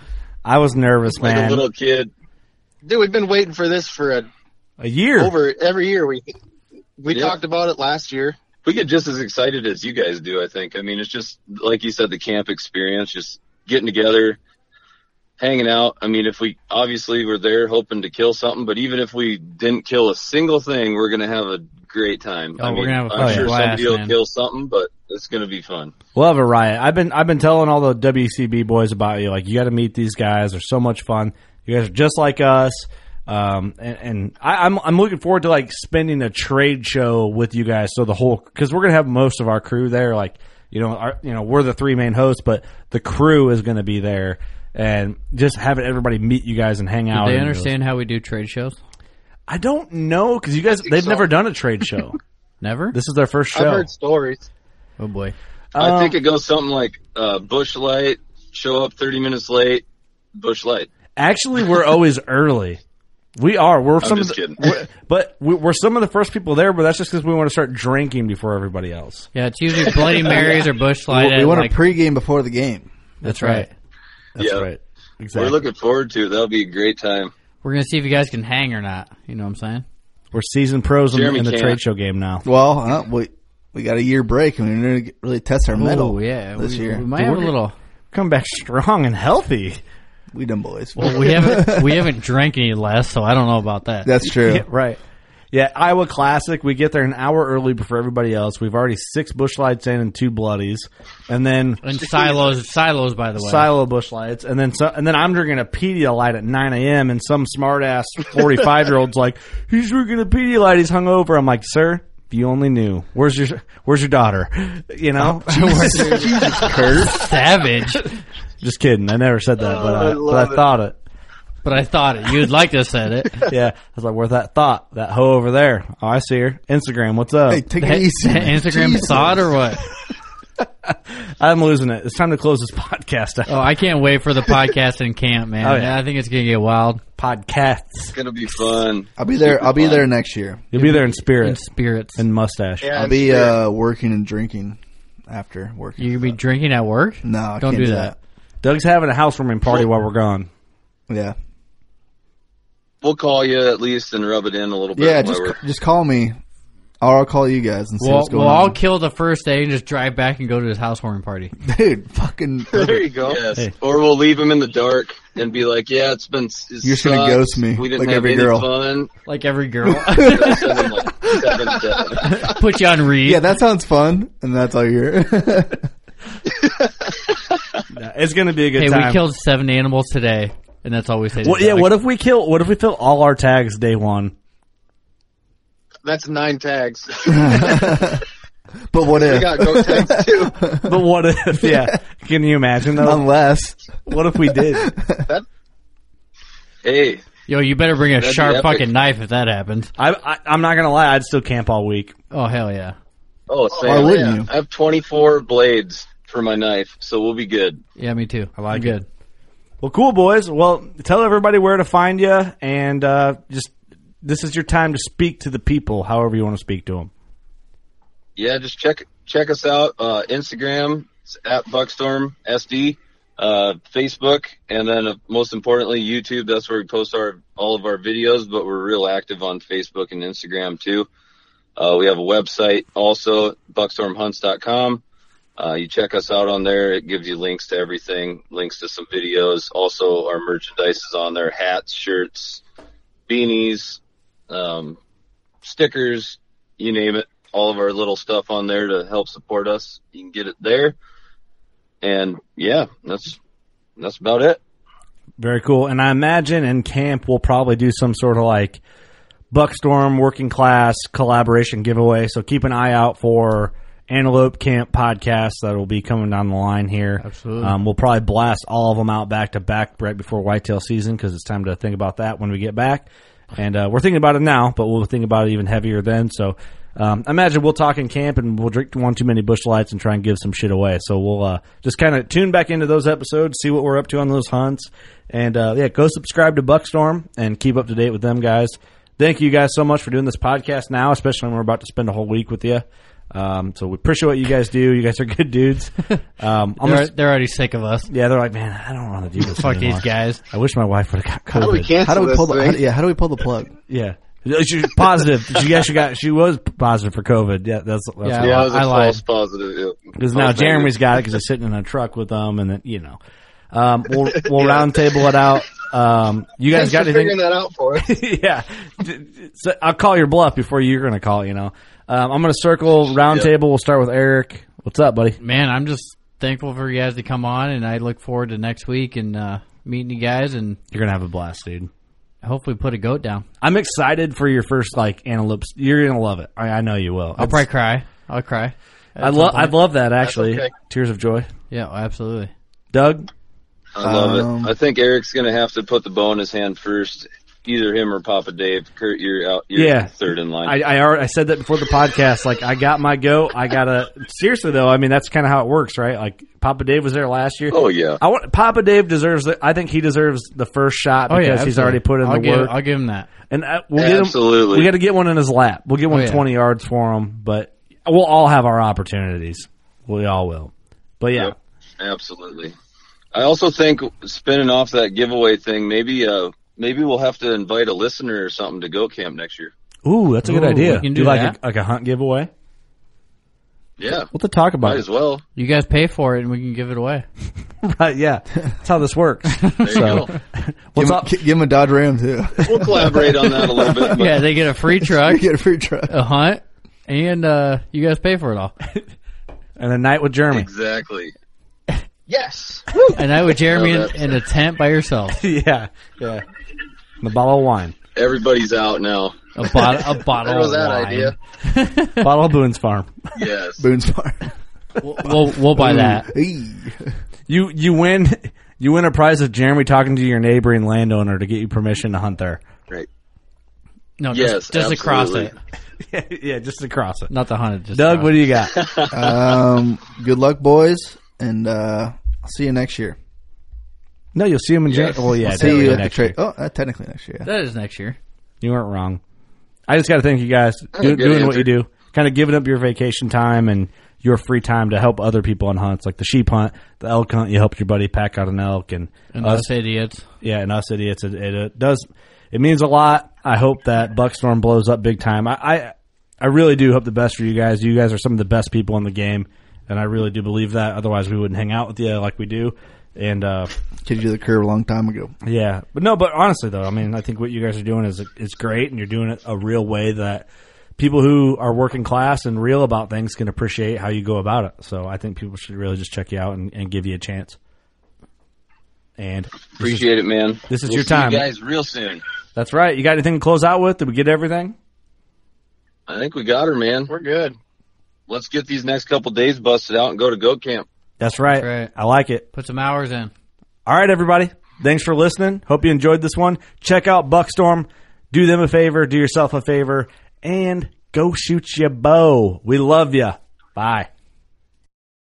Speaker 2: I was nervous,
Speaker 10: like
Speaker 2: man.
Speaker 10: a little kid.
Speaker 11: Dude, we've been waiting for this for a,
Speaker 2: A year.
Speaker 11: over every year. We we
Speaker 10: Yeah.
Speaker 11: talked about it last year.
Speaker 10: we get just as excited as you guys do. I think. I mean, it's just like you said, the camp experience, just getting together, hanging out. I mean, if we obviously were there hoping to kill something, but even if we didn't kill a single thing, we're gonna have a great time.
Speaker 3: Oh,
Speaker 10: I
Speaker 3: we're
Speaker 10: mean,
Speaker 3: gonna have a
Speaker 10: I'm
Speaker 3: fucking
Speaker 10: sure
Speaker 3: blast,
Speaker 10: somebody will
Speaker 3: man.
Speaker 10: kill something, but it's gonna be fun.
Speaker 2: We'll have a riot. I've been I've been telling all the WCB boys about you. Like you got to meet these guys. They're so much fun. You guys are just like us. Um, and, and I, I'm I'm looking forward to like spending a trade show with you guys. So the whole because we're gonna have most of our crew there. Like you know our you know we're the three main hosts, but the crew is gonna be there and just having everybody meet you guys and hang out.
Speaker 3: They
Speaker 2: and it was-
Speaker 3: understand how we do trade shows.
Speaker 2: I don't know because you guys they've never done a trade show.
Speaker 3: Never.
Speaker 2: this is their first
Speaker 11: I've
Speaker 2: show.
Speaker 11: heard stories.
Speaker 3: Oh boy.
Speaker 2: Um,
Speaker 10: I think it goes something like uh, bush light, show up 30 minutes late, bush light.
Speaker 2: Actually, we're always early. We are. We're some
Speaker 10: just
Speaker 2: of the,
Speaker 10: kidding.
Speaker 2: we're- but we- we're some of the first people there. But that's just because we want to start drinking before everybody else.
Speaker 3: Yeah, it's usually Bloody Marys or Bush
Speaker 5: We,
Speaker 3: Light.
Speaker 5: we
Speaker 3: at,
Speaker 5: want
Speaker 3: like,
Speaker 5: a pregame before the game.
Speaker 3: that's right.
Speaker 2: That's
Speaker 10: Yeah.
Speaker 2: right. Exactly.
Speaker 10: We're
Speaker 2: We're,
Speaker 10: looking forward to it. That'll be a great time.
Speaker 3: We're gonna see if you guys can hang or not. You know what I'm saying?
Speaker 2: seasoned pros in,
Speaker 10: Jeremy
Speaker 2: in the
Speaker 10: can't.
Speaker 2: trade show game now.
Speaker 5: Well, uh, we we got a year break and we didn't really test our metal.
Speaker 3: Oh yeah,
Speaker 5: this
Speaker 3: we,
Speaker 5: year
Speaker 3: we might have a little.
Speaker 2: Come back strong and healthy.
Speaker 5: we done boys.
Speaker 3: We haven't we haven't drank any less, so I don't know about that.
Speaker 5: That's true.
Speaker 2: Yeah, right. Yeah, Iowa Classic. We get there an hour early before everybody else. We've already six bush lights in and two bloodies, and then
Speaker 3: and silos, silos, by the way.
Speaker 2: silo bush lights, and then so, and then I'm drinking a Pedialyte at 9 a.m. and some smart ass 45 year old's like, he's drinking a Pedialyte, he's hungover. I'm like, sir, if you only knew, where's your where's your daughter? You know,
Speaker 3: Savage,
Speaker 2: just kidding. I never said that, but,
Speaker 11: Oh,
Speaker 2: I,
Speaker 11: I
Speaker 2: but
Speaker 11: love
Speaker 2: I
Speaker 11: it.
Speaker 2: thought it.
Speaker 3: but I thought it. You'd like to have said it.
Speaker 2: Yeah, I was like, where's that thought? That hoe over there. Oh, I see her. Instagram, what's up?
Speaker 5: Hey, take
Speaker 3: That-
Speaker 5: it easy.
Speaker 3: that Instagram
Speaker 5: Jesus.
Speaker 3: saw it or what?
Speaker 2: I'm losing it. It's time to close this podcast. Out.
Speaker 3: Oh, I can't wait for the podcast in camp, man.
Speaker 2: Oh, yeah.
Speaker 3: I think it's gonna get wild
Speaker 2: Podcasts.
Speaker 10: It's going to be fun.
Speaker 5: I'll be there. I'll be there next year.
Speaker 2: You'll be there in
Speaker 3: in
Speaker 2: spirit
Speaker 3: spirits.
Speaker 2: and mustache.
Speaker 11: Yeah,
Speaker 5: I'll
Speaker 11: and
Speaker 5: be
Speaker 11: spirit.
Speaker 5: uh, working and drinking after working.
Speaker 3: You could be drinking at work.
Speaker 5: no, I
Speaker 3: don't
Speaker 5: can't
Speaker 3: do
Speaker 5: do
Speaker 3: that.
Speaker 5: that.
Speaker 2: Doug's having a housewarming party while we're gone.
Speaker 5: Yeah,
Speaker 10: We'll call you at least and rub it in a little bit.
Speaker 5: yeah.
Speaker 10: while
Speaker 5: Just
Speaker 10: we're-
Speaker 5: just call me, or I'll call you guys and see
Speaker 3: We'll,
Speaker 5: what's going
Speaker 3: we'll all
Speaker 5: on.
Speaker 3: kill the first day and just drive back and go to his housewarming party.
Speaker 5: Dude, fucking,
Speaker 11: There you go.
Speaker 10: Yes. Or we'll leave him in the dark and be like, "Yeah, it's been." It's
Speaker 5: You're just gonna ghost me,
Speaker 10: We didn't
Speaker 5: like
Speaker 10: have
Speaker 5: every
Speaker 10: any
Speaker 5: girl.
Speaker 10: fun.
Speaker 3: Like every girl,
Speaker 10: I'll send him, like, seven deaths.
Speaker 3: put you on read.
Speaker 5: yeah. That sounds fun, and that's all you're.
Speaker 2: Yeah, It's gonna be a good
Speaker 3: hey,
Speaker 2: time.
Speaker 3: we killed seven animals today, and that's all we say. to
Speaker 2: Well, yeah.
Speaker 3: Doug.
Speaker 2: What if we kill? What if we fill all our tags day one?
Speaker 11: That's nine tags.
Speaker 5: but what
Speaker 11: we
Speaker 5: if?
Speaker 11: got goat tags too.
Speaker 2: But what if? Yeah. Can you imagine though?
Speaker 5: Unless
Speaker 2: What if we did?
Speaker 11: That
Speaker 10: Hey,
Speaker 3: Yo, you better bring a
Speaker 10: be
Speaker 3: sharp
Speaker 10: epic.
Speaker 3: fucking knife if that happens.
Speaker 2: I, I I'm not gonna lie. I'd still camp all week.
Speaker 3: Oh hell yeah!
Speaker 10: oh Sam,
Speaker 5: wouldn't you?
Speaker 10: I have 24 blades. for my knife, so we'll be good.
Speaker 3: Yeah, me too. I
Speaker 2: like
Speaker 3: good.
Speaker 2: Well, cool, boys. Well, tell everybody where to find you, and uh, just this is your time to speak to the people, however you want to speak to them.
Speaker 10: Yeah, just check check us out. Uh, Instagram it's at Buckstorm SD, uh, Facebook, and then uh, most importantly YouTube. That's where we post our all of our videos, but we're real active on Facebook and Instagram too. Uh, we have a website also, buckstormhunts.com. Uh, you check us out on there. It gives you links to everything, links to some videos. Also, our merchandise is on there: hats, shirts, beanies, um, stickers, you name it. All of our little stuff on there to help support us. You can get it there. And yeah, that's that's about it.
Speaker 2: Very cool. And I imagine in camp we'll probably do some sort of like Buckstorm working class collaboration giveaway. So keep an eye out for Antelope Camp podcast that will be coming down the line here.
Speaker 3: Absolutely.
Speaker 2: Um, we'll probably blast all of them out back to back right before whitetail season because it's time to think about that when we get back. And uh, we're thinking about it now, but we'll think about it even heavier then. So um, imagine we'll talk in camp and we'll drink one too many bush lights and try and give some shit away. So we'll uh, just kind of tune back into those episodes, see what we're up to on those hunts. And uh, yeah, go subscribe to Buckstorm and keep up to date with them guys. Thank you guys so much for doing this podcast now, especially when we're about to spend a whole week with you. Um, so we appreciate what you guys do. You guys are good dudes. Um, I'm
Speaker 3: They're,
Speaker 2: gonna-
Speaker 3: they're already sick of us.
Speaker 2: yeah, they're like, man, I don't want to do this.
Speaker 3: Fuck these
Speaker 2: anymore."
Speaker 3: guys.
Speaker 2: I wish my wife would have got COVID.
Speaker 11: How do we cancel
Speaker 5: How do we
Speaker 11: this
Speaker 5: pull the?
Speaker 11: thing?
Speaker 5: How, yeah, how do we pull the plug?
Speaker 2: Yeah. She's positive. She actually got. She was positive for COVID. Yeah, that's, that's
Speaker 3: Yeah.
Speaker 2: why.
Speaker 10: Yeah, it was a
Speaker 3: I lied.
Speaker 10: false positive. yeah.
Speaker 2: Because now
Speaker 10: False
Speaker 2: Jeremy's got it because he's sitting in a truck with them, and then you know, um, we'll we'll round table it out. Um, you guys
Speaker 11: Thanks
Speaker 2: got
Speaker 11: for figuring
Speaker 2: anything?
Speaker 11: that out for us.
Speaker 2: yeah, D- d- so I'll call your bluff before you're going to call. You know, um, I'm going to circle round table. We'll start with Eric. What's up, buddy?
Speaker 3: Man, I'm just thankful for you guys to come on, and I look forward to next week and uh, meeting you guys and
Speaker 2: You're going to have a blast, dude.
Speaker 3: hopefully put a goat down.
Speaker 2: I'm excited for your first like antelopes. You're going to love it. I, I know you will.
Speaker 3: I'll probably cry. I'll cry.
Speaker 2: I love. I love that actually.
Speaker 11: okay.
Speaker 2: Tears of joy.
Speaker 3: Yeah, absolutely.
Speaker 2: Doug.
Speaker 10: I love
Speaker 5: Um,
Speaker 10: it. I think Eric's gonna have to put the bow in his hand first. Either him or Papa Dave. Kurt, you're out. You're
Speaker 2: Yeah.
Speaker 10: third in line.
Speaker 2: I, I already I said that before the podcast. Like I got my goat. I gotta seriously though. I mean that's kind of how it works, right? Like Papa Dave was there last year.
Speaker 10: oh yeah.
Speaker 2: I want Papa Dave deserves. The, I think he deserves the first shot
Speaker 3: Oh
Speaker 2: because
Speaker 3: yeah,
Speaker 2: he's
Speaker 3: absolutely.
Speaker 2: already put in
Speaker 3: I'll
Speaker 2: the
Speaker 3: give,
Speaker 2: work.
Speaker 3: I'll give him that.
Speaker 2: and uh, we'll get him.
Speaker 10: Absolutely.
Speaker 2: We got to get one in his lap. We'll get one
Speaker 3: yeah.
Speaker 2: twenty yards for him. But we'll all have our opportunities. We all will. But yeah,
Speaker 10: Yep. Absolutely. I also think spinning off that giveaway thing, maybe uh maybe we'll have to invite a listener or something to go camp next year.
Speaker 2: ooh, that's a good
Speaker 3: Ooh,
Speaker 2: idea.
Speaker 3: we can do
Speaker 2: like
Speaker 3: that.
Speaker 2: a, like a hunt giveaway.
Speaker 10: Yeah.
Speaker 2: What to talk
Speaker 10: Might
Speaker 2: about?
Speaker 10: as well.
Speaker 3: You guys pay for it, and we can give it away.
Speaker 2: right, yeah, that's how this works.
Speaker 10: There you
Speaker 2: So-
Speaker 10: go.
Speaker 5: Give
Speaker 2: What's
Speaker 5: him,
Speaker 2: up?
Speaker 5: give him a Dodge Ram too.
Speaker 10: We'll collaborate on that a little bit. But
Speaker 3: Yeah, they get a free truck,
Speaker 5: you get a free truck.
Speaker 3: a hunt, and uh, you guys pay for it all.
Speaker 2: And a night with Jeremy.
Speaker 10: Exactly.
Speaker 11: Yes.
Speaker 3: And I with Jeremy
Speaker 10: Oh,
Speaker 3: in, in a tent by yourself,
Speaker 2: yeah, yeah. And a bottle of wine.
Speaker 10: Everybody's out now.
Speaker 3: a bottle, a bottle
Speaker 11: There was
Speaker 3: of
Speaker 11: that
Speaker 3: wine.
Speaker 11: idea.
Speaker 2: Bottle of Boone's Farm.
Speaker 10: Yes.
Speaker 5: Boone's Farm.
Speaker 3: We'll, we'll, we'll buy that.
Speaker 5: Hey.
Speaker 2: You you win you win a prize of Jeremy talking to your neighboring landowner to get you permission to hunt there.
Speaker 10: Right.
Speaker 3: No,
Speaker 10: Yes,
Speaker 3: just, just across it,
Speaker 10: absolutely.
Speaker 2: yeah, yeah, just across it.
Speaker 3: not the hunt. Just
Speaker 2: Doug,
Speaker 3: across
Speaker 2: what do you got?
Speaker 5: Um, good luck, boys, and uh, I'll see you next year.
Speaker 2: no, you'll see him in January.
Speaker 10: Yes.
Speaker 2: Well, yeah,
Speaker 5: see
Speaker 2: definitely
Speaker 5: you at the
Speaker 2: next
Speaker 5: trade.
Speaker 2: year.
Speaker 5: Oh, uh, technically next year. Yeah.
Speaker 3: That is next year.
Speaker 2: You weren't wrong. I just got to thank you guys
Speaker 10: That's a
Speaker 2: do,
Speaker 10: good
Speaker 2: doing what
Speaker 10: answer.
Speaker 2: you do, kind of giving up your vacation time and your free time to help other people on hunts, like the sheep hunt, the elk hunt. You helped your buddy pack out an elk, and,
Speaker 3: And
Speaker 2: us
Speaker 3: us idiots.
Speaker 2: yeah, and us idiots, it, it, it does. It means a lot. I hope that Buckstorm blows up big time. I, I, I really do hope the best for you guys. You guys are some of the best people in the game, and I really do believe that. Otherwise, we wouldn't hang out with you like we do. And uh,
Speaker 5: Kicked you to the curb a long time ago.
Speaker 2: yeah, but no, but honestly though, I mean, I think what you guys are doing is it's great, and you're doing it a real way that people who are working class and real about things can appreciate how you go about it. So I think people should really just check you out and, and give you a chance. And
Speaker 10: Appreciate it, man.
Speaker 2: This is
Speaker 10: We'll
Speaker 2: your
Speaker 10: see you
Speaker 2: time.
Speaker 10: guys real soon.
Speaker 2: that's right. You got anything to close out with? Did we get everything?
Speaker 10: I think we got her, man.
Speaker 11: We're good.
Speaker 10: Let's get these next couple days busted out and go to goat camp.
Speaker 2: That's right.
Speaker 3: That's right.
Speaker 2: I like it.
Speaker 3: Put some hours in.
Speaker 2: All right, everybody. Thanks for listening. Hope you enjoyed this one. Check out Buckstorm. Do them a favor. Do yourself a favor. And go shoot your bow. We love you. Bye.